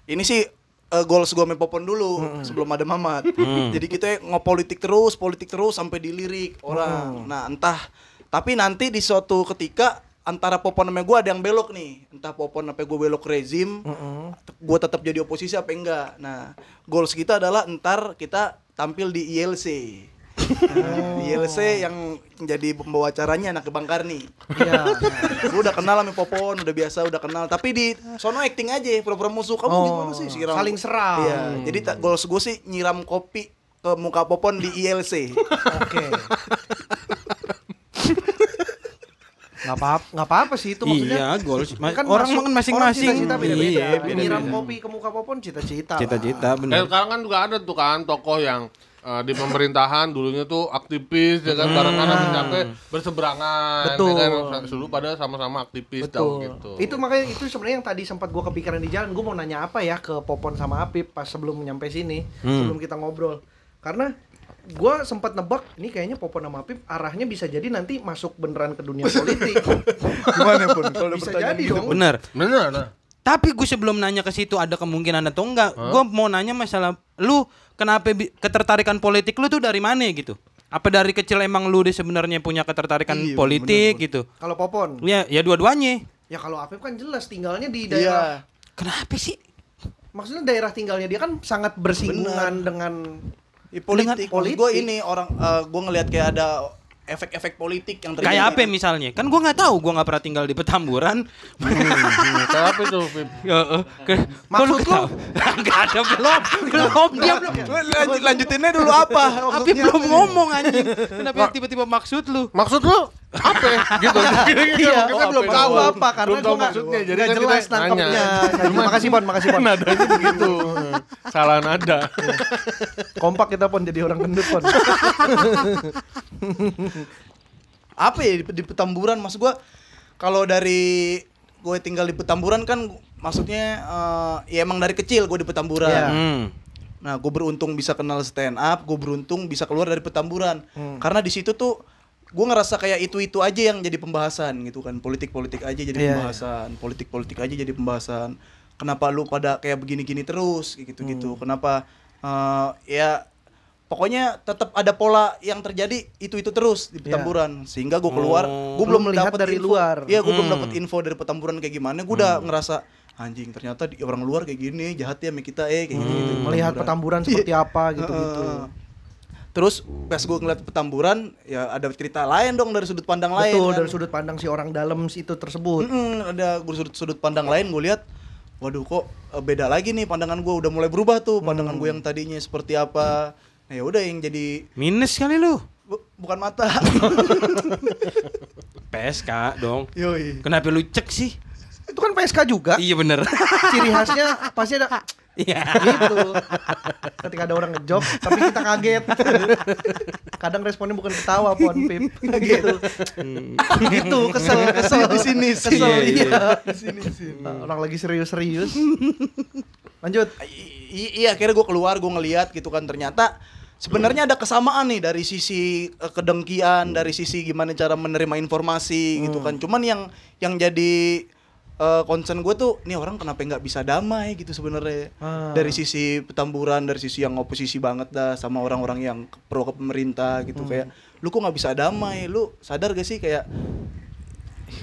[SPEAKER 4] Ini sih eh, goals gue sama Popon dulu sebelum ada Mamat. Jadi kita ngopolitik terus, politik terus sampai dilirik orang. Nah entah, tapi nanti di suatu ketika antara Popon sama gue ada yang belok nih. Entah Popon apa gue belok rezim, gue tetap jadi oposisi apa enggak. Nah goals kita adalah entar kita tampil di ILC.
[SPEAKER 1] Oh.
[SPEAKER 4] Nah, di ILC yang jadi pembawa acaranya anak Bang Karni.
[SPEAKER 1] Iya.
[SPEAKER 4] Gue udah kenal sama Popon, udah biasa, udah kenal. Tapi di sono acting aja, pura-pura musuh. Kamu
[SPEAKER 1] Oh,
[SPEAKER 4] gimana sih? Siram.
[SPEAKER 1] saling serang.
[SPEAKER 4] Iya. Jadi ta- goals gue sih nyiram kopi ke muka Popon di ILC.
[SPEAKER 1] Oke. Nggak apa-apa, nggak apa-apa sih itu maksudnya.
[SPEAKER 2] Iya, goals. Ma-
[SPEAKER 1] Kan
[SPEAKER 2] orang
[SPEAKER 1] masuk-
[SPEAKER 2] makan masing-masing.
[SPEAKER 1] Orang cita-cita beda-beda.
[SPEAKER 2] Iya, beda-beda.
[SPEAKER 1] Nyiram kopi ke muka popon cita-cita. lah.
[SPEAKER 2] Cita-cita
[SPEAKER 3] Eh,
[SPEAKER 2] bener.
[SPEAKER 3] sekarang kan juga ada tuh kan tokoh yang eh, di pemerintahan dulunya tuh aktivis ya kan barang kanan mencapai berseberangan
[SPEAKER 1] Hmm. Betul.
[SPEAKER 3] ya kan dulu pada sama-sama aktivis tau
[SPEAKER 1] Betul.
[SPEAKER 3] gitu.
[SPEAKER 1] Itu makanya itu sebenarnya yang tadi sempat gua kepikiran di jalan, gua mau nanya apa ya ke Popon sama Apip pas sebelum nyampe sini,
[SPEAKER 2] Hmm.
[SPEAKER 1] sebelum kita ngobrol. Karena gua sempat nebak ini kayaknya Popon sama Apip arahnya bisa jadi nanti masuk beneran ke dunia
[SPEAKER 2] [laughs]
[SPEAKER 1] politik.
[SPEAKER 4] Gimana pun kalau
[SPEAKER 1] bisa jadi dong.
[SPEAKER 2] Bener.
[SPEAKER 3] Bener
[SPEAKER 1] [laughs]
[SPEAKER 3] nah.
[SPEAKER 2] Tapi gue sebelum nanya ke situ ada kemungkinan atau enggak, gue mau nanya masalah lu kenapa bi- ketertarikan politik lu tuh dari mana gitu? Apa dari kecil emang lu deh sebenarnya punya ketertarikan
[SPEAKER 1] Iya,
[SPEAKER 2] politik gitu?
[SPEAKER 1] Kalau Popon,
[SPEAKER 2] Ya, ya dua-duanya.
[SPEAKER 1] ya kalau Apip kan jelas tinggalnya [laughs] di daerah.
[SPEAKER 4] Iya.
[SPEAKER 2] Kenapa sih?
[SPEAKER 1] Maksudnya daerah tinggalnya dia kan sangat bersinggungan dengan
[SPEAKER 4] Ya, politik.
[SPEAKER 1] politik.
[SPEAKER 4] Gue ini orang eh, gua ngelihat kayak ada efek-efek politik
[SPEAKER 1] Iya.
[SPEAKER 4] yang terjadi.
[SPEAKER 2] Kayak apa misalnya? Kan gue nggak tahu, gue nggak pernah tinggal di Petamburan.
[SPEAKER 3] Tapi itu Pip.
[SPEAKER 2] Ya, eh, ke,
[SPEAKER 1] Maksud lu?
[SPEAKER 2] [laughs] Gak ada belum, belum dia belum.
[SPEAKER 4] Lanjut, lanjutinnya dulu apa?
[SPEAKER 2] Tapi belum ngomong anjing. Kenapa tiba-tiba maksud lu?
[SPEAKER 3] Maksud lu apa [laughs] gitu?
[SPEAKER 1] Iya,
[SPEAKER 3] kita belum tahu
[SPEAKER 1] apa karena
[SPEAKER 3] Belum
[SPEAKER 1] gua
[SPEAKER 3] tahu
[SPEAKER 1] nggak-
[SPEAKER 3] maksudnya. Jadi
[SPEAKER 1] nggak
[SPEAKER 3] kan
[SPEAKER 1] jelas
[SPEAKER 3] kita
[SPEAKER 1] tangkapnya.
[SPEAKER 3] nanya.
[SPEAKER 1] Terima kasih Pon, makasih Pon.
[SPEAKER 3] Nadanya begitu. Salah nada.
[SPEAKER 1] Kompak kita Pon jadi orang gendut [laughs] Gitu, Pon.
[SPEAKER 4] apa ya di, di Petamburan maksud gua kalau dari gue tinggal di Petamburan kan maksudnya eh, ya emang dari kecil gue di Petamburan.
[SPEAKER 1] Iya.
[SPEAKER 2] Hmm.
[SPEAKER 4] Nah, gue beruntung bisa kenal stand up, gue beruntung bisa keluar dari Petamburan.
[SPEAKER 1] Hmm.
[SPEAKER 4] Karena di situ tuh gue ngerasa kayak itu-itu aja yang jadi pembahasan gitu kan. Politik-politik aja jadi
[SPEAKER 1] Iya,
[SPEAKER 4] pembahasan, politik-politik aja jadi pembahasan. Kenapa lu pada kayak begini-gini terus kayak gitu-gitu?
[SPEAKER 1] Hmm.
[SPEAKER 4] Kenapa eh, ya pokoknya tetap ada pola yang terjadi itu-itu terus di Petamburan sehingga gue keluar, gue
[SPEAKER 1] Iya. Oh. Lu
[SPEAKER 4] belum
[SPEAKER 1] melihat
[SPEAKER 4] dapet
[SPEAKER 1] dari
[SPEAKER 4] info.
[SPEAKER 1] luar. Hmm.
[SPEAKER 4] Iya, gue belum dapet info dari Petamburan kayak gimana. Gue udah ngerasa anjing ternyata di- orang luar kayak gini jahat ya sama kita
[SPEAKER 1] Hmm.
[SPEAKER 4] eh kayak gitu, -gitu
[SPEAKER 1] Melihat petamburan seperti apa gitu-gitu.
[SPEAKER 4] Heeh. gitu, Terus pas gue ngeliat petamburan, ya ada cerita lain dong dari sudut pandang lain.
[SPEAKER 1] Betul
[SPEAKER 4] kan.
[SPEAKER 1] dari sudut pandang si orang dalam situ tersebut.
[SPEAKER 4] Mm-mm, ada gua sudut sudut pandang lain gue lihat, waduh kok eh, beda lagi nih pandangan gue udah mulai berubah tuh pandangan
[SPEAKER 1] Hmm.
[SPEAKER 4] gue yang tadinya seperti apa. Nah ya udah yang jadi
[SPEAKER 2] Minus kali lu.
[SPEAKER 4] bu- bukan
[SPEAKER 1] [laughs]
[SPEAKER 4] mata.
[SPEAKER 2] PSK dong.
[SPEAKER 4] Yoi.
[SPEAKER 2] Kenapa lu cek sih?
[SPEAKER 1] Itu kan PSK juga.
[SPEAKER 2] Iya [laughs] bener.
[SPEAKER 1] Ciri khasnya pasti ada
[SPEAKER 2] Iya.
[SPEAKER 1] gitu. Ketika ada orang ngejok tapi kita kaget. Kadang responnya bukan ketawa Pon Pip. gitu. gitu kesel kesel di sini kesel
[SPEAKER 2] Iya, iya.
[SPEAKER 1] iya. Di sini di sini. Orang lagi serius-serius. Lanjut.
[SPEAKER 4] I- i- iya akhirnya gue keluar gue ngeliat gitu kan ternyata sebenarnya ada kesamaan nih dari sisi eh, kedengkian dari sisi gimana cara menerima informasi gitu kan cuman yang yang jadi eh, concern gue tuh nih orang kenapa nggak bisa damai gitu sebenarnya
[SPEAKER 1] Ah.
[SPEAKER 4] dari sisi petamburan dari sisi yang oposisi banget dah sama orang-orang yang pro ke pemerintah gitu kayak lu kok nggak bisa damai lu sadar gak sih kayak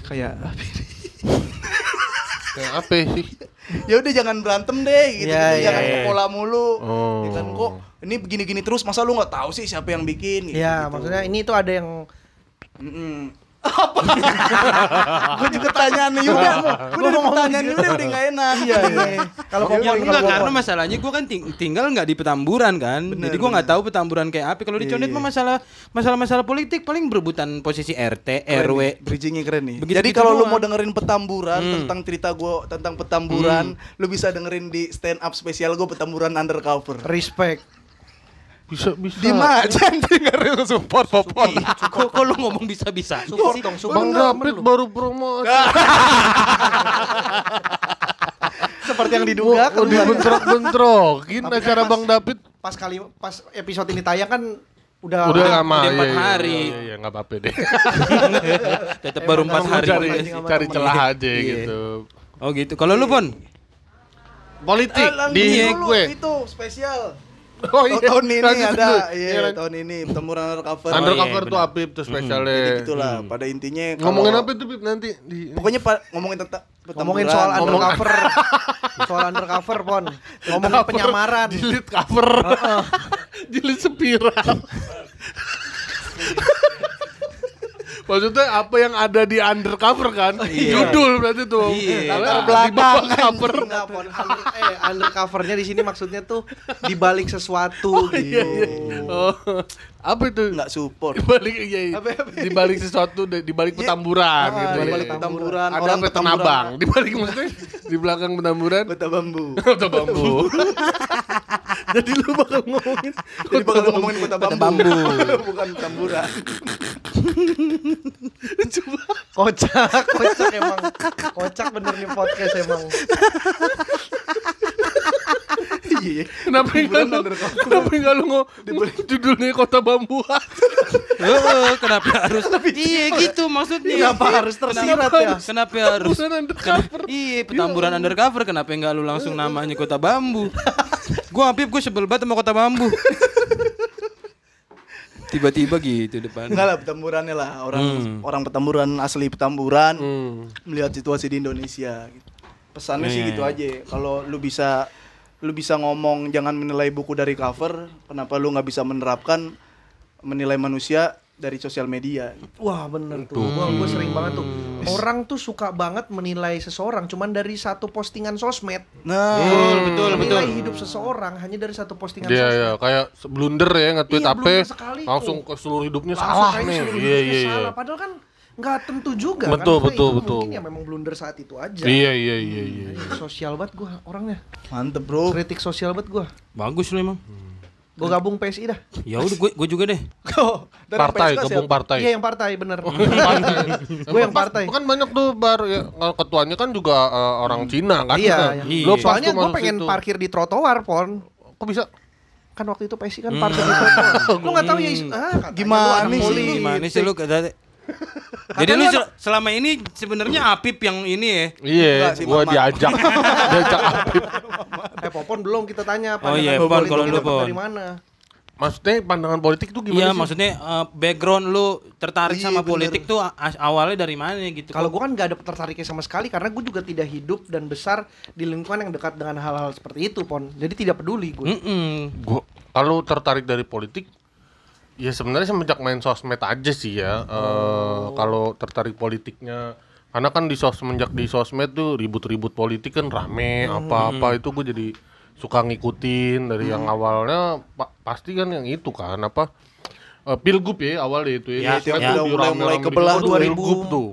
[SPEAKER 4] kayak
[SPEAKER 3] Kayak apa sih?
[SPEAKER 4] ya udah jangan berantem deh gitu,
[SPEAKER 1] Ya, ya,
[SPEAKER 4] jangan
[SPEAKER 1] ya.
[SPEAKER 4] pola mulu
[SPEAKER 3] Oh.
[SPEAKER 4] ya kan kok ini begini-gini terus masa lu nggak tahu sih siapa yang bikin gitu,
[SPEAKER 1] Ya, maksudnya ini tuh ada yang
[SPEAKER 4] [laughs] gue juga tanya nih udah gue udah bertanya nih udah udah nggak enak iya
[SPEAKER 1] kalau
[SPEAKER 2] Ya
[SPEAKER 1] Popon
[SPEAKER 2] enggak
[SPEAKER 1] kalau
[SPEAKER 2] karena
[SPEAKER 1] Popon.
[SPEAKER 2] masalahnya gua kan ting- tinggal nggak di Petamburan kan. Jadi gua nggak tahu Petamburan kayak apa. Kalau di Condet mah masalah masalah-masalah politik paling berebutan posisi RT, RW.
[SPEAKER 4] bridgingnya keren nih
[SPEAKER 2] Begitu
[SPEAKER 4] jadi
[SPEAKER 2] gitu
[SPEAKER 4] kalau lu
[SPEAKER 2] doang.
[SPEAKER 4] mau dengerin petamburan tentang cerita gue tentang petamburan lu bisa dengerin di stand up spesial gue petamburan undercover
[SPEAKER 1] respect.
[SPEAKER 3] Bisa bisa.
[SPEAKER 4] di [laughs] macan
[SPEAKER 3] Dengerin support popon.
[SPEAKER 2] Kok kok lu ngomong bisa-bisa? Iya
[SPEAKER 1] Support dong, support.
[SPEAKER 3] Iya, Bang David baru promosi.
[SPEAKER 1] Seperti yang diduga
[SPEAKER 3] Kok
[SPEAKER 1] keluar.
[SPEAKER 3] dibentrok-bentrokin
[SPEAKER 1] Tapi kan
[SPEAKER 3] acara
[SPEAKER 1] pas-
[SPEAKER 3] Bang David
[SPEAKER 1] pas kali pas episode ini tayang kan udah
[SPEAKER 3] udah
[SPEAKER 1] Ah,
[SPEAKER 3] lama
[SPEAKER 2] udah
[SPEAKER 3] iya,
[SPEAKER 2] empat
[SPEAKER 3] iya,
[SPEAKER 2] hari.
[SPEAKER 3] iya, iya nggak apa-apa deh
[SPEAKER 2] Tetap baru empat
[SPEAKER 3] Emang
[SPEAKER 2] hari.
[SPEAKER 3] cari
[SPEAKER 1] Sama
[SPEAKER 3] cari
[SPEAKER 1] temen.
[SPEAKER 3] celah aja
[SPEAKER 2] Iya.
[SPEAKER 3] gitu
[SPEAKER 2] Oh gitu. Kalau lu Pon?
[SPEAKER 3] politik di
[SPEAKER 4] dulu
[SPEAKER 3] gue
[SPEAKER 4] itu spesial
[SPEAKER 3] oh
[SPEAKER 4] Oh, tahun ini
[SPEAKER 3] lanjut dulu.
[SPEAKER 4] ada,
[SPEAKER 3] Iya,
[SPEAKER 4] iya
[SPEAKER 3] lanjut.
[SPEAKER 4] tahun ini gitu petamburan undercover.
[SPEAKER 3] undercover
[SPEAKER 2] iya,
[SPEAKER 3] tuh
[SPEAKER 2] benar.
[SPEAKER 3] Apip tuh spesialnya
[SPEAKER 4] Jadi gitulah
[SPEAKER 2] hmm.
[SPEAKER 4] pada intinya kalau-
[SPEAKER 3] ngomongin apa tuh Pip nanti di
[SPEAKER 4] Pokoknya pa- ngomongin tentang
[SPEAKER 1] ngomongin soal
[SPEAKER 4] petamburan.
[SPEAKER 3] Ngomong-
[SPEAKER 1] undercover soal undercover pon ngomongin
[SPEAKER 3] Cover,
[SPEAKER 1] penyamaran
[SPEAKER 3] jilid cover
[SPEAKER 1] [laughs]
[SPEAKER 3] jilid spiral [laughs] Maksudnya apa yang ada di undercover kan? Judul berarti tuh.
[SPEAKER 2] Iya.
[SPEAKER 3] Karena
[SPEAKER 1] Oh, Latar
[SPEAKER 3] di
[SPEAKER 1] belakang,
[SPEAKER 3] bawah cover.
[SPEAKER 1] Cover. Enggak, Pon. Under- eh, undercovernya di sini maksudnya tuh dibalik sesuatu gitu.
[SPEAKER 3] Iya, iya. [laughs] Oh, apa itu? [laughs]
[SPEAKER 4] Nggak support.
[SPEAKER 3] Di balik iya, iya.
[SPEAKER 1] Apa, apa?
[SPEAKER 3] Di balik sesuatu di di balik petamburan
[SPEAKER 1] Ah,
[SPEAKER 3] gitu.
[SPEAKER 1] di balik
[SPEAKER 3] Iya.
[SPEAKER 1] petamburan,
[SPEAKER 3] Ada
[SPEAKER 1] orang
[SPEAKER 3] orang [laughs] petanabang. Di balik maksudnya di belakang petamburan [laughs]
[SPEAKER 4] Beta bambu.
[SPEAKER 3] atau
[SPEAKER 1] [laughs]
[SPEAKER 3] bambu.
[SPEAKER 1] Jadi lu bakal ngomongin
[SPEAKER 4] Jadi bakal ngomongin kota bambu.
[SPEAKER 5] bambu.
[SPEAKER 4] [laughs] Bukan tambura.
[SPEAKER 1] kocak, kocak emang. Kocak bener nih podcast emang.
[SPEAKER 4] Iya.
[SPEAKER 3] Kenapa enggak lu? Kenapa enggak lu ngo- [laughs] judulnya kota bambu? [laughs]
[SPEAKER 2] Heeh, eh, kenapa harus Iya gitu maksudnya
[SPEAKER 1] Kenapa harus tersirat ya?
[SPEAKER 2] Kenapa harus
[SPEAKER 3] Bukan undercover.
[SPEAKER 2] Iya, petamburan undercover kenapa nggak lu langsung namanya Kota Bambu? gua Apip gua sebel banget sama Kota Bambu. Tiba-tiba gitu depan.
[SPEAKER 4] Enggak lah petamburannya lah orang
[SPEAKER 2] Hmm.
[SPEAKER 4] orang petamburan asli petamburan melihat situasi di Indonesia. gitu. Pesannya
[SPEAKER 2] Iya,
[SPEAKER 4] sih
[SPEAKER 2] iya,
[SPEAKER 4] gitu
[SPEAKER 2] iya.
[SPEAKER 4] aja. Kalau lu bisa lu bisa ngomong jangan menilai buku dari cover, kenapa lu nggak bisa menerapkan menilai manusia dari sosial media?
[SPEAKER 1] Wah bener tuh,
[SPEAKER 3] Hmm.
[SPEAKER 1] Wah, gue sering banget tuh Orang tuh suka banget menilai seseorang Cuman dari satu postingan sosmed
[SPEAKER 4] Nah,
[SPEAKER 2] Betul, betul, betul.
[SPEAKER 1] Menilai hidup seseorang hanya dari satu postingan
[SPEAKER 3] Iya
[SPEAKER 1] sosmed
[SPEAKER 3] ya, kayak blunder ya nge-tweet
[SPEAKER 1] Iya,
[SPEAKER 3] apa
[SPEAKER 1] blunder sekali tuh.
[SPEAKER 3] langsung ke seluruh hidupnya
[SPEAKER 1] Langsung
[SPEAKER 3] salah
[SPEAKER 1] kayaknya
[SPEAKER 3] nih.
[SPEAKER 1] seluruh
[SPEAKER 3] Iya
[SPEAKER 1] hidupnya
[SPEAKER 3] iya iya.
[SPEAKER 1] salah. Padahal kan nggak tentu juga kan
[SPEAKER 3] Betul,
[SPEAKER 1] Maksudnya
[SPEAKER 3] betul,
[SPEAKER 1] itu
[SPEAKER 3] betul.
[SPEAKER 1] Mungkin ya memang blunder saat itu aja
[SPEAKER 3] Iya iya iya iya.
[SPEAKER 1] Sosial banget gue orangnya
[SPEAKER 4] mantep
[SPEAKER 3] Oh.
[SPEAKER 4] bro.
[SPEAKER 1] Kritik sosial banget gue
[SPEAKER 2] Bagus lu emang.
[SPEAKER 1] Gue gabung PSI dah
[SPEAKER 2] Ya udah gua, gua juga deh.
[SPEAKER 1] Kok?
[SPEAKER 4] Dari
[SPEAKER 3] Partai
[SPEAKER 4] PSK
[SPEAKER 3] gabung
[SPEAKER 4] siapa?
[SPEAKER 3] partai. iya.
[SPEAKER 1] Iya yang partai bener [laughs]
[SPEAKER 3] Gue
[SPEAKER 1] Gua yang partai.
[SPEAKER 3] Kan banyak tuh bar ya, kalau ketuanya kan juga eh, orang Cina kan.
[SPEAKER 1] Iya,
[SPEAKER 3] Nah,
[SPEAKER 1] iya.
[SPEAKER 3] Lo pas
[SPEAKER 1] Soalnya gue
[SPEAKER 3] tuh masuk
[SPEAKER 1] pengen
[SPEAKER 3] situ.
[SPEAKER 1] parkir di trotoar pon
[SPEAKER 3] Kok bisa?
[SPEAKER 1] Kan waktu itu PSI kan parkir di trotoar Lu nggak tahu ya isi- ah, katanya lu
[SPEAKER 4] Gimana
[SPEAKER 1] anak
[SPEAKER 4] sih?
[SPEAKER 1] politik.
[SPEAKER 2] Gimana sih lu kata Jadi lu sel- selama ini sebenarnya Apip yang ini ya.
[SPEAKER 3] Iya,
[SPEAKER 4] Enggak sih,
[SPEAKER 3] gue
[SPEAKER 4] Mamat.
[SPEAKER 1] [laughs]
[SPEAKER 3] diajak. diajak Apip.
[SPEAKER 1] Eh Popon belum kita tanya
[SPEAKER 2] Oh
[SPEAKER 1] pandangan
[SPEAKER 2] iya, Pon,
[SPEAKER 1] politik
[SPEAKER 2] kalau
[SPEAKER 1] kita
[SPEAKER 2] lu,
[SPEAKER 1] dapat
[SPEAKER 2] Pon.
[SPEAKER 1] dari mana?
[SPEAKER 3] Maksudnya pandangan politik tuh
[SPEAKER 2] Iya,
[SPEAKER 3] gimana sih?
[SPEAKER 2] maksudnya eh, background lu tertarik
[SPEAKER 4] Iya,
[SPEAKER 2] sama
[SPEAKER 4] bener.
[SPEAKER 2] politik tuh a- awalnya dari mana gitu.
[SPEAKER 1] Kalau gue kan gak ada tertariknya sama sekali karena gue juga tidak hidup dan besar di lingkungan yang dekat dengan hal-hal seperti itu Pon. Jadi tidak peduli
[SPEAKER 2] Hmm,
[SPEAKER 1] gue.
[SPEAKER 2] Mm-mm.
[SPEAKER 3] gua kalau tertarik dari politik ya sebenarnya semenjak main sosmed aja sih ya Eh,
[SPEAKER 2] Oh.
[SPEAKER 3] kalau tertarik politiknya karena kan di sos semenjak di sosmed tuh ribut-ribut politik kan rame
[SPEAKER 2] Hmm.
[SPEAKER 3] apa-apa itu gue jadi suka ngikutin dari yang
[SPEAKER 2] Hmm.
[SPEAKER 3] awalnya pa- pasti kan yang itu kan apa eh, pilgub ya awalnya itu
[SPEAKER 2] Ya,
[SPEAKER 3] ya, Sosmed
[SPEAKER 2] ya.
[SPEAKER 3] tuh
[SPEAKER 4] Mulai- mulai
[SPEAKER 3] dirame-rame
[SPEAKER 4] kebelah
[SPEAKER 3] gitu.
[SPEAKER 4] tuh,
[SPEAKER 3] pilgub tuh
[SPEAKER 1] 2000,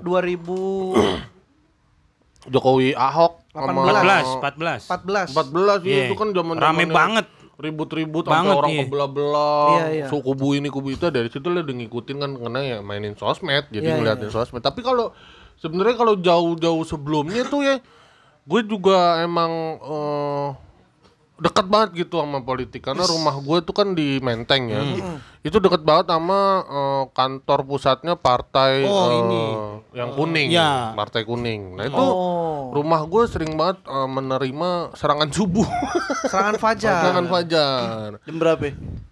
[SPEAKER 1] 2014
[SPEAKER 3] Jokowi Ahok sama
[SPEAKER 2] 14, 14.
[SPEAKER 3] 14 iya,
[SPEAKER 2] Iya.
[SPEAKER 3] itu kan zaman
[SPEAKER 2] Rame banget.
[SPEAKER 3] ribut-ribut
[SPEAKER 2] Banget,
[SPEAKER 3] sampai orang
[SPEAKER 2] iya.
[SPEAKER 3] kebelah-belah
[SPEAKER 1] Iya, iya.
[SPEAKER 3] so kubu ini kubu itu dari situ lah udah ngikutin kan karena ya mainin sosmed jadi
[SPEAKER 1] Iya,
[SPEAKER 3] ngeliatin sosmed tapi kalau sebenarnya kalau jauh-jauh sebelumnya tuh ya gue juga emang eh, dekat banget gitu sama politik karena rumah gue tuh kan di Menteng ya
[SPEAKER 1] Mm-hmm.
[SPEAKER 3] itu dekat banget sama eh, kantor pusatnya partai
[SPEAKER 2] Oh,
[SPEAKER 3] eh,
[SPEAKER 2] ini.
[SPEAKER 3] yang kuning
[SPEAKER 2] Ya.
[SPEAKER 3] partai kuning nah itu
[SPEAKER 1] Iya. Oh.
[SPEAKER 3] rumah gue sering banget eh, menerima serangan subuh [laughs]
[SPEAKER 1] serangan Fajar.
[SPEAKER 3] serangan fajar
[SPEAKER 4] Jam berapa?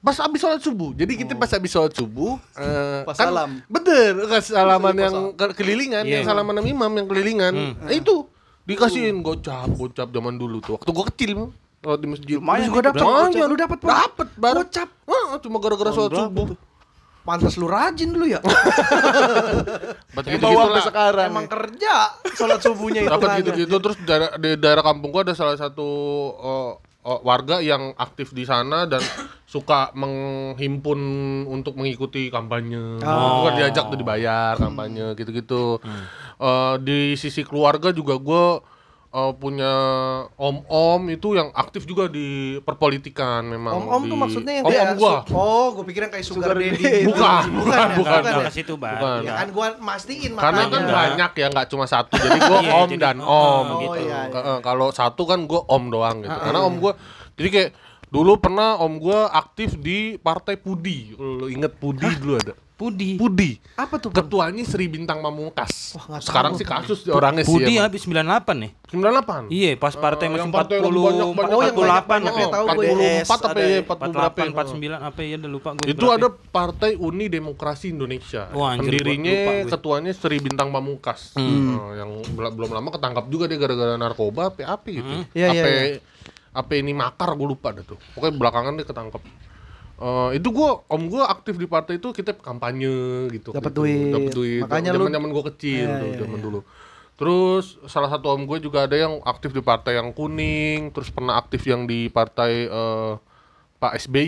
[SPEAKER 3] pas abis sholat subuh jadi kita pas abis sholat subuh eh,
[SPEAKER 4] Hmm. Pas salam.
[SPEAKER 3] bener kasih salaman yang ke- kelilingan
[SPEAKER 2] Iya.
[SPEAKER 3] yang salaman sama imam yang kelilingan
[SPEAKER 4] Hmm.
[SPEAKER 3] Nah, itu dikasihin gocap gocap zaman dulu tuh waktu gue kecil kalau di masjid
[SPEAKER 1] Lu
[SPEAKER 4] Lumayan gitu
[SPEAKER 1] juga
[SPEAKER 4] nih,
[SPEAKER 1] dapat
[SPEAKER 3] Lumayan.
[SPEAKER 1] gocap, lu dapat Pon?
[SPEAKER 3] Dapet, Bar.
[SPEAKER 1] Gocap.
[SPEAKER 3] Wah, cuma gara-gara sholat subuh
[SPEAKER 1] Pantas lu rajin dulu ya.
[SPEAKER 3] Dapat
[SPEAKER 4] Bawa sampai
[SPEAKER 3] gitu-gitulah.
[SPEAKER 4] sekarang.
[SPEAKER 1] Emang kerja sholat subuhnya itu. kan.
[SPEAKER 3] Dapat
[SPEAKER 1] hanya.
[SPEAKER 3] gitu-gitu terus di daerah, di daerah kampung gua ada salah satu eh, eh, warga yang aktif di sana dan [coughs] suka menghimpun untuk mengikuti kampanye.
[SPEAKER 1] Oh.
[SPEAKER 3] Gua diajak tuh dibayar
[SPEAKER 1] Hmm.
[SPEAKER 3] kampanye gitu-gitu. Eh, di sisi keluarga juga gua eh, punya om-om itu yang aktif juga di perpolitikan memang.
[SPEAKER 1] Om-om
[SPEAKER 3] di-
[SPEAKER 1] tuh maksudnya yang
[SPEAKER 3] om-om
[SPEAKER 1] kayak
[SPEAKER 3] gua.
[SPEAKER 1] su- Oh, gue pikiran kayak sugar,
[SPEAKER 4] Sugar
[SPEAKER 1] daddy.
[SPEAKER 4] daddy.
[SPEAKER 1] gitu.
[SPEAKER 3] Bukan, bukan,
[SPEAKER 1] ya?
[SPEAKER 3] bukan.
[SPEAKER 1] ya?
[SPEAKER 2] Ke situ, Bang. Iya.
[SPEAKER 3] Bukan.
[SPEAKER 1] Ya kan gua mastiin
[SPEAKER 3] Karena kan
[SPEAKER 1] makanya.
[SPEAKER 3] banyak ya nggak cuma satu. Jadi gue
[SPEAKER 2] Iya,
[SPEAKER 3] om
[SPEAKER 2] jadi-
[SPEAKER 3] dan
[SPEAKER 2] oh,
[SPEAKER 3] om gitu.
[SPEAKER 1] iya, iya.
[SPEAKER 3] Ke- eh, Kalau satu kan gue om doang gitu. Karena om gue jadi kayak dulu pernah om gue aktif di Partai Pudi. Lu inget Pudi dulu ada.
[SPEAKER 2] Pudi.
[SPEAKER 3] Pudi.
[SPEAKER 1] Apa tuh? Pon?
[SPEAKER 3] Ketuanya Sri Bintang Mamungkas.
[SPEAKER 1] Wah, nggak tahu
[SPEAKER 3] Sekarang
[SPEAKER 1] gua.
[SPEAKER 3] sih kasus di orangnya sih.
[SPEAKER 2] Pudi
[SPEAKER 3] emang.
[SPEAKER 2] habis 98 nih.
[SPEAKER 3] 98.
[SPEAKER 2] Iya, pas partai
[SPEAKER 3] Eh,
[SPEAKER 2] masih
[SPEAKER 3] yang partai yang
[SPEAKER 2] 40,
[SPEAKER 1] Oh,
[SPEAKER 3] banyak-banyak.
[SPEAKER 1] yang
[SPEAKER 2] 48,
[SPEAKER 1] banyak-banyak
[SPEAKER 2] oh.
[SPEAKER 1] tahu gua.
[SPEAKER 3] 44 apa
[SPEAKER 4] ada
[SPEAKER 3] ya,
[SPEAKER 4] ya.
[SPEAKER 3] 40 berapa
[SPEAKER 2] 48,
[SPEAKER 3] ya?
[SPEAKER 2] 49 apa ya udah lupa gue.
[SPEAKER 3] itu ada Partai Uni Demokrasi Indonesia.
[SPEAKER 2] Wah, anjir,
[SPEAKER 3] Pendirinya
[SPEAKER 2] lupa Hmm. gue.
[SPEAKER 3] ketuanya Sri Bintang Pamungkas. Nah, yang bel- belum lama ketangkap juga dia gara-gara narkoba apa
[SPEAKER 2] Hmm.
[SPEAKER 3] apa gitu.
[SPEAKER 1] Iya,
[SPEAKER 3] apa
[SPEAKER 1] iya,
[SPEAKER 3] apa ini makar gue lupa dah tuh. Pokoknya belakangan dia ketangkap. eh, itu gua om gua aktif di partai itu kita kampanye gitu
[SPEAKER 1] Dapat
[SPEAKER 3] gitu.
[SPEAKER 1] duit.
[SPEAKER 3] dapat duit
[SPEAKER 1] Makanya lu-
[SPEAKER 3] zaman zaman gua kecil
[SPEAKER 1] Iya,
[SPEAKER 3] tuh
[SPEAKER 1] iya,
[SPEAKER 3] zaman dulu terus salah satu om gue juga ada yang aktif di partai yang kuning terus pernah aktif yang di partai eh, Pak SBY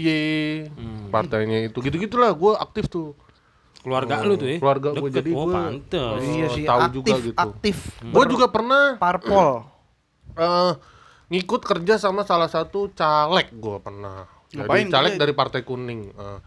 [SPEAKER 1] Hmm.
[SPEAKER 3] partainya itu gitu gitulah gua aktif tuh
[SPEAKER 2] Keluarga
[SPEAKER 3] Oh,
[SPEAKER 2] lu tuh ya.
[SPEAKER 3] keluarga gua,
[SPEAKER 2] Deket.
[SPEAKER 3] jadi
[SPEAKER 2] oh,
[SPEAKER 3] gua-
[SPEAKER 2] pantes.
[SPEAKER 3] Oh,
[SPEAKER 1] iya sih
[SPEAKER 3] tahu
[SPEAKER 1] aktif
[SPEAKER 3] juga gitu.
[SPEAKER 1] aktif
[SPEAKER 3] Gua juga pernah
[SPEAKER 1] parpol
[SPEAKER 3] eh ngikut kerja sama salah satu caleg gue pernah Jadi
[SPEAKER 4] Ngapain
[SPEAKER 3] caleg
[SPEAKER 4] dia?
[SPEAKER 3] dari partai kuning Eh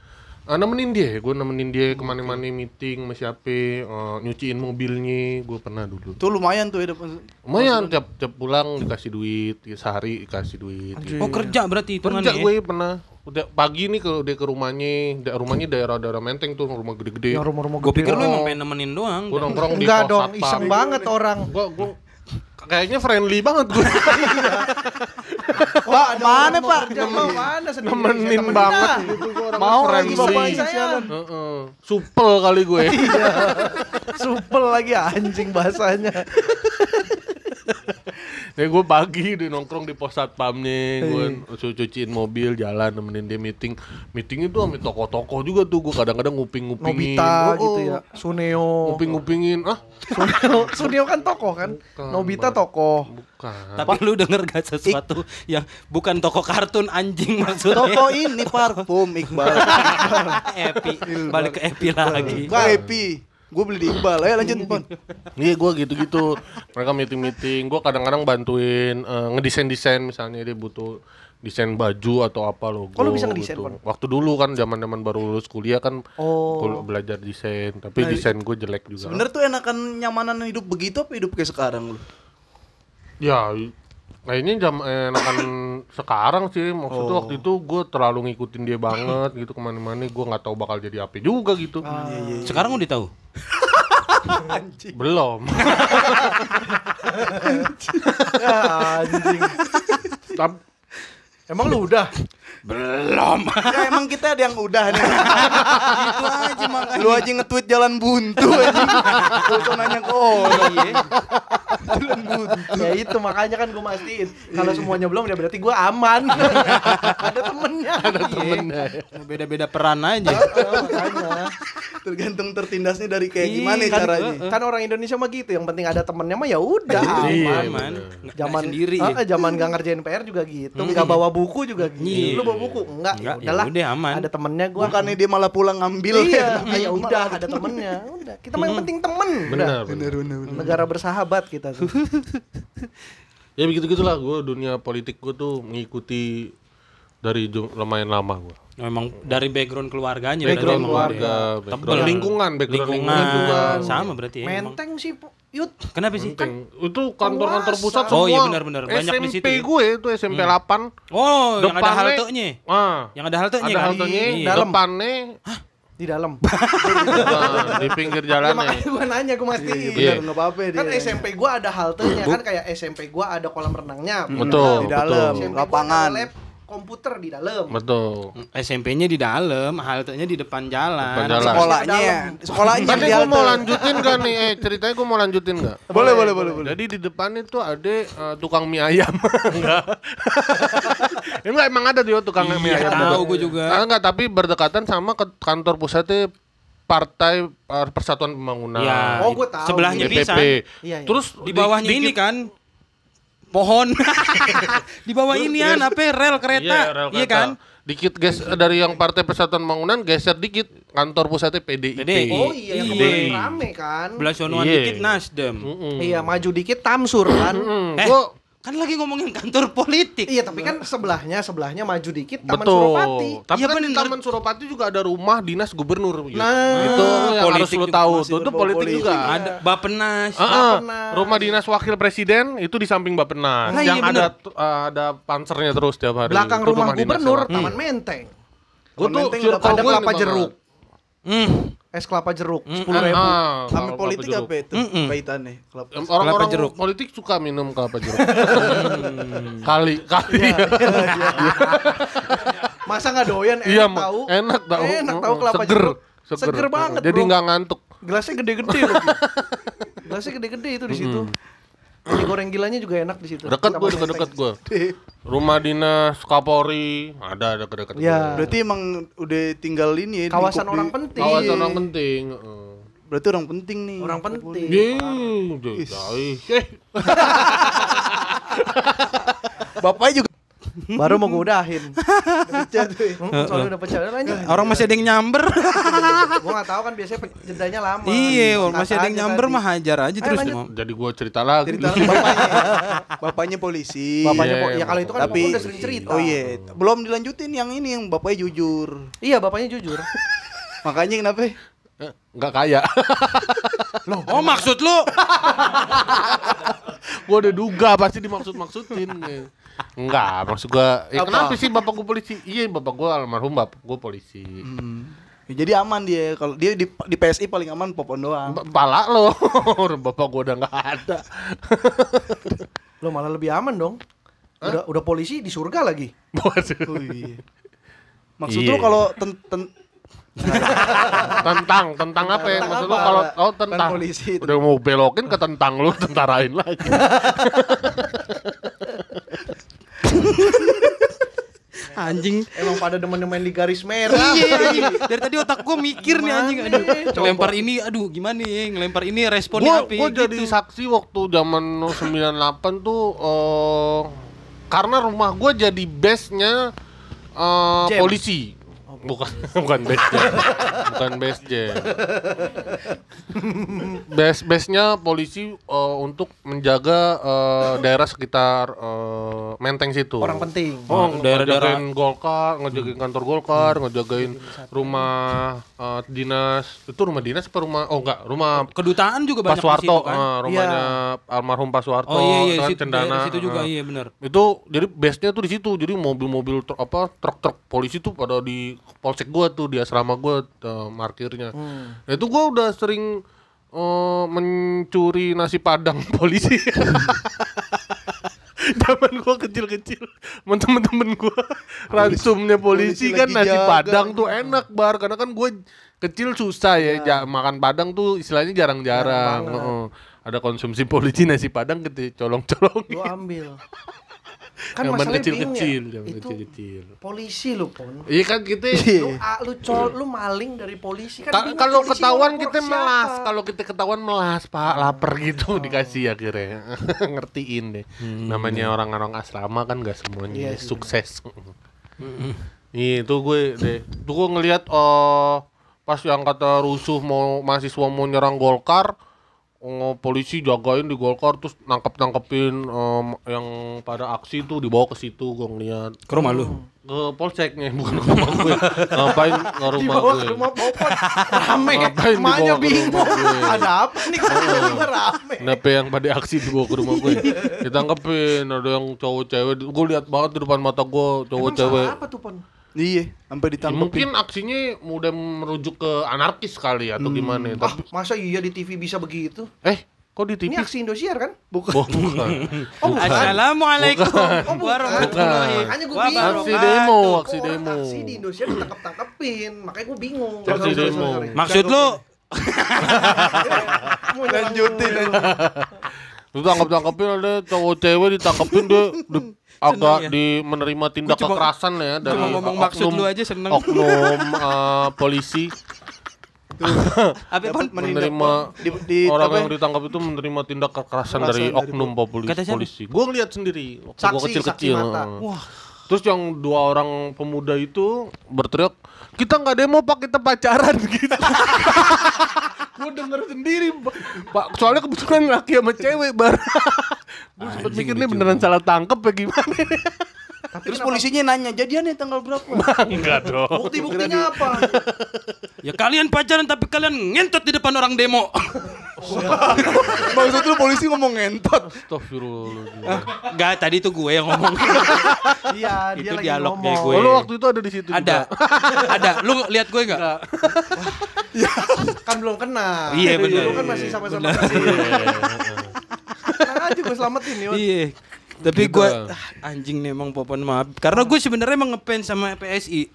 [SPEAKER 3] eh, nemenin dia gue nemenin dia kemana-mana meeting sama siapa eh, nyuciin mobilnya gue pernah dulu
[SPEAKER 4] Itu lumayan tuh ya depan.
[SPEAKER 3] lumayan tiap tiap pulang dikasih duit ya, sehari dikasih duit gitu.
[SPEAKER 2] Oh kerja berarti hitungannya
[SPEAKER 3] kerja
[SPEAKER 1] ya?
[SPEAKER 3] gue pernah udah pagi nih kalau dia ke rumahnya da rumahnya daerah-daerah menteng tuh rumah gede-gede
[SPEAKER 1] yang rumah-rumah
[SPEAKER 2] Gue
[SPEAKER 1] gede
[SPEAKER 2] pikir lu
[SPEAKER 1] Oh.
[SPEAKER 2] emang pengen nemenin doang.
[SPEAKER 3] gue nongkrong di
[SPEAKER 1] enggak
[SPEAKER 3] pos
[SPEAKER 1] dong
[SPEAKER 3] satpam.
[SPEAKER 1] iseng banget orang
[SPEAKER 3] gue gue kayaknya friendly banget gue
[SPEAKER 1] [laughs] Iya, Pak mana Pak
[SPEAKER 3] Nemenin.
[SPEAKER 1] mana sendiri
[SPEAKER 3] nemenin
[SPEAKER 1] Temenin
[SPEAKER 3] banget
[SPEAKER 1] dah.
[SPEAKER 3] gitu gue orangnya
[SPEAKER 1] mau lagi
[SPEAKER 3] friendly.
[SPEAKER 1] sama saya kan? Iya.
[SPEAKER 3] Heeh. Supel kali
[SPEAKER 1] [laughs]
[SPEAKER 3] gue.
[SPEAKER 1] supel lagi anjing bahasanya
[SPEAKER 3] ya gue pagi di nongkrong di pos satpamnya, gue
[SPEAKER 1] Iya.
[SPEAKER 3] cu- cuciin mobil, jalan nemenin dia meeting. Meeting itu sama toko-toko juga tuh, gue kadang-kadang nguping-ngupingin.
[SPEAKER 1] Nobita
[SPEAKER 3] Oh,
[SPEAKER 1] gitu
[SPEAKER 3] oh.
[SPEAKER 1] ya Suneo
[SPEAKER 3] Nguping-ngupingin, ah
[SPEAKER 1] Suneo, [laughs] Suneo kan tokoh kan
[SPEAKER 3] Bukan,
[SPEAKER 1] Nobita
[SPEAKER 3] Mbak.
[SPEAKER 1] tokoh
[SPEAKER 3] bukan.
[SPEAKER 2] Tapi lu denger gak sesuatu yang bukan toko kartun
[SPEAKER 3] [laughs]
[SPEAKER 2] anjing maksudnya?
[SPEAKER 4] Toko ini parfum Iqbal.
[SPEAKER 2] Epi, balik ke Epi lagi.
[SPEAKER 4] Gua happy. Gue beli di Iqbal. Ayo lanjut, Bon.
[SPEAKER 3] Iya gue gitu-gitu Mereka meeting-meeting Gue kadang-kadang bantuin eh, Ngedesain-desain misalnya Dia butuh desain baju atau apa logo
[SPEAKER 1] Oh, lu bisa ngedesain,
[SPEAKER 3] gitu.
[SPEAKER 1] Kon?
[SPEAKER 3] Waktu dulu kan zaman zaman baru lulus kuliah kan
[SPEAKER 1] Oh. Nah,
[SPEAKER 3] kul- Belajar desain Tapi desain gue jelek juga
[SPEAKER 4] Bener tuh enakan nyamanan hidup begitu apa hidup kayak sekarang lu?
[SPEAKER 3] Ya i- Kayaknya jam eh, enakan sekarang sih Maksudnya
[SPEAKER 1] Oh.
[SPEAKER 3] waktu itu gue terlalu ngikutin dia banget gitu Kemana-mana gue gak tahu bakal jadi apa juga gitu
[SPEAKER 1] Ah.
[SPEAKER 2] Sekarang udah tahu.
[SPEAKER 1] [laughs]
[SPEAKER 3] Belum
[SPEAKER 1] ya anjing
[SPEAKER 3] Tapi
[SPEAKER 1] emang lu udah
[SPEAKER 2] Belum.
[SPEAKER 4] Ya, emang kita ada yang udah nih. Itu aja makanya. Lu aja nge-tweet jalan buntu aja. Oh, iya. Lu tuh nanya ke orang. Jalan buntu.
[SPEAKER 1] [laughs] ya itu makanya kan gue mastiin kalau semuanya belum ya berarti gue aman ada temennya Iya. ada
[SPEAKER 3] temennya ya.
[SPEAKER 2] Beda-beda peran aja.
[SPEAKER 1] makanya
[SPEAKER 4] Tergantung tertindasnya dari kayak
[SPEAKER 2] Ih,
[SPEAKER 4] gimana
[SPEAKER 2] kan
[SPEAKER 4] caranya.
[SPEAKER 1] kan orang Indonesia mah gitu yang penting ada temennya mah ya udah
[SPEAKER 2] Aman.
[SPEAKER 3] Iya,
[SPEAKER 2] Nggak-
[SPEAKER 1] zaman
[SPEAKER 2] nggak sendiri.
[SPEAKER 1] Ah, eh, zaman gak ngerjain PR juga gitu nggak bawa buku juga gitu
[SPEAKER 2] Iya.
[SPEAKER 1] lu bawa buku enggak,
[SPEAKER 2] Enggak,
[SPEAKER 1] ya udahlah
[SPEAKER 2] yaudah, aman.
[SPEAKER 1] ada temennya gue
[SPEAKER 4] Bukannya dia malah pulang ngambil.
[SPEAKER 1] [laughs] iya ah,
[SPEAKER 4] [laughs]
[SPEAKER 1] ya udah ada temennya udah kita mah yang penting temen udah.
[SPEAKER 3] Bener, bener.
[SPEAKER 1] negara bersahabat kita tuh
[SPEAKER 3] Ya begitu gitulah gue dunia politik gue tuh mengikuti dari ju- lumayan lama gue.
[SPEAKER 2] Memang Iya, dari background keluarganya berarti
[SPEAKER 3] Background
[SPEAKER 2] emang
[SPEAKER 3] keluarga,
[SPEAKER 2] udah.
[SPEAKER 3] background
[SPEAKER 2] Tebel.
[SPEAKER 3] lingkungan, background
[SPEAKER 2] lingkungan
[SPEAKER 3] lingkungan juga.
[SPEAKER 2] sama berarti ya. emang.
[SPEAKER 1] menteng sih Pu. yut
[SPEAKER 2] Kenapa sih?
[SPEAKER 3] Penting. Itu kantor-kantor pusat semua.
[SPEAKER 2] Oh, iya, benar-benar. Banyak di situ
[SPEAKER 3] SMP
[SPEAKER 2] ya.
[SPEAKER 3] gue itu SMP 8.
[SPEAKER 2] Oh, yang ada
[SPEAKER 3] Depannya-
[SPEAKER 2] haltenya.
[SPEAKER 3] Ah.
[SPEAKER 2] Yang ada haltenya
[SPEAKER 3] Ada
[SPEAKER 2] kan?
[SPEAKER 3] haltenya,
[SPEAKER 2] Iya.
[SPEAKER 3] depannya
[SPEAKER 1] di dalam
[SPEAKER 3] nah, [laughs] di pinggir
[SPEAKER 1] Ya,
[SPEAKER 3] jalannya.
[SPEAKER 2] Iya,
[SPEAKER 1] makanya gue nanya gue mastiin
[SPEAKER 3] Iya.
[SPEAKER 1] Bener, nggak apa-apa dia. kan SMP gue ada haltenya kan kayak SMP gue ada kolam renangnya Di
[SPEAKER 3] Betul,
[SPEAKER 4] Di
[SPEAKER 1] dalam.
[SPEAKER 4] dalam,
[SPEAKER 1] SMP gua ada
[SPEAKER 4] lapangan.
[SPEAKER 1] lab komputer di dalam
[SPEAKER 3] Betul.
[SPEAKER 2] SMP-nya di dalam, haltenya di depan jalan.
[SPEAKER 3] Depan jalan.
[SPEAKER 4] Sekolahnya, sekolahnya
[SPEAKER 3] Tadi
[SPEAKER 4] di
[SPEAKER 3] gue mau
[SPEAKER 4] altar.
[SPEAKER 3] lanjutin gak nih?
[SPEAKER 2] [laughs]
[SPEAKER 3] Eh, ceritanya gue mau lanjutin gak?
[SPEAKER 4] Boleh, boleh, boleh, boleh.
[SPEAKER 3] Jadi di depan itu ada eh, tukang mie ayam. enggak. [laughs] enggak emang ada tuh tukang mie
[SPEAKER 2] Iya,
[SPEAKER 3] ayam.
[SPEAKER 2] tahu gua juga.
[SPEAKER 3] Ah, enggak, tapi berdekatan sama ke kantor pusatnya Partai eh, Persatuan Pembangunan.
[SPEAKER 2] Ya,
[SPEAKER 1] Oh, gua tahu.
[SPEAKER 2] Sebelahnya
[SPEAKER 3] DPP.
[SPEAKER 2] pisan.
[SPEAKER 1] Iya, iya.
[SPEAKER 3] Terus
[SPEAKER 2] Di bawahnya ini kan pohon. [laughs] di bawah ini an apa rel kereta.
[SPEAKER 3] Iya, rel kereta.
[SPEAKER 2] kan?
[SPEAKER 3] Dikit ges dari yang Partai Persatuan Pembangunan geser dikit kantor pusatnya PDIP.
[SPEAKER 2] PDIP.
[SPEAKER 1] oh iya yang
[SPEAKER 2] Iya.
[SPEAKER 1] kemarin rame kan
[SPEAKER 2] Belah sonoan
[SPEAKER 3] Iya.
[SPEAKER 2] dikit Nasdem.
[SPEAKER 1] iya maju dikit tamsur kan
[SPEAKER 3] Hmm,
[SPEAKER 2] Eh,
[SPEAKER 3] gua-
[SPEAKER 2] kan lagi ngomongin kantor politik.
[SPEAKER 1] iya tapi kan sebelahnya sebelahnya maju dikit taman
[SPEAKER 3] Betul.
[SPEAKER 1] Suropati
[SPEAKER 3] Tapi
[SPEAKER 2] Iya,
[SPEAKER 3] kan di
[SPEAKER 2] bener.
[SPEAKER 3] Taman Suropati juga ada rumah dinas gubernur. Yud.
[SPEAKER 1] Nah,
[SPEAKER 3] itu
[SPEAKER 2] Ah. politik
[SPEAKER 3] yang harus
[SPEAKER 2] Nah,
[SPEAKER 3] lu
[SPEAKER 2] juga
[SPEAKER 3] tahu.
[SPEAKER 4] masih
[SPEAKER 3] Tuh, Itu
[SPEAKER 4] berbau
[SPEAKER 3] politik,
[SPEAKER 4] politik.
[SPEAKER 3] juga.
[SPEAKER 2] Ada Bapenas.
[SPEAKER 3] Ah, ah.
[SPEAKER 1] Bapenas.
[SPEAKER 3] rumah dinas wakil presiden itu di samping Bapenas.
[SPEAKER 2] Nah, iya,
[SPEAKER 3] yang ada eh, ada pansernya terus tiap hari.
[SPEAKER 1] belakang
[SPEAKER 3] Itu
[SPEAKER 1] rumah
[SPEAKER 3] dinas
[SPEAKER 1] gubernur
[SPEAKER 3] orang.
[SPEAKER 1] taman menteng
[SPEAKER 3] Gua tuh
[SPEAKER 4] Menteng
[SPEAKER 3] circle
[SPEAKER 4] dapat
[SPEAKER 1] ada
[SPEAKER 3] gua ini
[SPEAKER 1] kelapa
[SPEAKER 3] banget.
[SPEAKER 1] jeruk
[SPEAKER 2] Hmm.
[SPEAKER 1] es kelapa jeruk
[SPEAKER 3] Ah,
[SPEAKER 1] sepuluh ribu
[SPEAKER 3] ah, kelapa
[SPEAKER 4] Sama politik
[SPEAKER 3] jeruk.
[SPEAKER 4] apa itu? Kaitannya. Kelapa.
[SPEAKER 3] Em, oh. Orang-orang
[SPEAKER 2] Kelapa jeruk.
[SPEAKER 3] politik suka minum kelapa jeruk. Hmm. kali kali.
[SPEAKER 1] masa nggak doyan
[SPEAKER 3] Iya,
[SPEAKER 1] enak
[SPEAKER 3] enak
[SPEAKER 1] tahu
[SPEAKER 3] enak tahu. Hmm,
[SPEAKER 1] enak tahu kelapa
[SPEAKER 3] seger.
[SPEAKER 1] jeruk
[SPEAKER 3] Seger,
[SPEAKER 1] seger banget
[SPEAKER 3] Jadi
[SPEAKER 1] bro.
[SPEAKER 3] nggak ngantuk.
[SPEAKER 1] [laughs] gelasnya gede-gede loh Gi. gelasnya gede-gede itu di situ Nasi goreng gilanya juga enak di situ. Sama Iya.
[SPEAKER 3] Deket gue,
[SPEAKER 1] menteng.
[SPEAKER 3] deket-deket
[SPEAKER 1] [laughs]
[SPEAKER 3] gue. Rumah dinas Kapolri ada deket-deket
[SPEAKER 1] Iya.
[SPEAKER 3] gua.
[SPEAKER 4] Berarti emang udah tinggal ini ya lingkup
[SPEAKER 1] Kawasan
[SPEAKER 4] di-
[SPEAKER 1] orang penting.
[SPEAKER 3] Kawasan orang penting. heeh.
[SPEAKER 4] Berarti orang penting nih.
[SPEAKER 1] Orang [laughs] penting. Iya.
[SPEAKER 3] Ying, jai. Eh,
[SPEAKER 4] Bapaknya juga
[SPEAKER 1] Baru mau gue [laughs] udahin. Udah pecah tuh. Hmm, Soalnya udah pecah. Udah lanjut.
[SPEAKER 2] Orang masih ada yang
[SPEAKER 3] [laughs]
[SPEAKER 2] nyamber.
[SPEAKER 1] Gue gak tahu kan biasanya pe- jedanya lama.
[SPEAKER 2] Iya, orang
[SPEAKER 1] Kata
[SPEAKER 2] masih ada yang
[SPEAKER 1] aja
[SPEAKER 2] nyamber
[SPEAKER 1] tadi.
[SPEAKER 2] mah hajar aja
[SPEAKER 3] Eh,
[SPEAKER 1] Ayo
[SPEAKER 2] terus.
[SPEAKER 1] lanjut.
[SPEAKER 2] Om.
[SPEAKER 3] Jadi gue cerita lagi.
[SPEAKER 4] cerita bapaknya. bapaknya polisi.
[SPEAKER 1] Bapaknya
[SPEAKER 3] Iya,
[SPEAKER 1] kok, ya kalau itu kan
[SPEAKER 4] Tapi
[SPEAKER 1] bapak udah sering cerita.
[SPEAKER 4] Oh iya, belum dilanjutin yang ini yang bapaknya jujur.
[SPEAKER 1] Iya, bapaknya jujur.
[SPEAKER 4] Makanya
[SPEAKER 3] [laughs]
[SPEAKER 4] kenapa?
[SPEAKER 3] Eh, Nggak kaya. [laughs]
[SPEAKER 2] Oh maksud lu?
[SPEAKER 3] gue udah duga pasti dimaksud-maksudin. Enggak, maksud gue. Eh, kenapa sih bapak gue polisi? Iya, bapak gue almarhum bapak gue polisi.
[SPEAKER 1] Hmm.
[SPEAKER 4] Ya, jadi aman dia kalau dia di, di PSI paling aman Popon doang.
[SPEAKER 3] Ba- Pala lo, [laughs] bapak gue udah nggak ada. [laughs]
[SPEAKER 1] Lo malah lebih aman dong. Udah, udah polisi di surga lagi.
[SPEAKER 3] Waduh.
[SPEAKER 4] Oh iya. Maksud
[SPEAKER 3] Iya.
[SPEAKER 4] lu kalau ten, ten-
[SPEAKER 3] tentang, tentang apa ya?
[SPEAKER 1] Tentang
[SPEAKER 3] Maksud lo
[SPEAKER 1] apa?
[SPEAKER 3] kalau oh
[SPEAKER 1] Bukan
[SPEAKER 3] tentang
[SPEAKER 1] polisi.
[SPEAKER 3] udah mau belokin ke tentang lu [laughs] tentarain lagi.
[SPEAKER 2] Anjing.
[SPEAKER 1] Emang pada demen-demen di garis merah.
[SPEAKER 2] Iya anjing. Dari tadi otak gua mikir nih anjing.
[SPEAKER 1] Gimana?
[SPEAKER 2] Aduh, ngelempar ini aduh gimana nih? Ngelempar ini
[SPEAKER 3] gue
[SPEAKER 2] responnya apa?
[SPEAKER 3] gue jadi
[SPEAKER 2] Gitu.
[SPEAKER 3] saksi waktu zaman 98 tuh eh, karena rumah gue jadi base-nya eh,
[SPEAKER 1] Jam.
[SPEAKER 3] polisi
[SPEAKER 1] Oh.
[SPEAKER 3] bukan [laughs] bukan base jam bukan base jam base base nya polisi eh, untuk menjaga eh, daerah sekitar eh, menteng situ
[SPEAKER 1] Orang penting. Hmm.
[SPEAKER 3] Oh,
[SPEAKER 2] daerah-daerah-
[SPEAKER 3] ngejagain Golkar, ngejagain kantor Golkar, ngejagain rumah eh, dinas. Itu rumah dinas apa rumah? Oh enggak, rumah
[SPEAKER 2] Kedutaan juga banyak di
[SPEAKER 3] Paswarto,
[SPEAKER 2] situ kan. Iya.
[SPEAKER 3] eh, rumahnya almarhum Paswarto,
[SPEAKER 2] Oh iya iya
[SPEAKER 3] itu
[SPEAKER 2] di
[SPEAKER 3] kan
[SPEAKER 2] situ,
[SPEAKER 3] cendana.
[SPEAKER 2] daerah situ juga
[SPEAKER 3] eh.
[SPEAKER 2] iya benar.
[SPEAKER 3] Itu jadi base-nya tuh di situ. Jadi mobil-mobil tr- apa truk-truk polisi tuh pada di polsek gua tuh di asrama gua eh, markirnya.
[SPEAKER 4] Hmm.
[SPEAKER 3] Nah, itu gua udah sering eh, mencuri nasi padang [laughs]
[SPEAKER 4] [laughs]
[SPEAKER 3] polisi. Zaman gua kecil-kecil, sama temen-temen gua ransumnya polisi,
[SPEAKER 4] polisi
[SPEAKER 3] kan
[SPEAKER 4] lagi
[SPEAKER 3] nasi
[SPEAKER 4] jaga.
[SPEAKER 3] padang tuh enak bar karena kan gue kecil susah
[SPEAKER 4] Iya.
[SPEAKER 3] ya ja- makan padang tuh istilahnya jarang-jarang. Heeh. Ada konsumsi polisi nasi padang gitu colong-colong.
[SPEAKER 1] Lo
[SPEAKER 3] [laughs]
[SPEAKER 1] ambil. Kan
[SPEAKER 3] Zaman
[SPEAKER 1] masalahnya
[SPEAKER 3] kecil-kecil,
[SPEAKER 1] bingung ya,
[SPEAKER 3] zaman
[SPEAKER 1] itu
[SPEAKER 3] kecil-kecil.
[SPEAKER 1] polisi lo pon.
[SPEAKER 3] Iya kan kita
[SPEAKER 1] Lu, a- lu col, lu maling dari polisi kan.
[SPEAKER 3] Ka-
[SPEAKER 1] bingung
[SPEAKER 3] kalau
[SPEAKER 1] polisi
[SPEAKER 3] ketahuan
[SPEAKER 1] lapor
[SPEAKER 3] kita
[SPEAKER 1] siapa. Oh.
[SPEAKER 3] melas, kalau kita ketahuan melas, Pak, lapar gitu dikasih akhirnya. [laughs] Ngertiin deh. Namanya orang-orang asrama kan gak
[SPEAKER 1] Hmm. Iya
[SPEAKER 3] semuanya
[SPEAKER 1] sih,
[SPEAKER 3] sukses. Iya, itu gue deh. Itu gue ngelihat eh pas yang kata rusuh mau mahasiswa mau nyerang Golkar, eh, polisi jagain di Golkar terus nangkep-nangkepin eh, yang pada aksi tuh dibawa ke situ gue ngeliat
[SPEAKER 2] Ke rumah lu.
[SPEAKER 3] ke polseknya [laughs] bukan ke rumah gue ngapain ke rumah
[SPEAKER 1] dibawa
[SPEAKER 3] gue
[SPEAKER 1] ke rumah popon rame
[SPEAKER 3] Ngapain
[SPEAKER 1] emaknya
[SPEAKER 3] dibawa ke
[SPEAKER 1] bingung
[SPEAKER 3] rumah Iya. gue?
[SPEAKER 1] ada apa nih kok tiba-tiba rame
[SPEAKER 3] Kenapa yang pada aksi dibawa ke rumah gue Ditangkepin Ada yang cowok cewek Gue lihat banget di depan mata gue Cowok
[SPEAKER 1] Emang
[SPEAKER 3] cewek
[SPEAKER 1] salah apa tuh pon
[SPEAKER 4] iya,
[SPEAKER 3] Ya,
[SPEAKER 4] sampai ditangkepin.
[SPEAKER 3] Mungkin aksinya udah merujuk ke anarkis kali Atau gimana ya.
[SPEAKER 1] ah
[SPEAKER 3] Tapi
[SPEAKER 1] masa iya di TV bisa begitu
[SPEAKER 3] Eh kok di TV
[SPEAKER 1] ini aksi Indosiar kan bukan
[SPEAKER 3] Oh, bukan
[SPEAKER 1] oh bukan
[SPEAKER 2] Assalamualaikum
[SPEAKER 1] Oh, bukan.
[SPEAKER 2] warahmatullahi
[SPEAKER 1] Makanya gua bingung.
[SPEAKER 2] wabarakatuh.
[SPEAKER 3] Aksi demo Aksi
[SPEAKER 1] aksi
[SPEAKER 3] demo
[SPEAKER 1] aksi di Indosiar ditangkap tangkepin makanya gue bingung
[SPEAKER 3] Aksi
[SPEAKER 1] Sorry, sorry,
[SPEAKER 3] demo.
[SPEAKER 1] sorry.
[SPEAKER 2] Maksud lu
[SPEAKER 1] Mau nyerang
[SPEAKER 4] Lanjutin,
[SPEAKER 3] Iya,
[SPEAKER 1] gua.
[SPEAKER 3] Ditangkep-tangkepin ada cowok cewek Ditangkepin dia di-
[SPEAKER 2] ya?
[SPEAKER 3] agak di menerima tindak
[SPEAKER 2] Gua cuma-
[SPEAKER 3] kekerasan ya dari
[SPEAKER 2] cuma ngomong maksud lu aja seneng.
[SPEAKER 3] oknum eh, polisi
[SPEAKER 2] apa pun
[SPEAKER 3] menerima
[SPEAKER 4] Di- di-
[SPEAKER 3] orang
[SPEAKER 4] apa ya?
[SPEAKER 3] yang ditangkap itu menerima tindak kekerasan dari
[SPEAKER 4] dari
[SPEAKER 3] oknum populi-
[SPEAKER 2] Kata siapa?
[SPEAKER 3] polisi. Gue ngeliat sendiri waktu gue
[SPEAKER 1] Saksi,
[SPEAKER 3] kecil-kecil.
[SPEAKER 1] saksi mata.
[SPEAKER 3] Wah. Terus yang dua orang pemuda itu berteriak, kita nggak demo pak kita pacaran [laughs] gitu. gue denger sendiri Pak. pak. Soalnya kebetulan laki sama cewek bar. [laughs] gue sempet mikir nih beneran salah tangkep ya gimana?
[SPEAKER 4] Terus polisinya nanya, "Jadiannya tanggal
[SPEAKER 3] [laughs]
[SPEAKER 4] berapa?"
[SPEAKER 3] Enggak dong.
[SPEAKER 1] bukti buktinya apa
[SPEAKER 2] ya kalian pacaran tapi kalian ngentot di depan orang demo.
[SPEAKER 4] Maksud lu polisi ngomong ngentot.
[SPEAKER 3] Astagfirullahaladzim.
[SPEAKER 2] [laughs] Enggak, tadi itu gue yang
[SPEAKER 3] [laughs]
[SPEAKER 2] ngomong.
[SPEAKER 1] [laughs] iya dia
[SPEAKER 2] itu
[SPEAKER 1] lagi
[SPEAKER 2] dialognya
[SPEAKER 1] ngomong
[SPEAKER 2] gue.
[SPEAKER 3] Oh, lu waktu itu ada di situ
[SPEAKER 2] ada.
[SPEAKER 3] juga?
[SPEAKER 2] ada. Lu lihat gue enggak?
[SPEAKER 1] kan belum kenal
[SPEAKER 2] Iya, benar.
[SPEAKER 1] lu kan masih sama-sama
[SPEAKER 2] Benar.
[SPEAKER 1] kecil
[SPEAKER 2] [laughs]
[SPEAKER 3] Iya.
[SPEAKER 1] tenang aja gue selamatin yuk
[SPEAKER 2] [laughs] Iya. Tapi
[SPEAKER 3] Gitu
[SPEAKER 2] gue ah,
[SPEAKER 3] lah.
[SPEAKER 2] anjing nih emang Popon maaf. Karena gue sebenarnya emang ngefans sama PSI.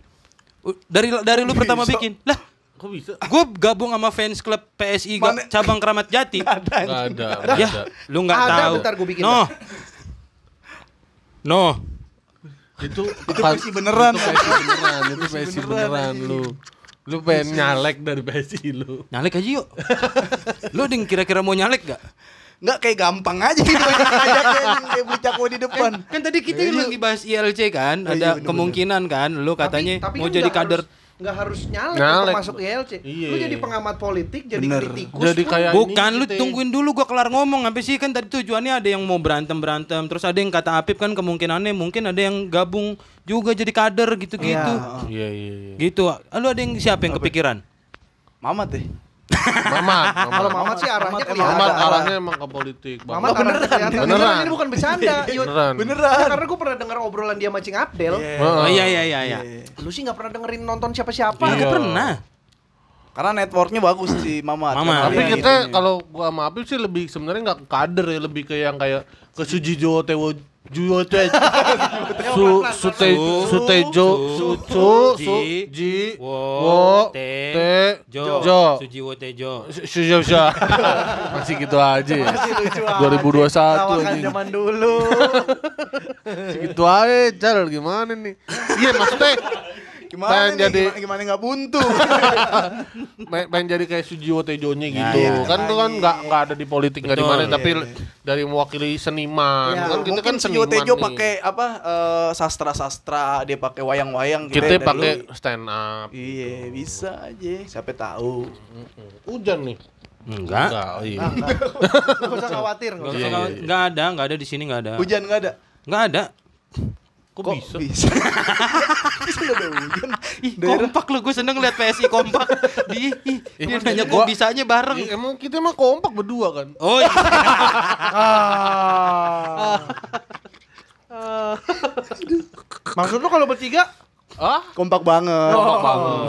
[SPEAKER 2] U- Dari dari lu pertama bikin. Lah,
[SPEAKER 3] Kok bisa?
[SPEAKER 2] Gue gabung sama fans club PSI ga- cabang Keramat Jati.
[SPEAKER 3] Gak ada. nggak
[SPEAKER 2] Ya,
[SPEAKER 3] ada.
[SPEAKER 2] lu nggak
[SPEAKER 1] Ada,
[SPEAKER 2] tahu.
[SPEAKER 1] bentar gua bikin
[SPEAKER 2] No. No.
[SPEAKER 3] Itu
[SPEAKER 4] Itu puisi beneran.
[SPEAKER 3] Itu PSI beneran, itu PSI beneran lu. Lu pengen nyalek dari PSI lu.
[SPEAKER 2] Nyalek aja yuk. lu ding kira-kira mau nyalek gak?
[SPEAKER 4] Enggak kayak gampang aja gitu banyak ajaknya anjing, kayak beli cakwe di depan.
[SPEAKER 2] Kan tadi
[SPEAKER 1] Iya,
[SPEAKER 2] kita lagi bahas ILC kan, ada kemungkinan kan lu katanya mau
[SPEAKER 1] kan
[SPEAKER 2] jadi
[SPEAKER 1] nggak
[SPEAKER 2] kader.
[SPEAKER 1] harus- nggak harus nyalek,
[SPEAKER 3] Nyalek.
[SPEAKER 1] untuk masuk ILC.
[SPEAKER 3] Iya.
[SPEAKER 1] Lu jadi pengamat politik, jadi
[SPEAKER 4] Bener.
[SPEAKER 1] kritikus.
[SPEAKER 3] Jadi
[SPEAKER 1] pun
[SPEAKER 3] kayak
[SPEAKER 2] Bukan
[SPEAKER 3] ini gitu ya.
[SPEAKER 2] lu
[SPEAKER 3] kita-
[SPEAKER 2] tungguin dulu gua kelar ngomong sampai sih kan tadi tujuannya ada yang mau berantem-berantem, terus ada yang kata Apip kan kemungkinannya mungkin ada yang gabung juga jadi kader gitu-gitu.
[SPEAKER 3] Iya iya iya.
[SPEAKER 2] Gitu. Lu ada yang siapa yang kepikiran?
[SPEAKER 4] Mamat deh.
[SPEAKER 3] Mamat,
[SPEAKER 1] Kalau
[SPEAKER 3] Mamat.
[SPEAKER 1] Mamat sih arahnya kelihatan.
[SPEAKER 3] Mamat arahnya emang ke politik.
[SPEAKER 1] Mamat
[SPEAKER 3] Mamat
[SPEAKER 1] arahnya
[SPEAKER 4] beneran.
[SPEAKER 1] kelihatan.
[SPEAKER 3] Beneran. Iya.
[SPEAKER 1] Beneran, Ini bukan bercanda. Yud.
[SPEAKER 3] beneran.
[SPEAKER 1] Ya, karena gue pernah dengar obrolan dia mancing Abdel.
[SPEAKER 2] Oh iya iya iya iya.
[SPEAKER 1] Lu sih nggak pernah dengerin nonton siapa-siapa.
[SPEAKER 2] Aku
[SPEAKER 3] Iya.
[SPEAKER 2] pernah.
[SPEAKER 4] Karena networknya bagus sih Mamat.
[SPEAKER 2] Mamat.
[SPEAKER 3] Tapi
[SPEAKER 4] Karena
[SPEAKER 3] kita
[SPEAKER 2] iya.
[SPEAKER 4] ini-
[SPEAKER 3] kalau gua sama Apip sih lebih sebenarnya nggak ke kader ya, lebih ke yang kayak ke Sujijo Tewo Juyo Teh. Su Sute Sutejo Su Su Su Ji Wo Te Jo
[SPEAKER 2] Sujiwo Tejo.
[SPEAKER 3] Su- Sujo Sya. [laughs] Masih gitu aja. ya.
[SPEAKER 1] Masih lucu aja.
[SPEAKER 3] 2021
[SPEAKER 1] Lawakan
[SPEAKER 3] anjing.
[SPEAKER 1] zaman dulu.
[SPEAKER 3] Segitu aja, Cal gimana nih? Iya maksudnya
[SPEAKER 4] gimana
[SPEAKER 3] pengen
[SPEAKER 4] nih,
[SPEAKER 3] jadi
[SPEAKER 4] gimana- gimana nggak
[SPEAKER 3] [laughs]
[SPEAKER 4] buntu.
[SPEAKER 3] pengen pengen jadi kayak Sujiwo Tejonya gitu.
[SPEAKER 2] iya,
[SPEAKER 3] kan itu kan nggak nggak ada di politik nggak di
[SPEAKER 2] Betul.
[SPEAKER 3] mana tapi dari mewakili seniman.
[SPEAKER 1] Iya,
[SPEAKER 3] kan kita
[SPEAKER 4] Mungkin
[SPEAKER 3] kan
[SPEAKER 4] si
[SPEAKER 3] seniman.
[SPEAKER 4] Tejo
[SPEAKER 3] nih.
[SPEAKER 4] pakai apa eh, sastra-sastra, dia pakai wayang-wayang gitu ya,
[SPEAKER 3] kita
[SPEAKER 4] dari
[SPEAKER 3] pakai
[SPEAKER 4] dulu.
[SPEAKER 3] stand up.
[SPEAKER 4] Iya, bisa aja. Siapa tahu.
[SPEAKER 3] Hmm. Hujan nih.
[SPEAKER 2] Enggak.
[SPEAKER 3] Enggak, oh iya.
[SPEAKER 1] Gak usah khawatir. nggak
[SPEAKER 2] Enggak
[SPEAKER 1] usah.
[SPEAKER 2] usah, nggak- nggak ada, enggak ada di sini enggak ada.
[SPEAKER 4] Hujan nggak ada.
[SPEAKER 2] Enggak ada.
[SPEAKER 3] Nah. Kok bisa?
[SPEAKER 4] Bisa. [laughs] Bisa nggak ada hujan.
[SPEAKER 2] Ih,
[SPEAKER 4] Daerah
[SPEAKER 2] kompak lu, gue seneng lihat PSI kompak.
[SPEAKER 3] [laughs]
[SPEAKER 2] Di, ih, dia
[SPEAKER 3] Emang
[SPEAKER 2] nanya
[SPEAKER 3] jadi
[SPEAKER 2] kok
[SPEAKER 3] gua-
[SPEAKER 2] bisanya bareng.
[SPEAKER 3] Iya, emang kita mah kompak berdua kan.
[SPEAKER 2] Oh, iya.
[SPEAKER 1] [laughs] Maksud lu kalau bertiga?
[SPEAKER 3] Ah,
[SPEAKER 4] kompak banget.
[SPEAKER 3] kompak banget.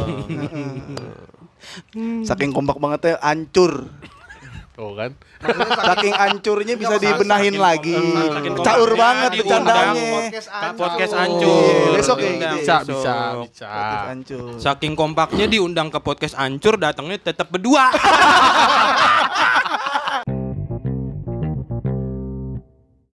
[SPEAKER 4] Saking kompak bangetnya hancur.
[SPEAKER 3] Tuh kan.
[SPEAKER 4] Saking hancurnya bisa dibenahin lagi.
[SPEAKER 2] saking kompak.
[SPEAKER 4] Caur
[SPEAKER 2] Ya,
[SPEAKER 4] banget
[SPEAKER 2] diundang.
[SPEAKER 4] bercandanya.
[SPEAKER 2] podcast
[SPEAKER 4] Iya,
[SPEAKER 2] hancur.
[SPEAKER 4] besok ya,
[SPEAKER 2] Diundang
[SPEAKER 4] gitu
[SPEAKER 3] Bisa,
[SPEAKER 2] besok.
[SPEAKER 3] bisa, bisa.
[SPEAKER 4] Hancur.
[SPEAKER 2] Saking kompaknya diundang ke podcast hancur, datangnya tetap berdua.